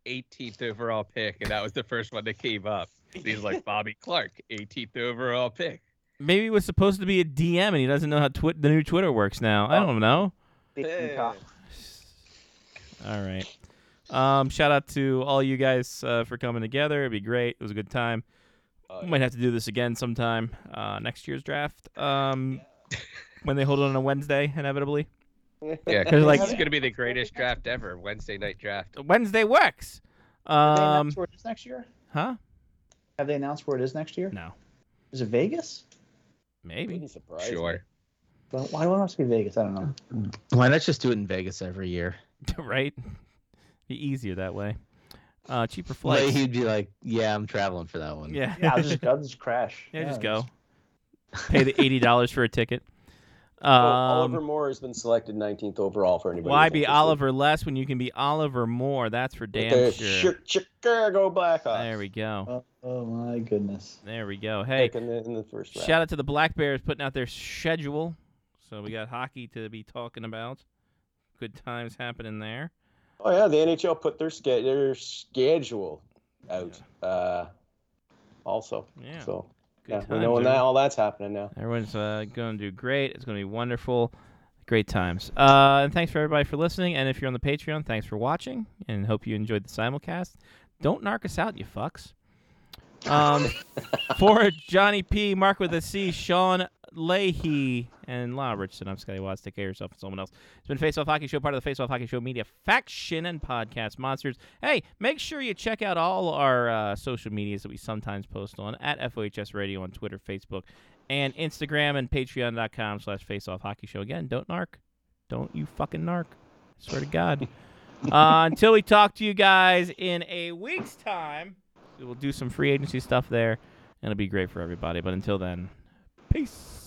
Speaker 5: 18th overall pick and that was the first one that came up?
Speaker 1: <laughs>
Speaker 5: He's like Bobby Clark, 18th overall pick.
Speaker 1: Maybe it was supposed to be a DM, and he doesn't know how twi- the new Twitter works now. I don't know.
Speaker 4: Big cock.
Speaker 1: All right. Um, shout out to all you guys uh, for coming together. It'd be great. It was a good time.
Speaker 6: Oh,
Speaker 1: We might have to do this again sometime uh, next year's draft. Um, when they hold it on a Wednesday, inevitably.
Speaker 5: Yeah,
Speaker 1: 'Cause,
Speaker 5: because
Speaker 1: like-
Speaker 5: like it's gonna be the greatest draft ever. Wednesday night draft.
Speaker 1: Wednesday works.
Speaker 4: Have they
Speaker 1: Um,
Speaker 4: announced where it is next year?
Speaker 1: huh?
Speaker 4: Have they announced where it is next year?
Speaker 1: No.
Speaker 4: Is it Vegas?
Speaker 1: Maybe. <laughs>
Speaker 6: Wouldn't surprise me.
Speaker 5: Sure.
Speaker 4: Well, Why would it have to be Vegas? I don't know.
Speaker 13: Why not just do it in Vegas every year?
Speaker 1: right? Be easier that way. Uh, cheaper
Speaker 13: Like
Speaker 1: flights.
Speaker 13: he'd be like, "Yeah, I'm traveling for that one."
Speaker 1: Yeah.
Speaker 4: Yeah, I'll just I'll just crash.
Speaker 1: Yeah, just go. <laughs> Pay the eighty dollars for a ticket.
Speaker 6: Oh,
Speaker 1: Um,
Speaker 6: Oliver Moore has been selected 19th overall for anybody.
Speaker 1: why
Speaker 6: who's
Speaker 1: be
Speaker 6: interested.
Speaker 1: Oliver less when you can be Oliver more? That's for
Speaker 6: With
Speaker 1: damn
Speaker 6: the Uh,
Speaker 1: sure.
Speaker 6: Chi- Chicago Blackhawks.
Speaker 1: There we go.
Speaker 4: Oh, oh my goodness.
Speaker 1: There we go. Hey,
Speaker 6: Taken in the first round.
Speaker 1: shout out to the Black Bears putting out their schedule. So we got hockey to be talking about. Good times happening there.
Speaker 6: Oh yeah, the NHL put their ske- their schedule out. Uh, also,
Speaker 1: Yeah.
Speaker 6: so
Speaker 1: Good
Speaker 6: yeah, we
Speaker 1: times,
Speaker 6: know when that
Speaker 1: everyone.
Speaker 6: all that's happening now.
Speaker 1: Everyone's uh, going to do great. It's going to be wonderful. Great times. Uh, and thanks for everybody for listening. And if you're on the Patreon, thanks for watching. And hope you enjoyed the simulcast. Don't narc us out, you fucks. Um, for Johnny P, Mark with a C, Sean Leahy, and La Richardson, I'm Scotty Watts. Take care of yourself and someone else. It's been Face Off Hockey Show, part of the Face Off Hockey Show media faction and podcast monsters. Hey, make sure you check out all our uh, social medias that we sometimes post on at FOHS Radio on Twitter, Facebook, and Instagram, and patreon.com slash Face Off Hockey Show. Again, don't narc. Don't you fucking narc. swear to God. uh, until we talk to you guys in a week's time, we will do some free agency stuff there, and it'll be great for everybody. But until then, peace.